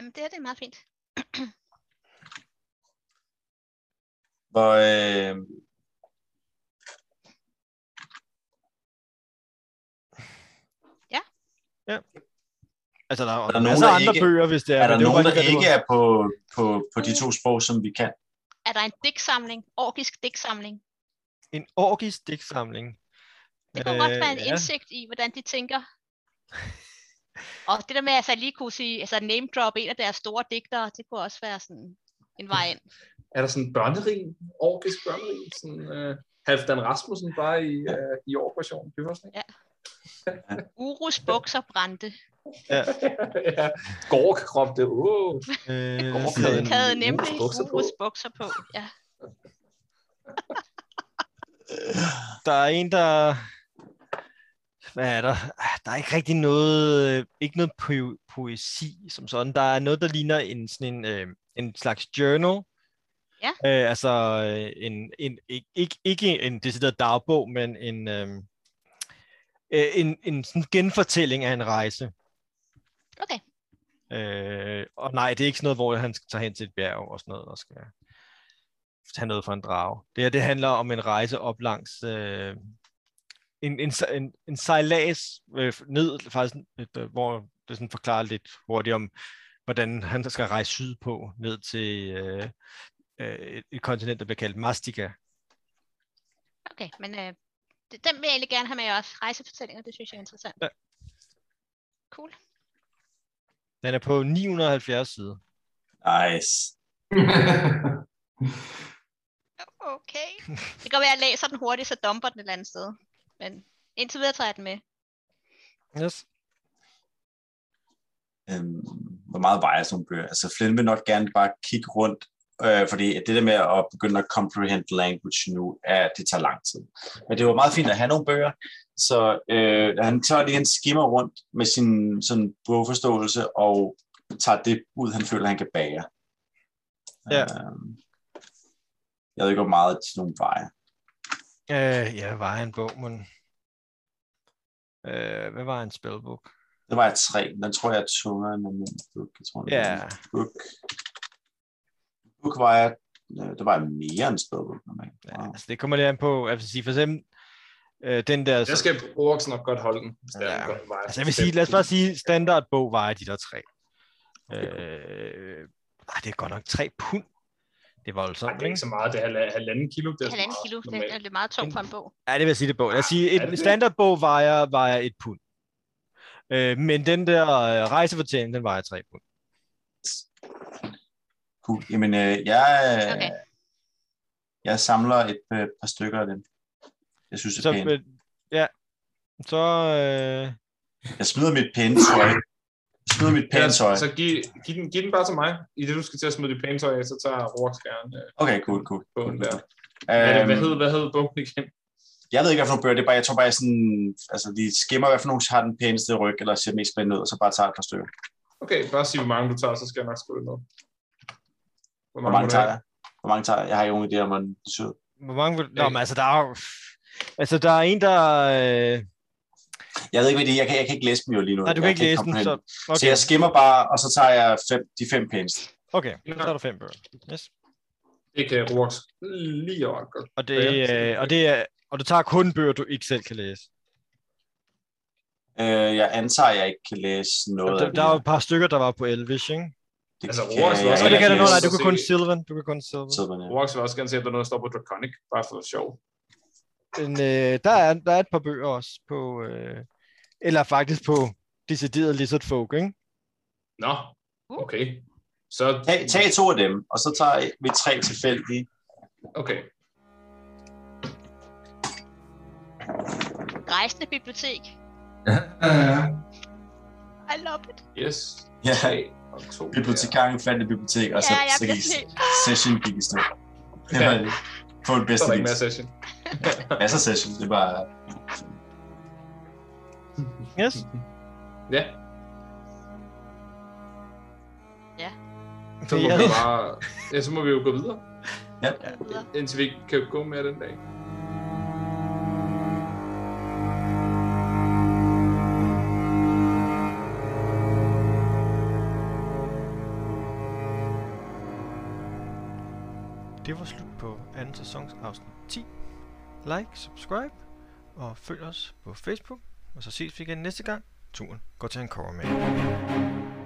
E: men det her det er meget fint.
C: hvor, øh,
D: Altså der er,
C: der
D: er der
C: nogen,
D: masser
C: der
D: af andre
C: ikke-
D: bøger, hvis det er.
C: er
D: men
C: der
D: det
C: nogen,
D: bare
C: der
D: lige, hvad det
C: ikke er på, på, på de to sprog, som vi kan?
E: Er der en digtsamling? Orkisk digtsamling?
D: var. En orgisk digtsamling. Øh,
E: Det kunne godt være en
D: ja.
E: indsigt i, hvordan de tænker. Og det der med, at jeg så lige kunne sige, altså name drop en af deres store digtere, det kunne også være sådan en vej ind.
B: Er der sådan en børnerim? Orkisk børnerim? Sådan, øh, Halfdan Rasmussen bare i, øh, i årversion? Det var sådan,
E: Urus bukser brændte.
B: ikke? ja. Gork det. Åh.
D: Øh,
E: Hun
D: sådan-
E: havde nemlig
B: Urus bukser på.
E: Urus bukser på. Ja.
D: der er en, der... Hvad er der? Ah, Der er ikke rigtig noget, øh, ikke noget po- poesi som sådan. Der er noget, der ligner en, sådan en, øh, en slags journal.
E: Ja.
D: Øh, altså øh, en, en, ikke, ikke, ikke en decideret dagbog, men en, øh, øh, en, en sådan genfortælling af en rejse.
E: Okay.
D: Øh, og nej, det er ikke sådan noget, hvor han skal tage hen til et bjerg og sådan noget, og skal tage noget for en drage. Det her, det handler om en rejse op langs øh, en, en, se- en, en sejlads øh, ned, faktisk, øh, hvor det sådan forklarer lidt hurtigt om, hvordan han skal rejse sydpå ned til øh, øh, et, et kontinent, der bliver kaldt Mastika.
E: Okay, men øh, det- den vil jeg egentlig gerne have med også. Rejsefortællinger, det synes jeg er interessant.
D: Ja.
E: Cool.
D: Den er på 970 sider.
C: Nice.
E: Okay. Det kan være, at jeg læser den hurtigt, så dumper den et eller andet sted. Men indtil videre tager jeg den med.
D: Yes.
C: Øhm, hvor meget vejer sådan nogle bøger? Altså, Flynn vil nok gerne bare kigge rundt, øh, fordi det der med at begynde at comprehend language nu, er, det tager lang tid. Men det var meget fint at have nogle bøger, så øh, han tager lige, han skimmer rundt med sin sådan, bogforståelse, og tager det ud, han føler, han kan bære.
D: Ja.
C: Øhm, jeg ved ikke, hvor meget sådan nogle vejer.
D: Øh, ja, var en bog, men... Øh, hvad var en spellbook?
C: Det var jeg tre. Den tror jeg er tungere end min book. Jeg tror, den er
D: Ja,
C: book. Book var jeg, øh, det var jeg mere end spædbog. normalt.
D: ja
C: Wow.
D: altså det kommer lidt an på, jeg vil sige, for eksempel, øh, den der...
B: Altså- Jeg skal Orks nok godt holde den. Hvis det
D: Ja.
B: er, den vej.
D: Altså jeg vil sige, lad os bare sige, standardbog vejer de der tre. Øh, ej, det er godt nok tre pund. Det er
B: Ej,
D: voldsomt,
B: det er
D: ikke?
B: ikke så meget. Det er halva- halvanden kilo. Det er så
E: Halvanden
B: meget
E: kilo, det
B: normalt.
E: er lidt meget tungt for en bog.
D: Ja, det vil jeg sige, det er bog. Lad os sige,
B: er det
D: et
B: det?
D: standardbog vejer, vejer et pund. Øh, men den der øh, rejsefortælling, den vejer tre pund.
C: Cool. Jamen, øh, jeg, øh,
E: Okay.
C: jeg samler et øh, par stykker af dem. Jeg synes, det
D: Så,
C: er pænt.
D: øh, ja, så... Øh,
C: Jeg smider mit pæne tøj. Jeg smider mit pæne
B: Ellers,
C: tøj.
B: Så giv, giv, den, giv den bare til mig. I det, du skal til at smide dit pæne tøj af, så tager Rourke gerne øh,
C: Okay, cool, cool.
B: bogen der. Hvad, er det- hvad,
C: Øhm,
B: hed, hvad hed bogen igen?
C: jeg ved ikke, hvad for nogle bøger det er. Bare, jeg tror bare, jeg sådan, altså, de skimmer, hvad for nogle har den pæneste ryg, eller ser mest spændende ud, og så bare tager et par stykker.
B: Okay, bare sig, hvor mange du tager, så skal jeg nok skrive det ned. Hvor
C: Hvor mange
B: må du
C: tager
B: have?
C: jeg? Hvor mange tager jeg? Jeg har ikke nogen idé om, hvordan det ser ud.
D: hvor mange vil... Nå,
B: Øh.
D: men altså, der er jo... Altså, der er en, der... Øh,
C: Jeg ved ikke, hvad det er. Jeg kan, jeg kan ikke læse dem jo lige nu.
D: nej, du kan
C: Jeg
D: ikke læse den,
C: comprehend
D: så...
C: Okay. Så jeg skimmer bare, og så tager jeg fem, de fem pæneste.
D: Okay, så er der fem bøger. Yes.
B: Det kan Rourke lige og godt.
D: Og det,
B: Ja.
D: øh, og det er, og du tager kun bøger, du ikke selv kan læse.
C: Øh, jeg antager, at jeg ikke kan læse noget
D: Der,
C: af
D: der er jo
C: det.
D: et par stykker, der var på Elvish, ikke?
C: Det
B: Altså,
C: kan
B: Roas var
C: jeg
B: også-
D: Og det
C: ikke
D: kan du nu, nej,
C: læse.
D: du kan kun Sylvan. Du kan kun Sylvan.
C: Sidder man her.
B: Rourke vil også gerne se, at der er noget, der står på Draconic, bare for sjov.
D: Men øh, der, er, der er et par bøger også på, øh, eller faktisk på decideret Lizard Folk, ikke?
B: Nå, okay. Så,
C: Tag, tag to af dem, og så tager vi tre tilfældige.
B: okay.
E: Rejsende bibliotek.
F: [LAUGHS] ja, ja, ja.
E: I love it.
B: Yes.
C: Ja,
B: Tre og to.
C: bibliotekaren fandt et bibliotek, og så
E: ja, jeg
C: så
E: bliver
C: gik
E: sådan helt...
C: session gik i stå. Det var det. På den
B: Ja. Så
C: bedste
B: er der ikke
C: vis.
B: mere session.
C: Masser af session, det var...
D: Yes.
B: Ja, så
D: Det
B: må,
D: er,
B: vi bare, ja, så må vi jo gå videre,
E: videre.
B: indtil vi ikke kan gå mere den dag.
D: det var slut på anden sæsons afsnit 10. Like, subscribe og følg os på Facebook. Og så ses vi igen næste gang. Turen går til en cover med.